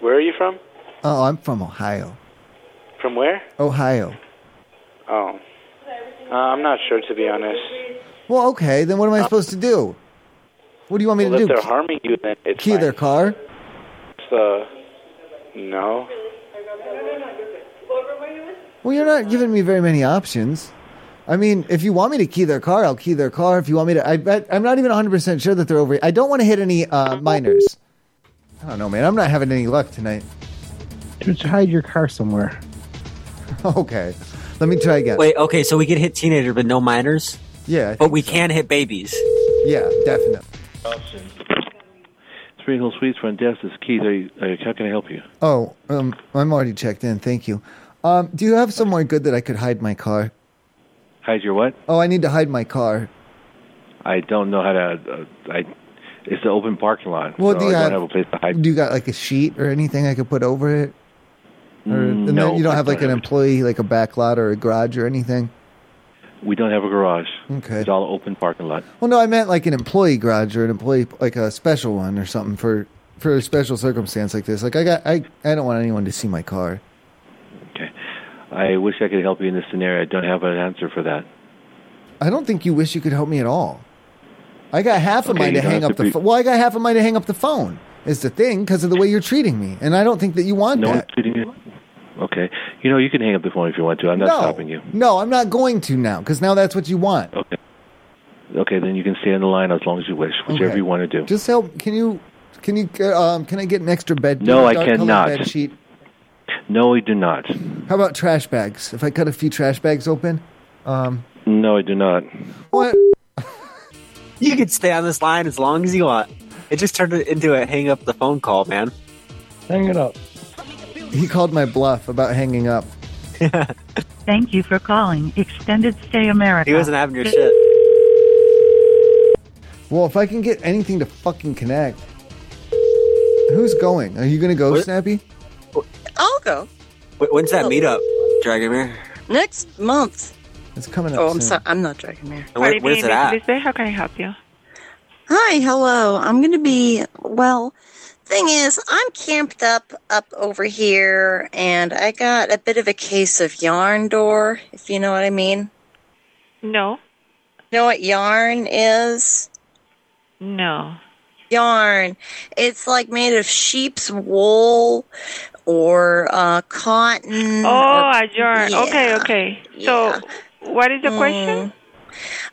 where are you from? Oh, I'm from Ohio. From where? Ohio. Oh, uh, I'm not sure to be honest. Well, okay. Then what am I supposed to do? What do you want me Uh, well, to if do? they're harming you, then it's Key their car. uh, no. Well, you're not giving me very many options. I mean, if you want me to key their car, I'll key their car. If you want me to, I bet I'm not even 100 percent sure that they're over. I don't want to hit any uh, minors. I don't know, man. I'm not having any luck tonight. Just hide your car somewhere. Okay, let me try again. Wait, okay, so we can hit teenager, but no minors. Yeah, I but we can hit babies. Yeah, definitely. Spring Hill Suites front desk is Keith. Are you, are you, how can I help you? Oh, um, I'm already checked in. Thank you. Um, do you have somewhere good that I could hide my car? Hide your what? Oh, I need to hide my car. I don't know how to. Uh, I it's an open parking lot. Well, so uh, do I you don't have- have a place to hide. Do you got like a sheet or anything I could put over it? Or, and no, then you don't I have like don't an employee, like a back lot or a garage or anything. We don't have a garage. Okay. It's all open parking lot. Well, no, I meant like an employee garage or an employee, like a special one or something for for a special circumstance like this. Like I got, I, I don't want anyone to see my car. I wish I could help you in this scenario. I don't have an answer for that. I don't think you wish you could help me at all. I got half a Okay, mind you to don't hang have up to the be- phone. well, I got half a mind to hang up the phone. Is the thing because of the way you're treating me, and I don't think that you want No that. one's treating you. Okay. You know, you can hang up the phone if you want to. I'm not No. stopping you. No, I'm not going to now because now that's what you want. Okay. Okay, then you can stay on the line as long as you wish, whichever Okay. you want to do. Just help. Can you? Can you? uh, Um, can I get an extra bed? No, I dark-colored cannot. Bed sheet. No, I do not. How about trash bags? If I cut a few trash bags open. Um, No, I do not. what? You can stay on this line as long as you want. It just turned it into a hang up the phone call, man. Hang it up. He called my bluff about hanging up. Thank you for calling Extended Stay America. He wasn't having your shit. Well, if I can get anything to fucking connect. Who's going? Are you gonna go, What? Snappy? I'll go Wh- When's that meetup, Dragomir? next month. It's coming up. Oh, I'm soon. sorry. I'm not Dragon Mare. And where- where's it at? How can I help you? Hi, hello. I'm going to be, well, thing is, I'm camped up up over here, and I got a bit of a case of yarn door, if you know what I mean. No, You know what yarn is? no. Yarn. It's like made of sheep's wool or uh, cotton. Oh, or- a yarn. Okay, Yeah. okay. So, what is the Mm. question?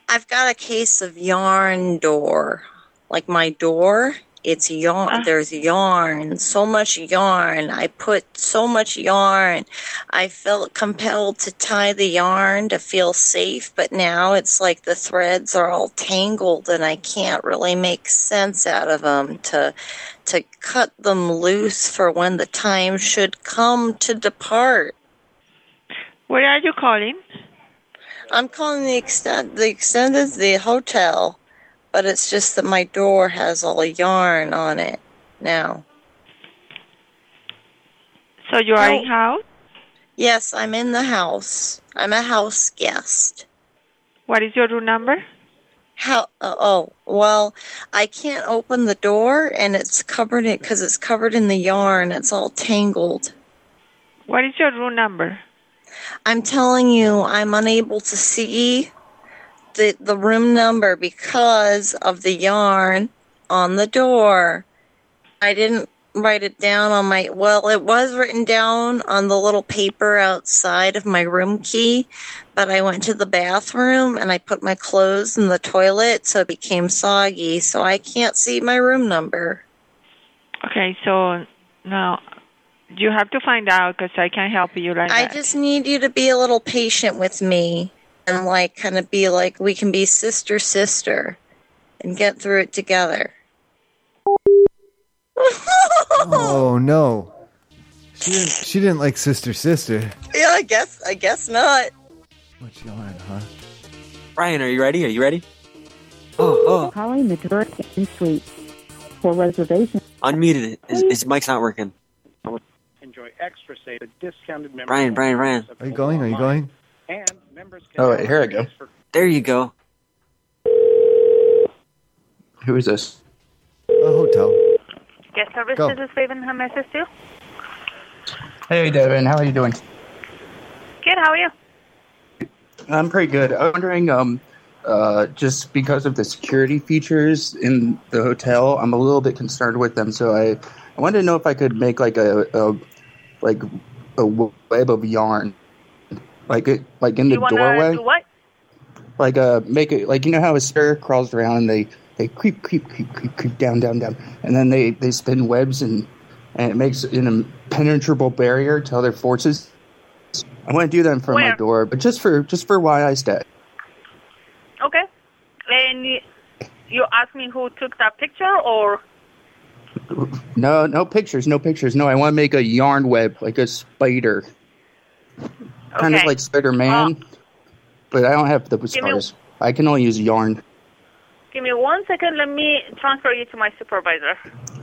I've got a case of yarn door. Like my door, it's yarn. Uh-huh. There's yarn, so much yarn. I put so much yarn. I felt compelled to tie the yarn to feel safe, but now it's like the threads are all tangled and I can't really make sense out of them to to cut them loose for when the time should come to depart. Where are you calling? I'm calling the extent the extent is the hotel, but it's just that my door has all the yarn on it now. So you are in Oh. house. Yes, I'm in the house. I'm a house guest. What is your room number? How? Uh, oh, well, I can't open the door, and it's covered it because it's covered in the yarn. It's all tangled. What is your room number? I'm telling you, I'm unable to see the the room number because of the yarn on the door. I didn't write it down on my well it was written down on the little paper outside of my room key but i went to the bathroom and i put my clothes in the toilet so it became soggy so i can't see my room number Okay, so now you have to find out because I can't help you like i that. just need you to be a little patient with me and like kind of be like we can be sister sister and get through it together Oh no. She didn't, she didn't like sister sister. yeah i guess i guess not What you on, huh? Brian, are you ready? Are you ready? Oh, Calling the Dorking Suite for reservations. oh. Unmuted. it. His, his mic's not working. Enjoy extra save a discounted member. Brian, Brian, Brian. Are you going? Are you going? And members Oh, wait, here I go. There you go. Who is this? A hotel. Guest service, Go. this is Raven. How may I assist you? Hey, Devin. How are you doing? Good, how are you? I'm pretty good. I'm wondering, um, uh, just because of the security features in the hotel, I'm a little bit concerned with them. So I, I wanted to know if I could make like a, a like a web of yarn, like it, like in the you wanna doorway, do what? like uh, make it like you know how a spirit crawls around and they they creep creep creep creep creep down down down, and then they they spin webs and and it makes an impenetrable barrier to other forces. I want to do that in front of my Where? door, but just for just for why I stay. Okay. And you- you asked me who took that picture or No, no pictures, no pictures. No, I want to make a yarn web, like a spider. Kind of Okay. like Spider Man, but I don't have the scars. I can only use yarn. give me one second, let me transfer you to my supervisor.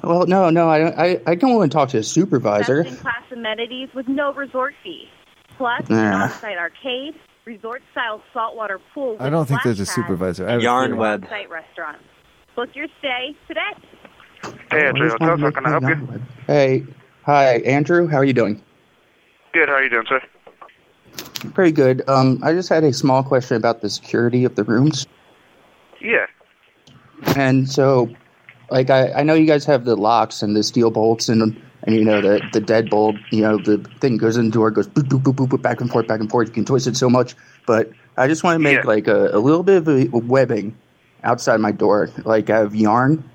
Well, no, no, I don't, I, I don't want to talk to a supervisor. class amenities with no resort fee. Plus, Yeah. an on-site arcade, resort-style saltwater pool. I don't think there's a supervisor. I have a feeling. Site restaurant. Book your stay today. Hey, Andrew, Hotel, how can I help you? Hey, hi, Andrew. How are you doing? Good. How are you doing, sir? Pretty good. Um, I just had a small question about the security of the rooms. Yeah. And so, like, I, I know you guys have the locks and the steel bolts and and you know the the deadbolt. You know the thing goes in the door, goes boop boop boop boop, boop back and forth, back and forth. You can twist it so much, but I just want to make like a, a little bit of a webbing outside my door, like out of yarn.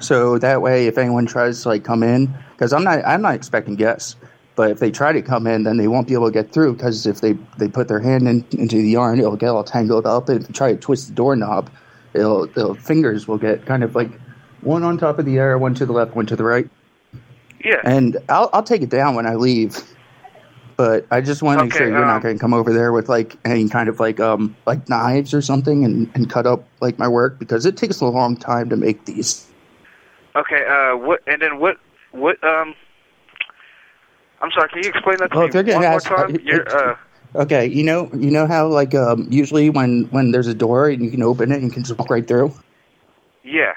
So that way, if anyone tries to like come in, because I'm not I'm not expecting guests, but if they try to come in, then they won't be able to get through. Because if they they put their hand in, into the yarn, it'll get all tangled up. And if you try to twist the doorknob, it'll the fingers will get kind of like one on top of the other, one to the left, one to the right. Yeah. And I'll I'll take it down when I leave. But I just want to make Okay, sure you're um, not going to come over there with like any kind of like um like knives or something and, and cut up like my work because it takes a long time to make these. Okay. Uh, what? And then what? What? Um. I'm sorry. Can you explain that to Well, me if you're one gonna more ask- time? it- You're, it- uh, Okay, you know you know how like um usually when when there's a door and you can open it and you can just walk right through. yeah.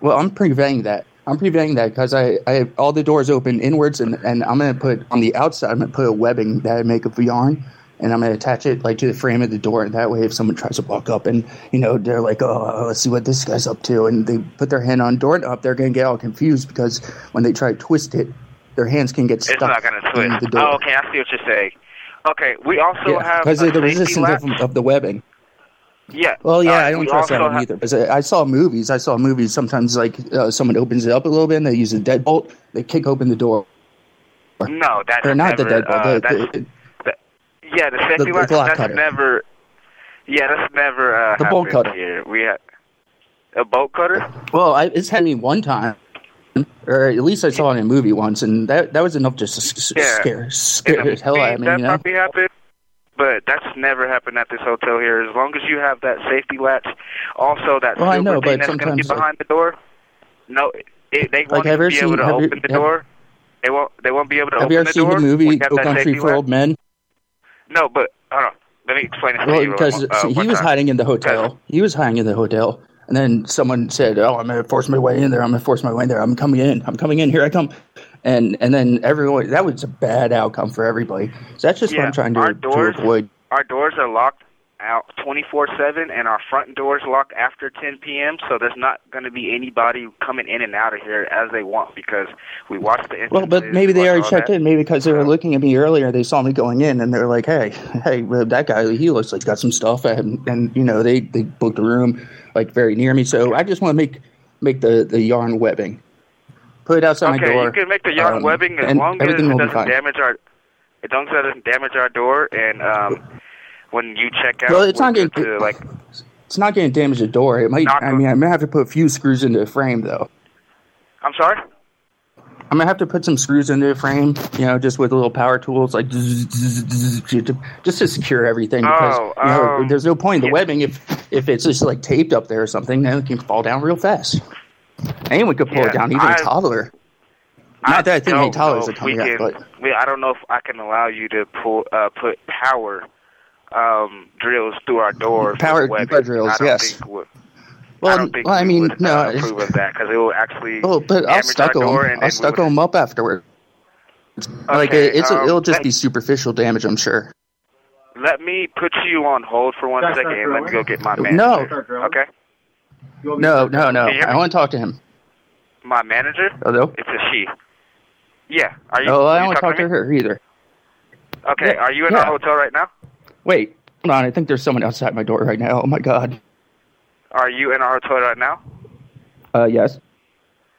Well, I'm preventing that. I'm preventing that because I, I have all the doors open inwards, and, and I'm going to put on the outside. I'm going to put a webbing that I make of yarn, and I'm going to attach it like to the frame of the door. And that way, if someone tries to walk up, and you know they're like, "Oh, let's see what this guy's up to," and they put their hand on doorknob, they're going to get all confused because when they try to twist it, their hands can get It's stuck. not gonna in twist. the door. Oh, okay. I see what you're saying. Okay. We also Yeah, have because a of the safety resistance latch. of, of the webbing. Yeah. Well, yeah, Uh, I don't we trust that also one ha- either. Because I, I saw movies. I saw movies. Sometimes, like uh, someone opens it up a little bit, and they use a deadbolt. They kick open the door. No, that's Or not the never, deadbolt, Uh, the- that's, the- that- yeah, the safety the- the latch. block That's cutter. never. Yeah, that's never uh, The bolt happened cutter. here. We had a bolt cutter. Well, I, it's happened to me one time, or at least I saw it in a movie once, and that that was enough to s- s- Yeah. scare scare the hell out of me. that You know? probably happened, but that's never happened at this hotel here. As long as you have that safety latch, also that Well, I silver know, thing that's but going to be sometimes, like- behind the door. No, it, they Like, won't have you even ever be able seen- to have you- open the have- door. They won't. They won't be able to Have open you ever the seen door. the movie when you have Go that Country safety for latch. Old Men? No, but hold on. Let me explain it to Well, you. because uh, see, one he was time. hiding in the hotel. He was hiding in the hotel, and then someone said, "Oh, I'm gonna force my way in there. I'm gonna force my way in there. I'm coming in. I'm coming in. Here I come." And and then everyone that was a bad outcome for everybody. So that's just what Yeah, I'm trying to, our doors- to avoid. Our doors are locked out 24/7, and our front doors lock after 10 p.m. So there's not going to be anybody coming in and out of here as they want because we watch the. Well, but instances, maybe they watch already all checked that. in. Maybe because they were looking at me earlier, they saw me going in, and they're like, "Hey, hey, well, that guy, he looks like he's got some stuff." And, and you know, they they booked a room like very near me. So I just want to make make the the yarn webbing, put it outside my okay, door. you can make the yarn um, webbing as and long as it everything will be doesn't fine. damage our, as long as it doesn't damage our door. And um, when you check out, Well, it's we're not good getting- to, like It's not going to damage the door. It might. I mean, I'm gonna have to put a few screws into the frame though. I'm sorry. I'm gonna have to put some screws into the frame, you know, just with little power tools, like zzz, zzz, zzz, zzz, just to secure everything. Because Oh, you know, um, there's no point in the webbing if if it's just like taped up there or something, then it can fall down real fast. Anyone could pull Yeah, it down, even I- a toddler. Not that I think any don't toddlers know are if we coming up, can- but we, I don't know if I can allow you to pull uh, put power um, drills through our doors. Power- with weapons. power drills, I don't yes. Think we- well, I don't think well, I we mean, would no, uh, it's- approve of that because it will actually well, Oh, but I'll damage stucco our door and them. I'll then we would- stucco them up afterward. like Okay, it, it's um, it'll just be superficial damage, I'm sure. Let me put you on hold for one Should I second start and let me go drilling? get my No. manager. No. Okay. No, no, no. Can you hear I me? want to talk to him. My manager? Hello. It's a she. Yeah. Are you? oh, are I you don't want to talking talk to her either. me? Okay. Are you in our hotel right now? Wait, hold on. I think there's someone outside my door right now. Oh my god. Are you in our hotel right now? Uh, yes.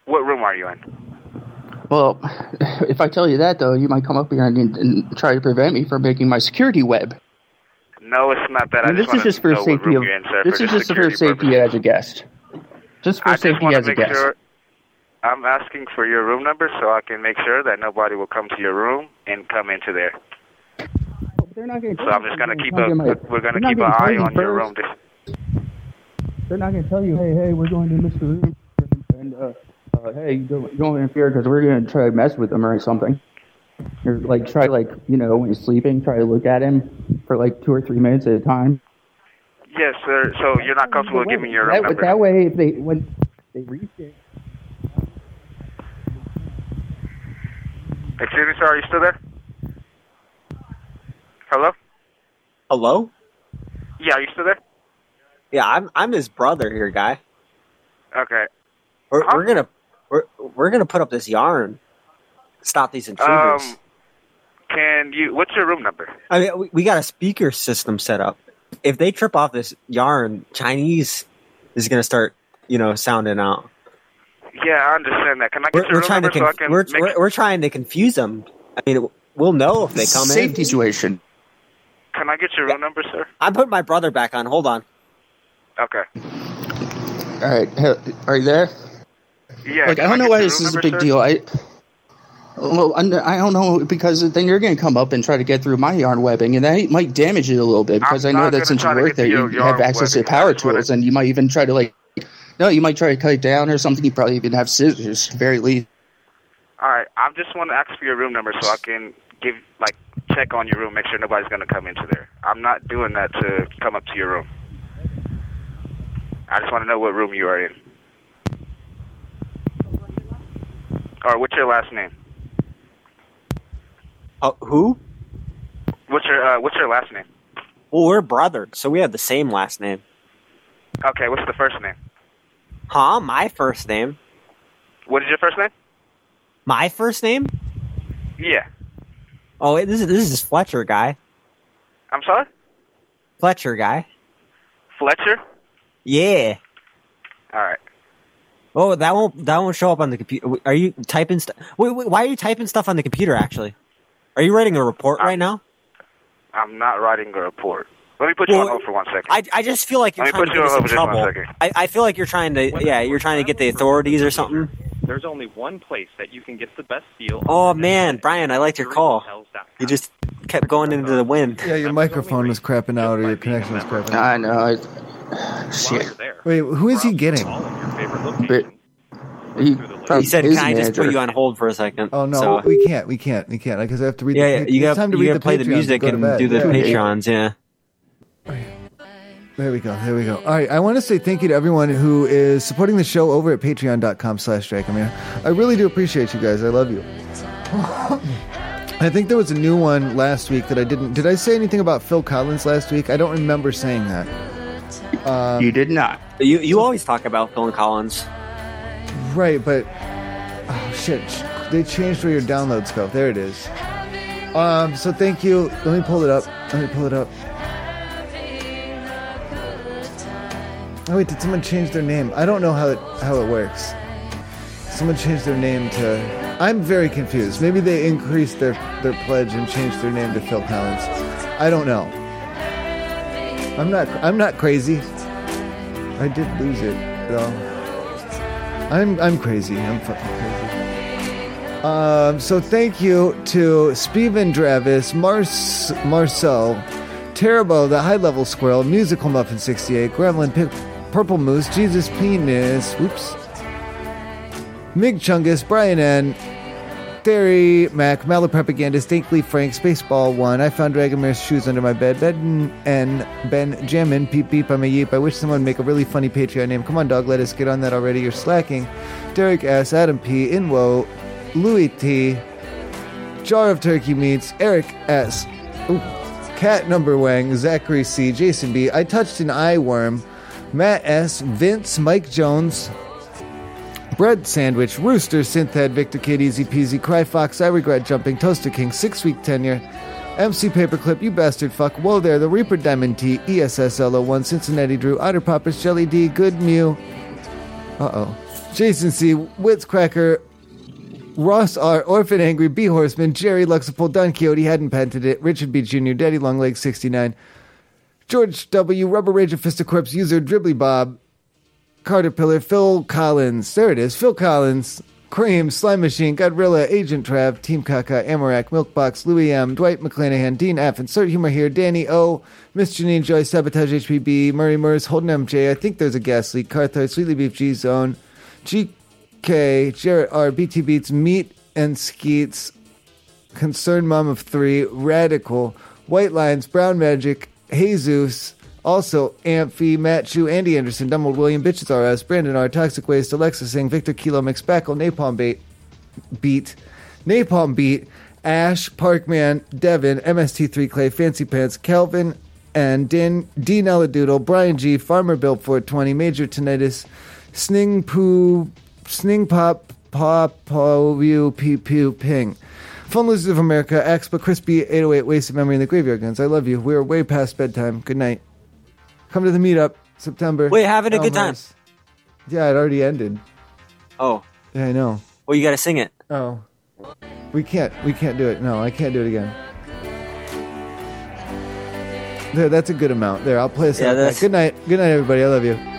What room are you in? Well, if I tell you that though, you might come up here and, and try to prevent me from making my security web. No, it's not that. I, And this is wanted just to for know what safety room of. you're in, sir, This for is just for security safety purposes. as a guest. Just for I just safety want as to a make guest. sure. I'm asking for your room number so I can make sure that nobody will come to your room and come into there. They're not going So I'm just gonna keep a we're gonna keep an getting eye crazy on your room. first. They're not going to tell you, hey, hey, we're going to Mr. Room, and uh, uh, hey, you don't, don't interfere because we're going to try to mess with him or something. Or like try like you know when he's sleeping, try to look at him for like two or three minutes at a time. Yes, sir. So you're not comfortable giving your room That, number. that way, if they when they reach it, Excuse me, sir. Are you still there? Hello? Hello? Yeah, are you still there? Yeah, I'm I'm his brother here, guy. Okay. We're, we're gonna we're we're gonna put up this yarn, stop these intruders. Um, can you? What's your room number? I mean, we, we got a speaker system set up. If they trip off this yarn, Chinese is gonna start, you know, sounding out. Yeah, I understand that. Can I get We're, your we're room trying to number so I conf- can we're, make? we're we're trying to confuse them. I mean, we'll know if they come in. Safety situation. Can I get your room number, sir? I'm putting my brother back on. Hold on. Okay. all right, he- are you there? Yeah. Like can I don't know get why your this room is a number, big sir? deal. I well, I I don't know because then you're going to come up and try to get through my yarn webbing, and that might damage it a little bit because i know not that gonna since you try to work get to there, you your you have yarn access to webbing. power tools, and you might even try to like no, you might try to cut it down or something. You probably even have scissors, very least. All right. I just want to ask for your room number so I can give like check on your room, make sure nobody's gonna come into there. I'm not doing that to come up to your room. I just want to know what room you are in. Or what's your last name? Uh, who? What's your uh, What's your last name? Well, we're brother, so we have the same last name. Okay. What's the first name? Huh? My first name? What is your first name? My first name? Yeah. Oh, wait, this is this is Fletcher guy. I'm sorry. Fletcher guy. Fletcher. Yeah. All right. Oh, that won't that won't show up on the computer. Are you typing stuff? Wait, wait, why are you typing stuff on the computer? Actually, are you writing a Uh, report right now? I'm not writing a report. Let me put you Well, on hold for one second. I, I just feel like you're Let me trying put to you get on us in hold for just trouble. one second. I, I feel like you're trying to yeah, you're trying to get the authorities or something. There's only one place that you can get the best deal. Oh man, Brian, I liked your call. You just kept going into the wind. Yeah, your microphone was crapping out, or your connection was crapping out. I know. I, shit. Wait, who is he getting? But he, He said, his "Can I just put manager- you on hold for a second? Oh no, So- we can't, we can't, we can't, because I have to read. yeah, the, yeah, pa- you it's time got to you read got the to play the Patreons and music go to and bed. do the Yeah. Patreons. Yeah. There we go. There we go. All right. I want to say thank you to everyone who is supporting the show over at patreon.com slash Dracoman. I really do appreciate you guys. I love you. I think there was a new one last week that I didn't. Did I say anything about Phil Collins last week? I don't remember saying that. Um, you did not. You you always talk about Phil Collins. Right, but oh shit, sh- they changed where your downloads go. There it is. Um, so thank you. Let me pull it up. Let me pull it up. Oh wait, did someone change their name? I don't know how it how it works. Someone changed their name to. I'm very confused. Maybe they increased their their pledge and changed their name to Phil Collins. I don't know. I'm not I'm not crazy. I did lose it though. I'm I'm crazy. I'm fucking crazy. Um, so thank you to Steven Dravis, Mars Marcel, Terrible, the High Level Squirrel, Musical Muffin 68, Gremlin, Pic- Purple Moose, Jesus Penis, whoops, Mig Chungus, Brian N, Derry, Mac, Malapropagandist, Dinkly Frank, Spaceball 1, I found Dragomir's shoes under my bed, Ben N, Ben Jammin, Peep Peep, I'm a Yeep, I wish someone would make a really funny Patreon name, come on dog, let us get on that already, you're slacking, Derek S, Adam P, Inwo, Louis T, Jar of Turkey Meats, Eric S, Ooh. Cat Number Wang, Zachary C, Jason B, I touched an eye worm, Matt S, Vince, Mike Jones, Bread Sandwich, Rooster, Synthad, Victor Kid, Easy Peasy, Cry Fox, I Regret Jumping, Toaster King, Six Week Tenure, MC Paperclip, You Bastard Fuck, Whoa There, The Reaper Diamond E T, ESSL01, Cincinnati Drew, Otter Poppers, Jelly D, Good Mew, uh oh, Jason C, Witz Cracker, Ross R, Orphan Angry, B Horseman, Jerry Luxapole, Don Quixote, hadn't patented it, Richard B. Jr., Daddy Longleg 69, George W., Rubber Rage of Fist of Corpse, User Dribbly Bob, Carter Pillar, Phil Collins. There it is. Phil Collins, Cream, Slime Machine, Godrilla, Agent Trav, Team Kaka, Amarak, Milkbox, Louis M, Dwight McClanahan, Dean F, Insert Humor here, Danny O, Miss Janine Joy, Sabotage HPB, Murray Murs, Holden MJ, I think there's a gas leak, Carthar, Sweetly Beef G Zone, GK, Jarrett R, BT Beats, Meat and Skeets, Concerned Mom of Three, Radical, White Lines, Brown Magic, Jesus, also, Amphi, Matt Chu, Andy Anderson, Dumbold William, Bitches R Us, Brandon R, Toxic Waste, Alexa Singh, Victor Kilo, Mix Backle, Napalm Bait, Beat, Napalm Beat, Ash, Parkman, Devin, MST3 Clay, Fancy Pants, Calvin, and Dan, Dean Eladoodle, Brian G, Farmer Built 420, Major Tinnitus, Sning Poo, Sning Pop, Pop, Pop, Pew, Pew, Pew, Ping. Phone Losers of America, Axpa, Crispy, 808, Waste of Memory, and the Graveyard Guns. I love you. We are way past bedtime. Good night come to the meetup September. We're having a good time. Elmhurst. Yeah, it already ended. Oh, Yeah, I know. well, you got to sing it. Oh, we can't. We can't do it. No, I can't do it again. There, that's a good amount. There, I'll play us Yeah, out. that's- Good night. Good night, everybody. I love you.